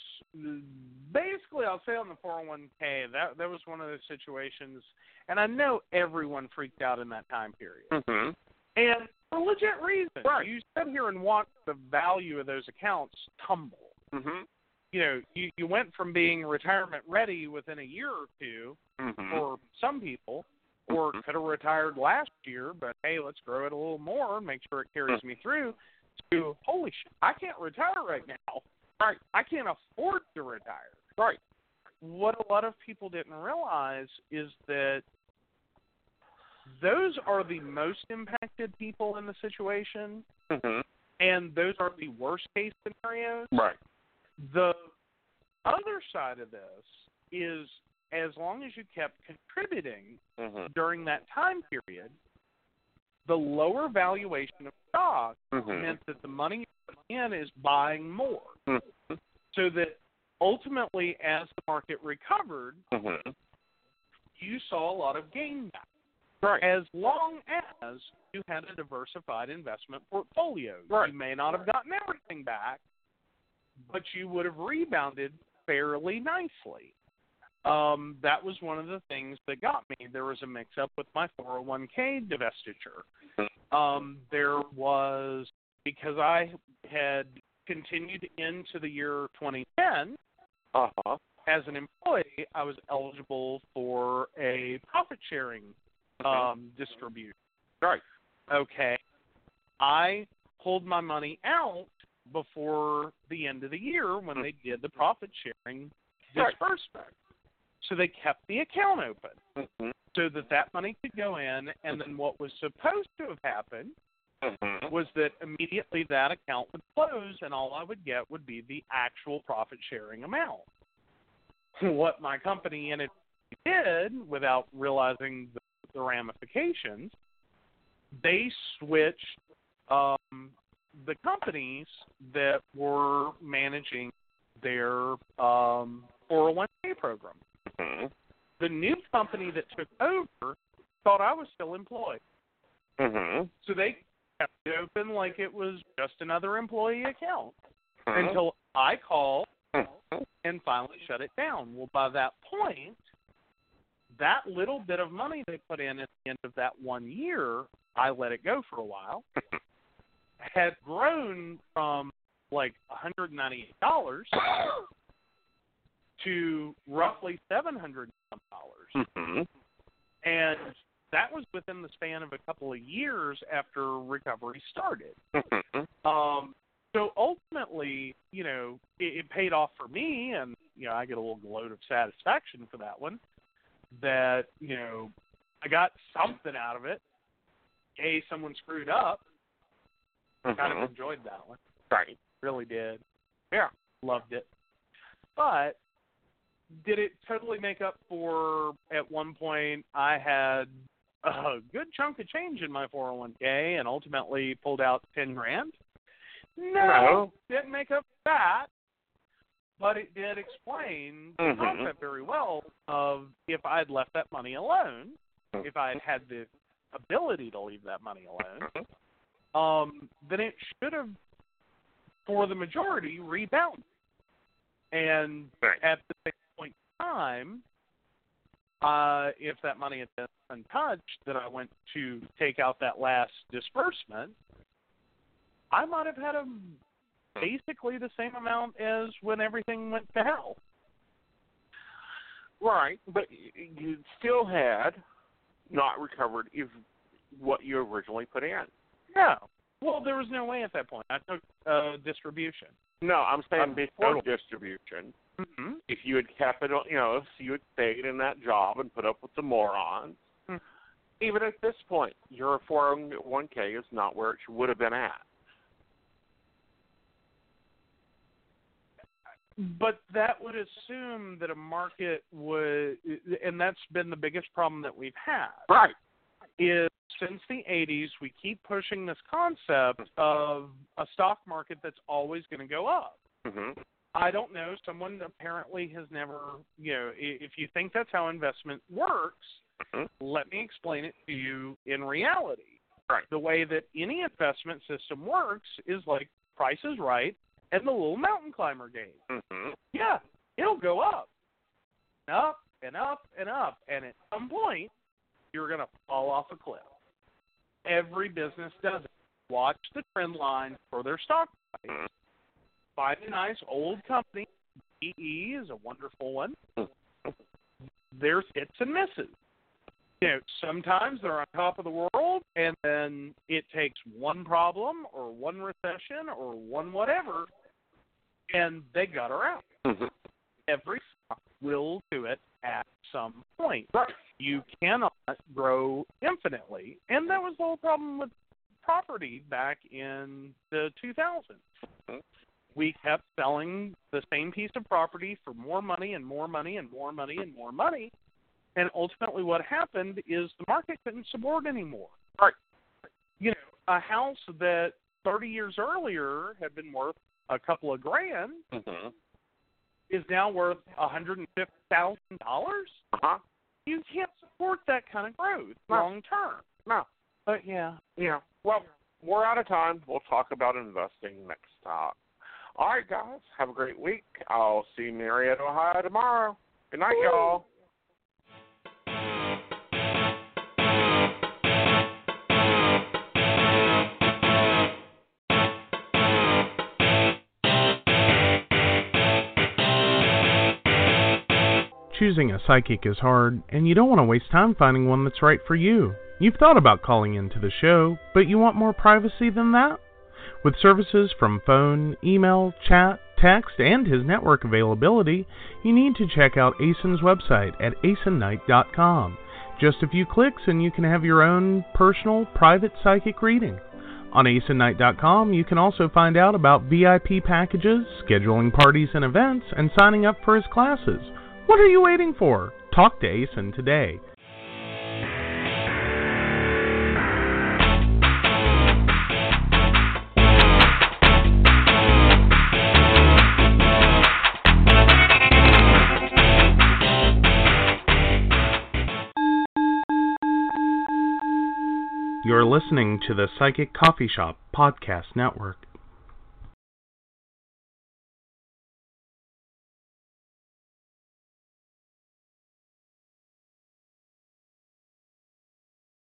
S4: basically, I'll say on the 401k, that that was one of those situations, and I know everyone freaked out in that time period,
S3: Mm-hmm.
S4: and for legit reason.
S3: Right.
S4: You sat here and watched the value of those accounts tumble.
S3: Mm-hmm.
S4: You know, you you went from being retirement ready within a year or two
S3: Mm-hmm.
S4: for some people, or
S3: Mhm.
S4: could have retired last year, but hey, let's grow it a little more and make sure it
S3: Mm.
S4: carries me through. To holy shit, I can't retire right now. Right, I can't afford to retire.
S3: Right.
S4: What a lot of people didn't realize is that those are the most impacted people in the situation,
S3: Mm-hmm.
S4: and those are the worst case scenarios
S3: Right.
S4: the other side of this is as long as you kept contributing
S3: Mm-hmm.
S4: during that time period, the lower valuation of stock meant
S3: Mm-hmm.
S4: that the money you put in is buying more.
S3: Mhm.
S4: So that ultimately, as the market recovered,
S3: Mm-hmm.
S4: you saw a lot of gain back.
S3: Right.
S4: As long as you had a diversified investment portfolio,
S3: Right.
S4: you may not have gotten everything back, but you would have rebounded fairly nicely. um, that was one of the things that got me. There was a mix up with my 401k divestiture. Um, there was, because I had continued into the year 2010
S3: Uh-huh.
S4: as an employee, I was eligible for a profit sharing
S3: Uh,
S4: um, distribution.
S3: Right.
S4: Okay. I pulled my money out before the end of the year when they did the profit sharing
S3: Right.
S4: disbursement. So they kept the account open
S3: Mhm.
S4: so that that money could go in, and then what was supposed to have happened
S3: Mhm.
S4: was that immediately that account would close and all I would get would be the actual profit sharing amount. What my company and it did without realizing the, the ramifications, they switched um, the companies that were managing their um, 401k program.
S3: Mhm.
S4: The new company that took over thought I was still employed.
S3: Mhm.
S4: So they kept it open like it was just another employee account until I called
S3: Mhm.
S4: and finally shut it down. Well, by that point, that little bit of money they put in at the end of that one year, I let it go for a while, had grown from like $198 to roughly $700.
S3: Mhm.
S4: And that was within the span of a couple of years after recovery started.
S3: Mhm.
S4: Um, so ultimately, you know, it, it paid off for me, and you know, I get a little gloat of satisfaction for that one. That you know, I got something out of it. A, someone screwed up. Kind of
S3: Mhm.
S4: enjoyed that one.
S3: Right.
S4: Really did.
S3: Yeah.
S4: Loved it. But did it totally make up for? At one point, I had a good chunk of change in my 401k, and ultimately pulled out ten grand.
S3: No.
S4: didn't make up for that, but it did explain the
S3: Mhm.
S4: concept very well of if I'd left that money alone,
S3: Mhm.
S4: if I had had the ability to leave that money alone,
S3: Mm-hmm.
S4: um, then it should have, for the majority, rebounded. And
S3: Right.
S4: at the same point in time, uh, if that money had been untouched, that I went to take out that last disbursement, I might have had a basically the same amount as when everything went to hell.
S3: Right, but y- you still had not recovered if what you originally put in.
S4: No. Well, there was no way at that point. I took uh, distribution.
S3: No, I'm saying
S4: Uh,
S3: before
S4: total.
S3: distribution.
S4: Mm-hmm.
S3: If you had kept it, on- you know, if you had stayed in that job and put up with the morons,
S4: Hmm.
S3: even at this point, your 401k is not where it would have been at.
S4: But that would assume that a market would, and that's been the biggest problem that we've had.
S3: Right.
S4: is since the 80s, we keep pushing this concept of a stock market that's always going to go up.
S3: Mm-hmm.
S4: I don't know. Someone apparently has never, you know, i- if you think that's how investment works,
S3: Mhm.
S4: let me explain it to you in reality.
S3: Right.
S4: The way that any investment system works is like Price is Right and the little mountain climber game.
S3: Mm-hmm.
S4: Yeah, it'll go up, and up and up and up, and at some point, you're going to fall off a cliff. Every business does it. Watch the trend line for their stock price. Find a nice old company. GE is a wonderful one. There's hits and misses. You know, sometimes they're on top of the world, and then it takes one problem or one recession or one whatever, and they got her out
S3: Mm-hmm.
S4: every stock will do it at some point. You cannot grow infinitely. And that was the whole problem with property back in the 2000s.
S3: Mhm.
S4: We kept selling the same piece of property for more money and more money and more money and more money. And ultimately, what happened is the market couldn't support anymore.
S3: Right.
S4: You know, a house that 30 years earlier had been worth a couple of grand
S3: Mm-hmm.
S4: is now worth $150,000?
S3: Uh-huh.
S4: You can't support that kind of growth
S3: No.
S4: long term.
S3: No.
S4: But yeah.
S3: Yeah. Well, we're out of time. We'll talk about investing next time. All right, guys. Have a great week. I'll see Marietta, Ohio tomorrow. Good night, y'all.
S2: Choosing a psychic is hard, and you don't want to waste time finding one that's right for you. You've thought about calling into the show, but you want more privacy than that? With services from phone, email, chat, text, and his network availability, you need to check out ASIN's website at asinnight.com. Just a few clicks, and you can have your own personal, private psychic reading. On asinnight.com, you can also find out about VIP packages, scheduling parties and events, and signing up for his classes. What are you waiting for? Talk to ASIN today. You're listening to the Psychic Coffee Shop Podcast Network.